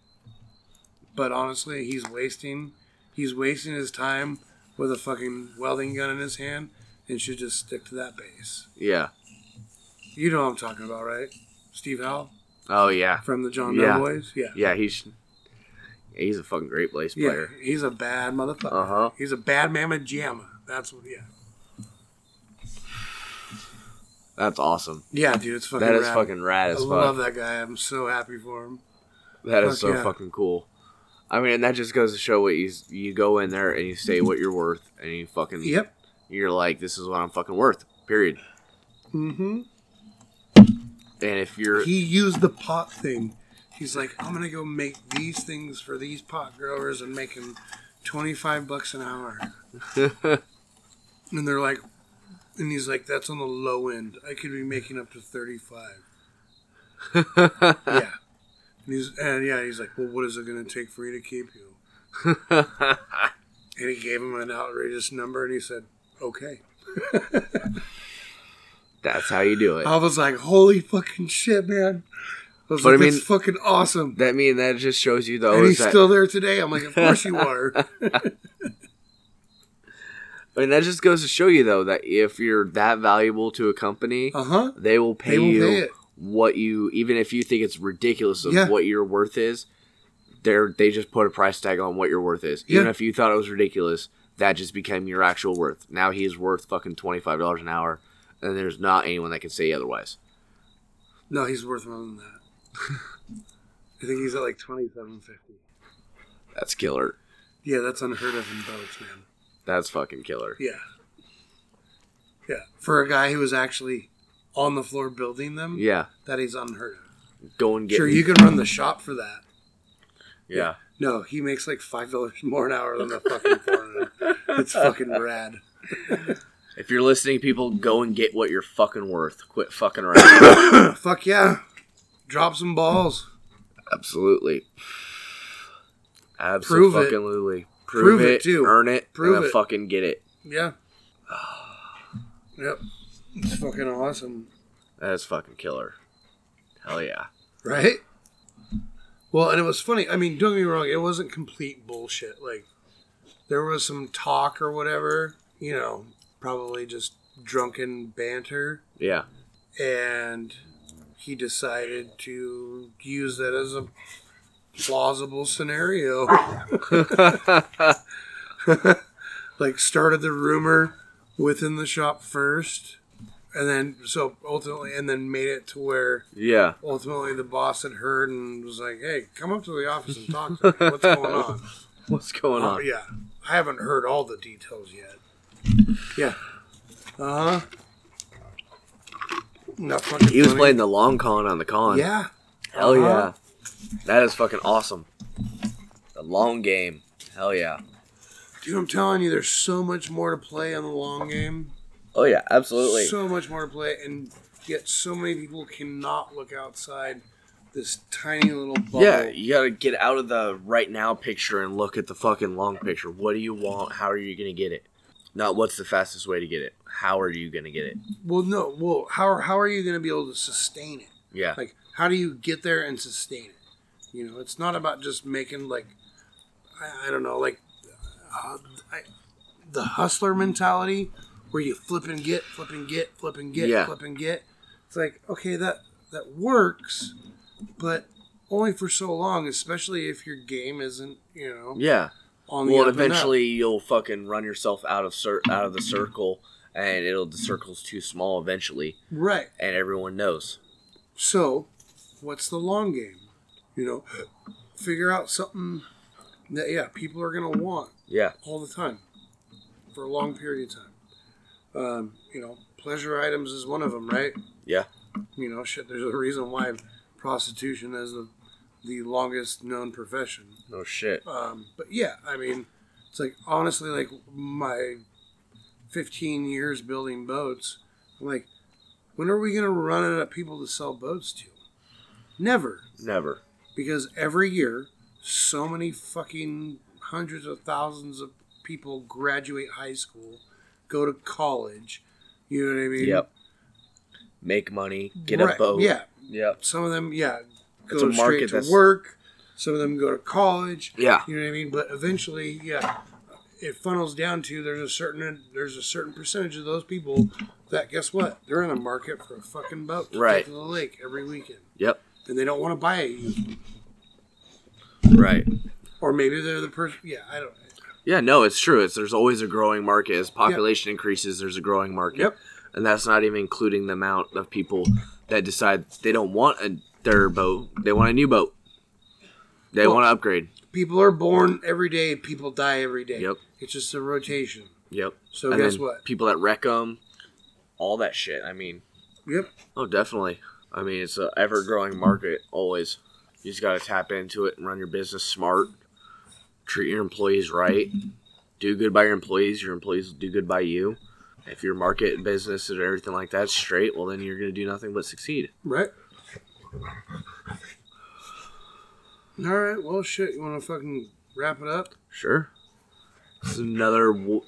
Speaker 1: But honestly, he's wasting he's wasting his time with a fucking welding gun in his hand and should just stick to that base.
Speaker 2: Yeah.
Speaker 1: You know what I'm talking about, right? Steve Howell
Speaker 2: Oh, yeah.
Speaker 1: from the John
Speaker 2: Yeah.
Speaker 1: Doe Boys. Yeah.
Speaker 2: Yeah, he's yeah, he's a fucking great bass
Speaker 1: Yeah.
Speaker 2: player.
Speaker 1: He's a bad motherfucker.
Speaker 2: Uh-huh.
Speaker 1: He's a bad mamma jamma. That's what yeah.
Speaker 2: That's awesome.
Speaker 1: Yeah, dude, it's fucking
Speaker 2: That is
Speaker 1: rad.
Speaker 2: fucking rad
Speaker 1: I
Speaker 2: as fuck.
Speaker 1: love that guy. I'm so happy for him.
Speaker 2: That
Speaker 1: Fuck
Speaker 2: is so
Speaker 1: yeah.
Speaker 2: fucking cool. I mean, and that just goes to show what you you go in there and you say what you're worth, and you fucking
Speaker 1: Yep.
Speaker 2: You're like, this is what I'm fucking worth. Period.
Speaker 1: Mm-hmm.
Speaker 2: And if you're
Speaker 1: he used the pot thing. He's like, I'm gonna go make these things for these pot growers and make them 25 bucks an hour. and they're like, and he's like, that's on the low end. I could be making up to 35. yeah. And he's and yeah, he's like, well, what is it gonna take for you to keep you? and he gave him an outrageous number, and he said, okay.
Speaker 2: that's how you do it.
Speaker 1: I was like, holy fucking shit, man. I was
Speaker 2: But
Speaker 1: like,
Speaker 2: I
Speaker 1: that's
Speaker 2: mean-
Speaker 1: fucking awesome.
Speaker 2: That mean that just shows you
Speaker 1: and
Speaker 2: though.
Speaker 1: he's
Speaker 2: Is that,
Speaker 1: still there today. I'm like, of course you are.
Speaker 2: I mean, that just goes to show you though that if you're that valuable to a company,
Speaker 1: Uh huh.
Speaker 2: they will pay
Speaker 1: They will
Speaker 2: you
Speaker 1: pay it.
Speaker 2: what you even if you think it's ridiculous of
Speaker 1: Yeah.
Speaker 2: what your worth is. They're they just put a price tag on what your worth is. Even
Speaker 1: Yeah.
Speaker 2: if you thought it was ridiculous, that just became your actual worth. Now he is worth fucking twenty five dollars an hour, and there's not anyone that can say otherwise.
Speaker 1: No, he's worth more than that. I think he's at like twenty seven fifty.
Speaker 2: That's killer.
Speaker 1: Yeah, that's unheard of in boats, man.
Speaker 2: That's fucking killer.
Speaker 1: Yeah. Yeah. For a guy who was actually on the floor building them,
Speaker 2: Yeah,
Speaker 1: that is unheard of.
Speaker 2: go and get.
Speaker 1: Sure,
Speaker 2: me.
Speaker 1: you can run the shop for that.
Speaker 2: yeah.
Speaker 1: No, he makes like five dollars more an hour than a fucking foreigner. It's fucking rad.
Speaker 2: If you're listening, people, go and get what you're fucking worth. Quit fucking around.
Speaker 1: Fuck yeah. Drop some balls.
Speaker 2: Absolutely.
Speaker 1: Prove it.
Speaker 2: Absolutely. Prove,
Speaker 1: Prove it, too.
Speaker 2: Earn it.
Speaker 1: Prove
Speaker 2: Prove and then
Speaker 1: it.
Speaker 2: fucking get it.
Speaker 1: Yeah. Yep. It's fucking awesome.
Speaker 2: That is fucking killer. Hell yeah.
Speaker 1: right? Well, and it was funny. I mean, don't get me wrong; it wasn't complete bullshit. Like there was some talk or whatever, you know, probably just drunken banter,
Speaker 2: Yeah.
Speaker 1: and he decided to use that as a plausible scenario. like started the rumor within the shop first, and then so ultimately, and then made it to where
Speaker 2: Yeah.
Speaker 1: ultimately the boss had heard and was like, "Hey, come up to the office and talk to me. What's going on?"
Speaker 2: What's going
Speaker 1: Oh,
Speaker 2: on?
Speaker 1: yeah, I haven't heard all the details yet. Yeah. Uh huh. Not fucking.
Speaker 2: He was
Speaker 1: funny.
Speaker 2: playing the long con on the con.
Speaker 1: Yeah.
Speaker 2: Hell
Speaker 1: Uh-huh.
Speaker 2: yeah. That is fucking awesome. The long game. Hell yeah.
Speaker 1: Dude, I'm telling you, there's so much more to play in the long game.
Speaker 2: Oh yeah, absolutely.
Speaker 1: So much more to play, and yet so many people cannot look outside this tiny little bubble.
Speaker 2: Yeah, you gotta get out of the right now picture and look at the fucking long picture. What do you want? How are you gonna get it? Not what's the fastest way to get it. How are you gonna get it?
Speaker 1: Well, no. Well, how are- how are you going to be able to sustain it?
Speaker 2: Yeah.
Speaker 1: Like, how do you get there and sustain it? You know, it's not about just making like, I, I don't know, like uh, I, the hustler mentality where you flip and get, flip and get, flip and get,
Speaker 2: Yeah.
Speaker 1: flip and get. It's like okay, that that works, but only for so long, especially if your game isn't, you know,
Speaker 2: yeah.
Speaker 1: on the
Speaker 2: Well,
Speaker 1: up and up.
Speaker 2: eventually you'll fucking run yourself out of cir- out of the circle, and it'll the circle's too small eventually,
Speaker 1: right?
Speaker 2: and everyone knows.
Speaker 1: So, what's the long game? You know, figure out something that yeah, people are gonna want
Speaker 2: Yeah.
Speaker 1: all the time for a long period of time. Um, you know, pleasure items is one of them, right?
Speaker 2: Yeah.
Speaker 1: You know, shit. There's a reason why prostitution is the the longest known profession.
Speaker 2: No shit.
Speaker 1: Um, but yeah, I mean, it's like honestly, like my 15 years building boats, I'm like, when are we going to run out of people to sell boats to? Never.
Speaker 2: Never.
Speaker 1: Because every year, so many fucking hundreds of thousands of people graduate high school, go to college. You know what I mean?
Speaker 2: Yep. Make money. Get
Speaker 1: Right,
Speaker 2: a boat.
Speaker 1: Yeah.
Speaker 2: Yep.
Speaker 1: Some of them, yeah,
Speaker 2: It's
Speaker 1: go
Speaker 2: a
Speaker 1: straight
Speaker 2: market
Speaker 1: to
Speaker 2: that's-
Speaker 1: work. Some of them go to college.
Speaker 2: Yeah.
Speaker 1: You know what I mean? But eventually, yeah, it funnels down to there's a certain there's a certain percentage of those people that guess what? They're in the market for a fucking boat to
Speaker 2: Right.
Speaker 1: take to the lake every weekend,
Speaker 2: Yep.
Speaker 1: and they don't want to buy a used one.
Speaker 2: Right.
Speaker 1: Or maybe they're the person. Yeah, I don't.
Speaker 2: Yeah, no, it's true. It's there's always a growing market. As population increases, there's a growing market.
Speaker 1: Yep.
Speaker 2: And that's not even including the amount of people that decide they don't want a, their boat. They want a new boat. They
Speaker 1: Well-
Speaker 2: want to upgrade.
Speaker 1: People are born every day. People die every day.
Speaker 2: Yep.
Speaker 1: It's just a rotation.
Speaker 2: Yep.
Speaker 1: So
Speaker 2: And
Speaker 1: guess
Speaker 2: then
Speaker 1: what?
Speaker 2: People that wreck them, all that shit. I mean,
Speaker 1: Yep.
Speaker 2: oh, definitely. I mean, it's an ever growing market. Always, you just got to tap into it and run your business smart. Treat your employees right. Do good by your employees. Your employees will do good by you. If your market and business and everything like that's straight, well, then you're going to do nothing but succeed.
Speaker 1: Right. All right. Well, shit. You want to fucking wrap it up?
Speaker 2: Sure. This is another w-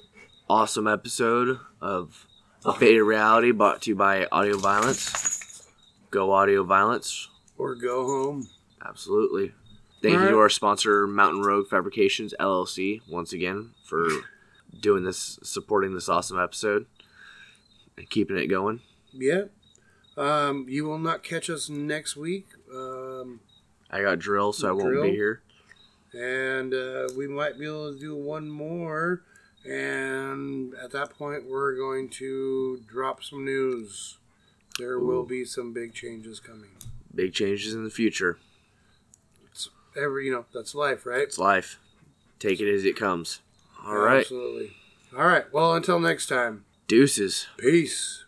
Speaker 2: awesome episode of
Speaker 1: Oh.
Speaker 2: A Faded Reality brought to you by Audio Violence. Go Audio Violence.
Speaker 1: Or go home.
Speaker 2: Absolutely. Thank you
Speaker 1: Alright.
Speaker 2: to our sponsor, Mountain Rogue Fabrications LLC, once again for doing this, supporting this awesome episode, and keeping it going.
Speaker 1: Yeah. Um, you will not catch us next week. Um,
Speaker 2: I got drill, so I won't
Speaker 1: Drill.
Speaker 2: be here.
Speaker 1: and uh, we might be able to do one more. And at that point, we're going to drop some news. There will be some big changes coming.
Speaker 2: Big changes in the future.
Speaker 1: It's every, you know, that's life, right?
Speaker 2: It's life. Take it as it comes. All right,
Speaker 1: Absolutely. All right. Well, until next time,
Speaker 2: deuces.
Speaker 1: peace.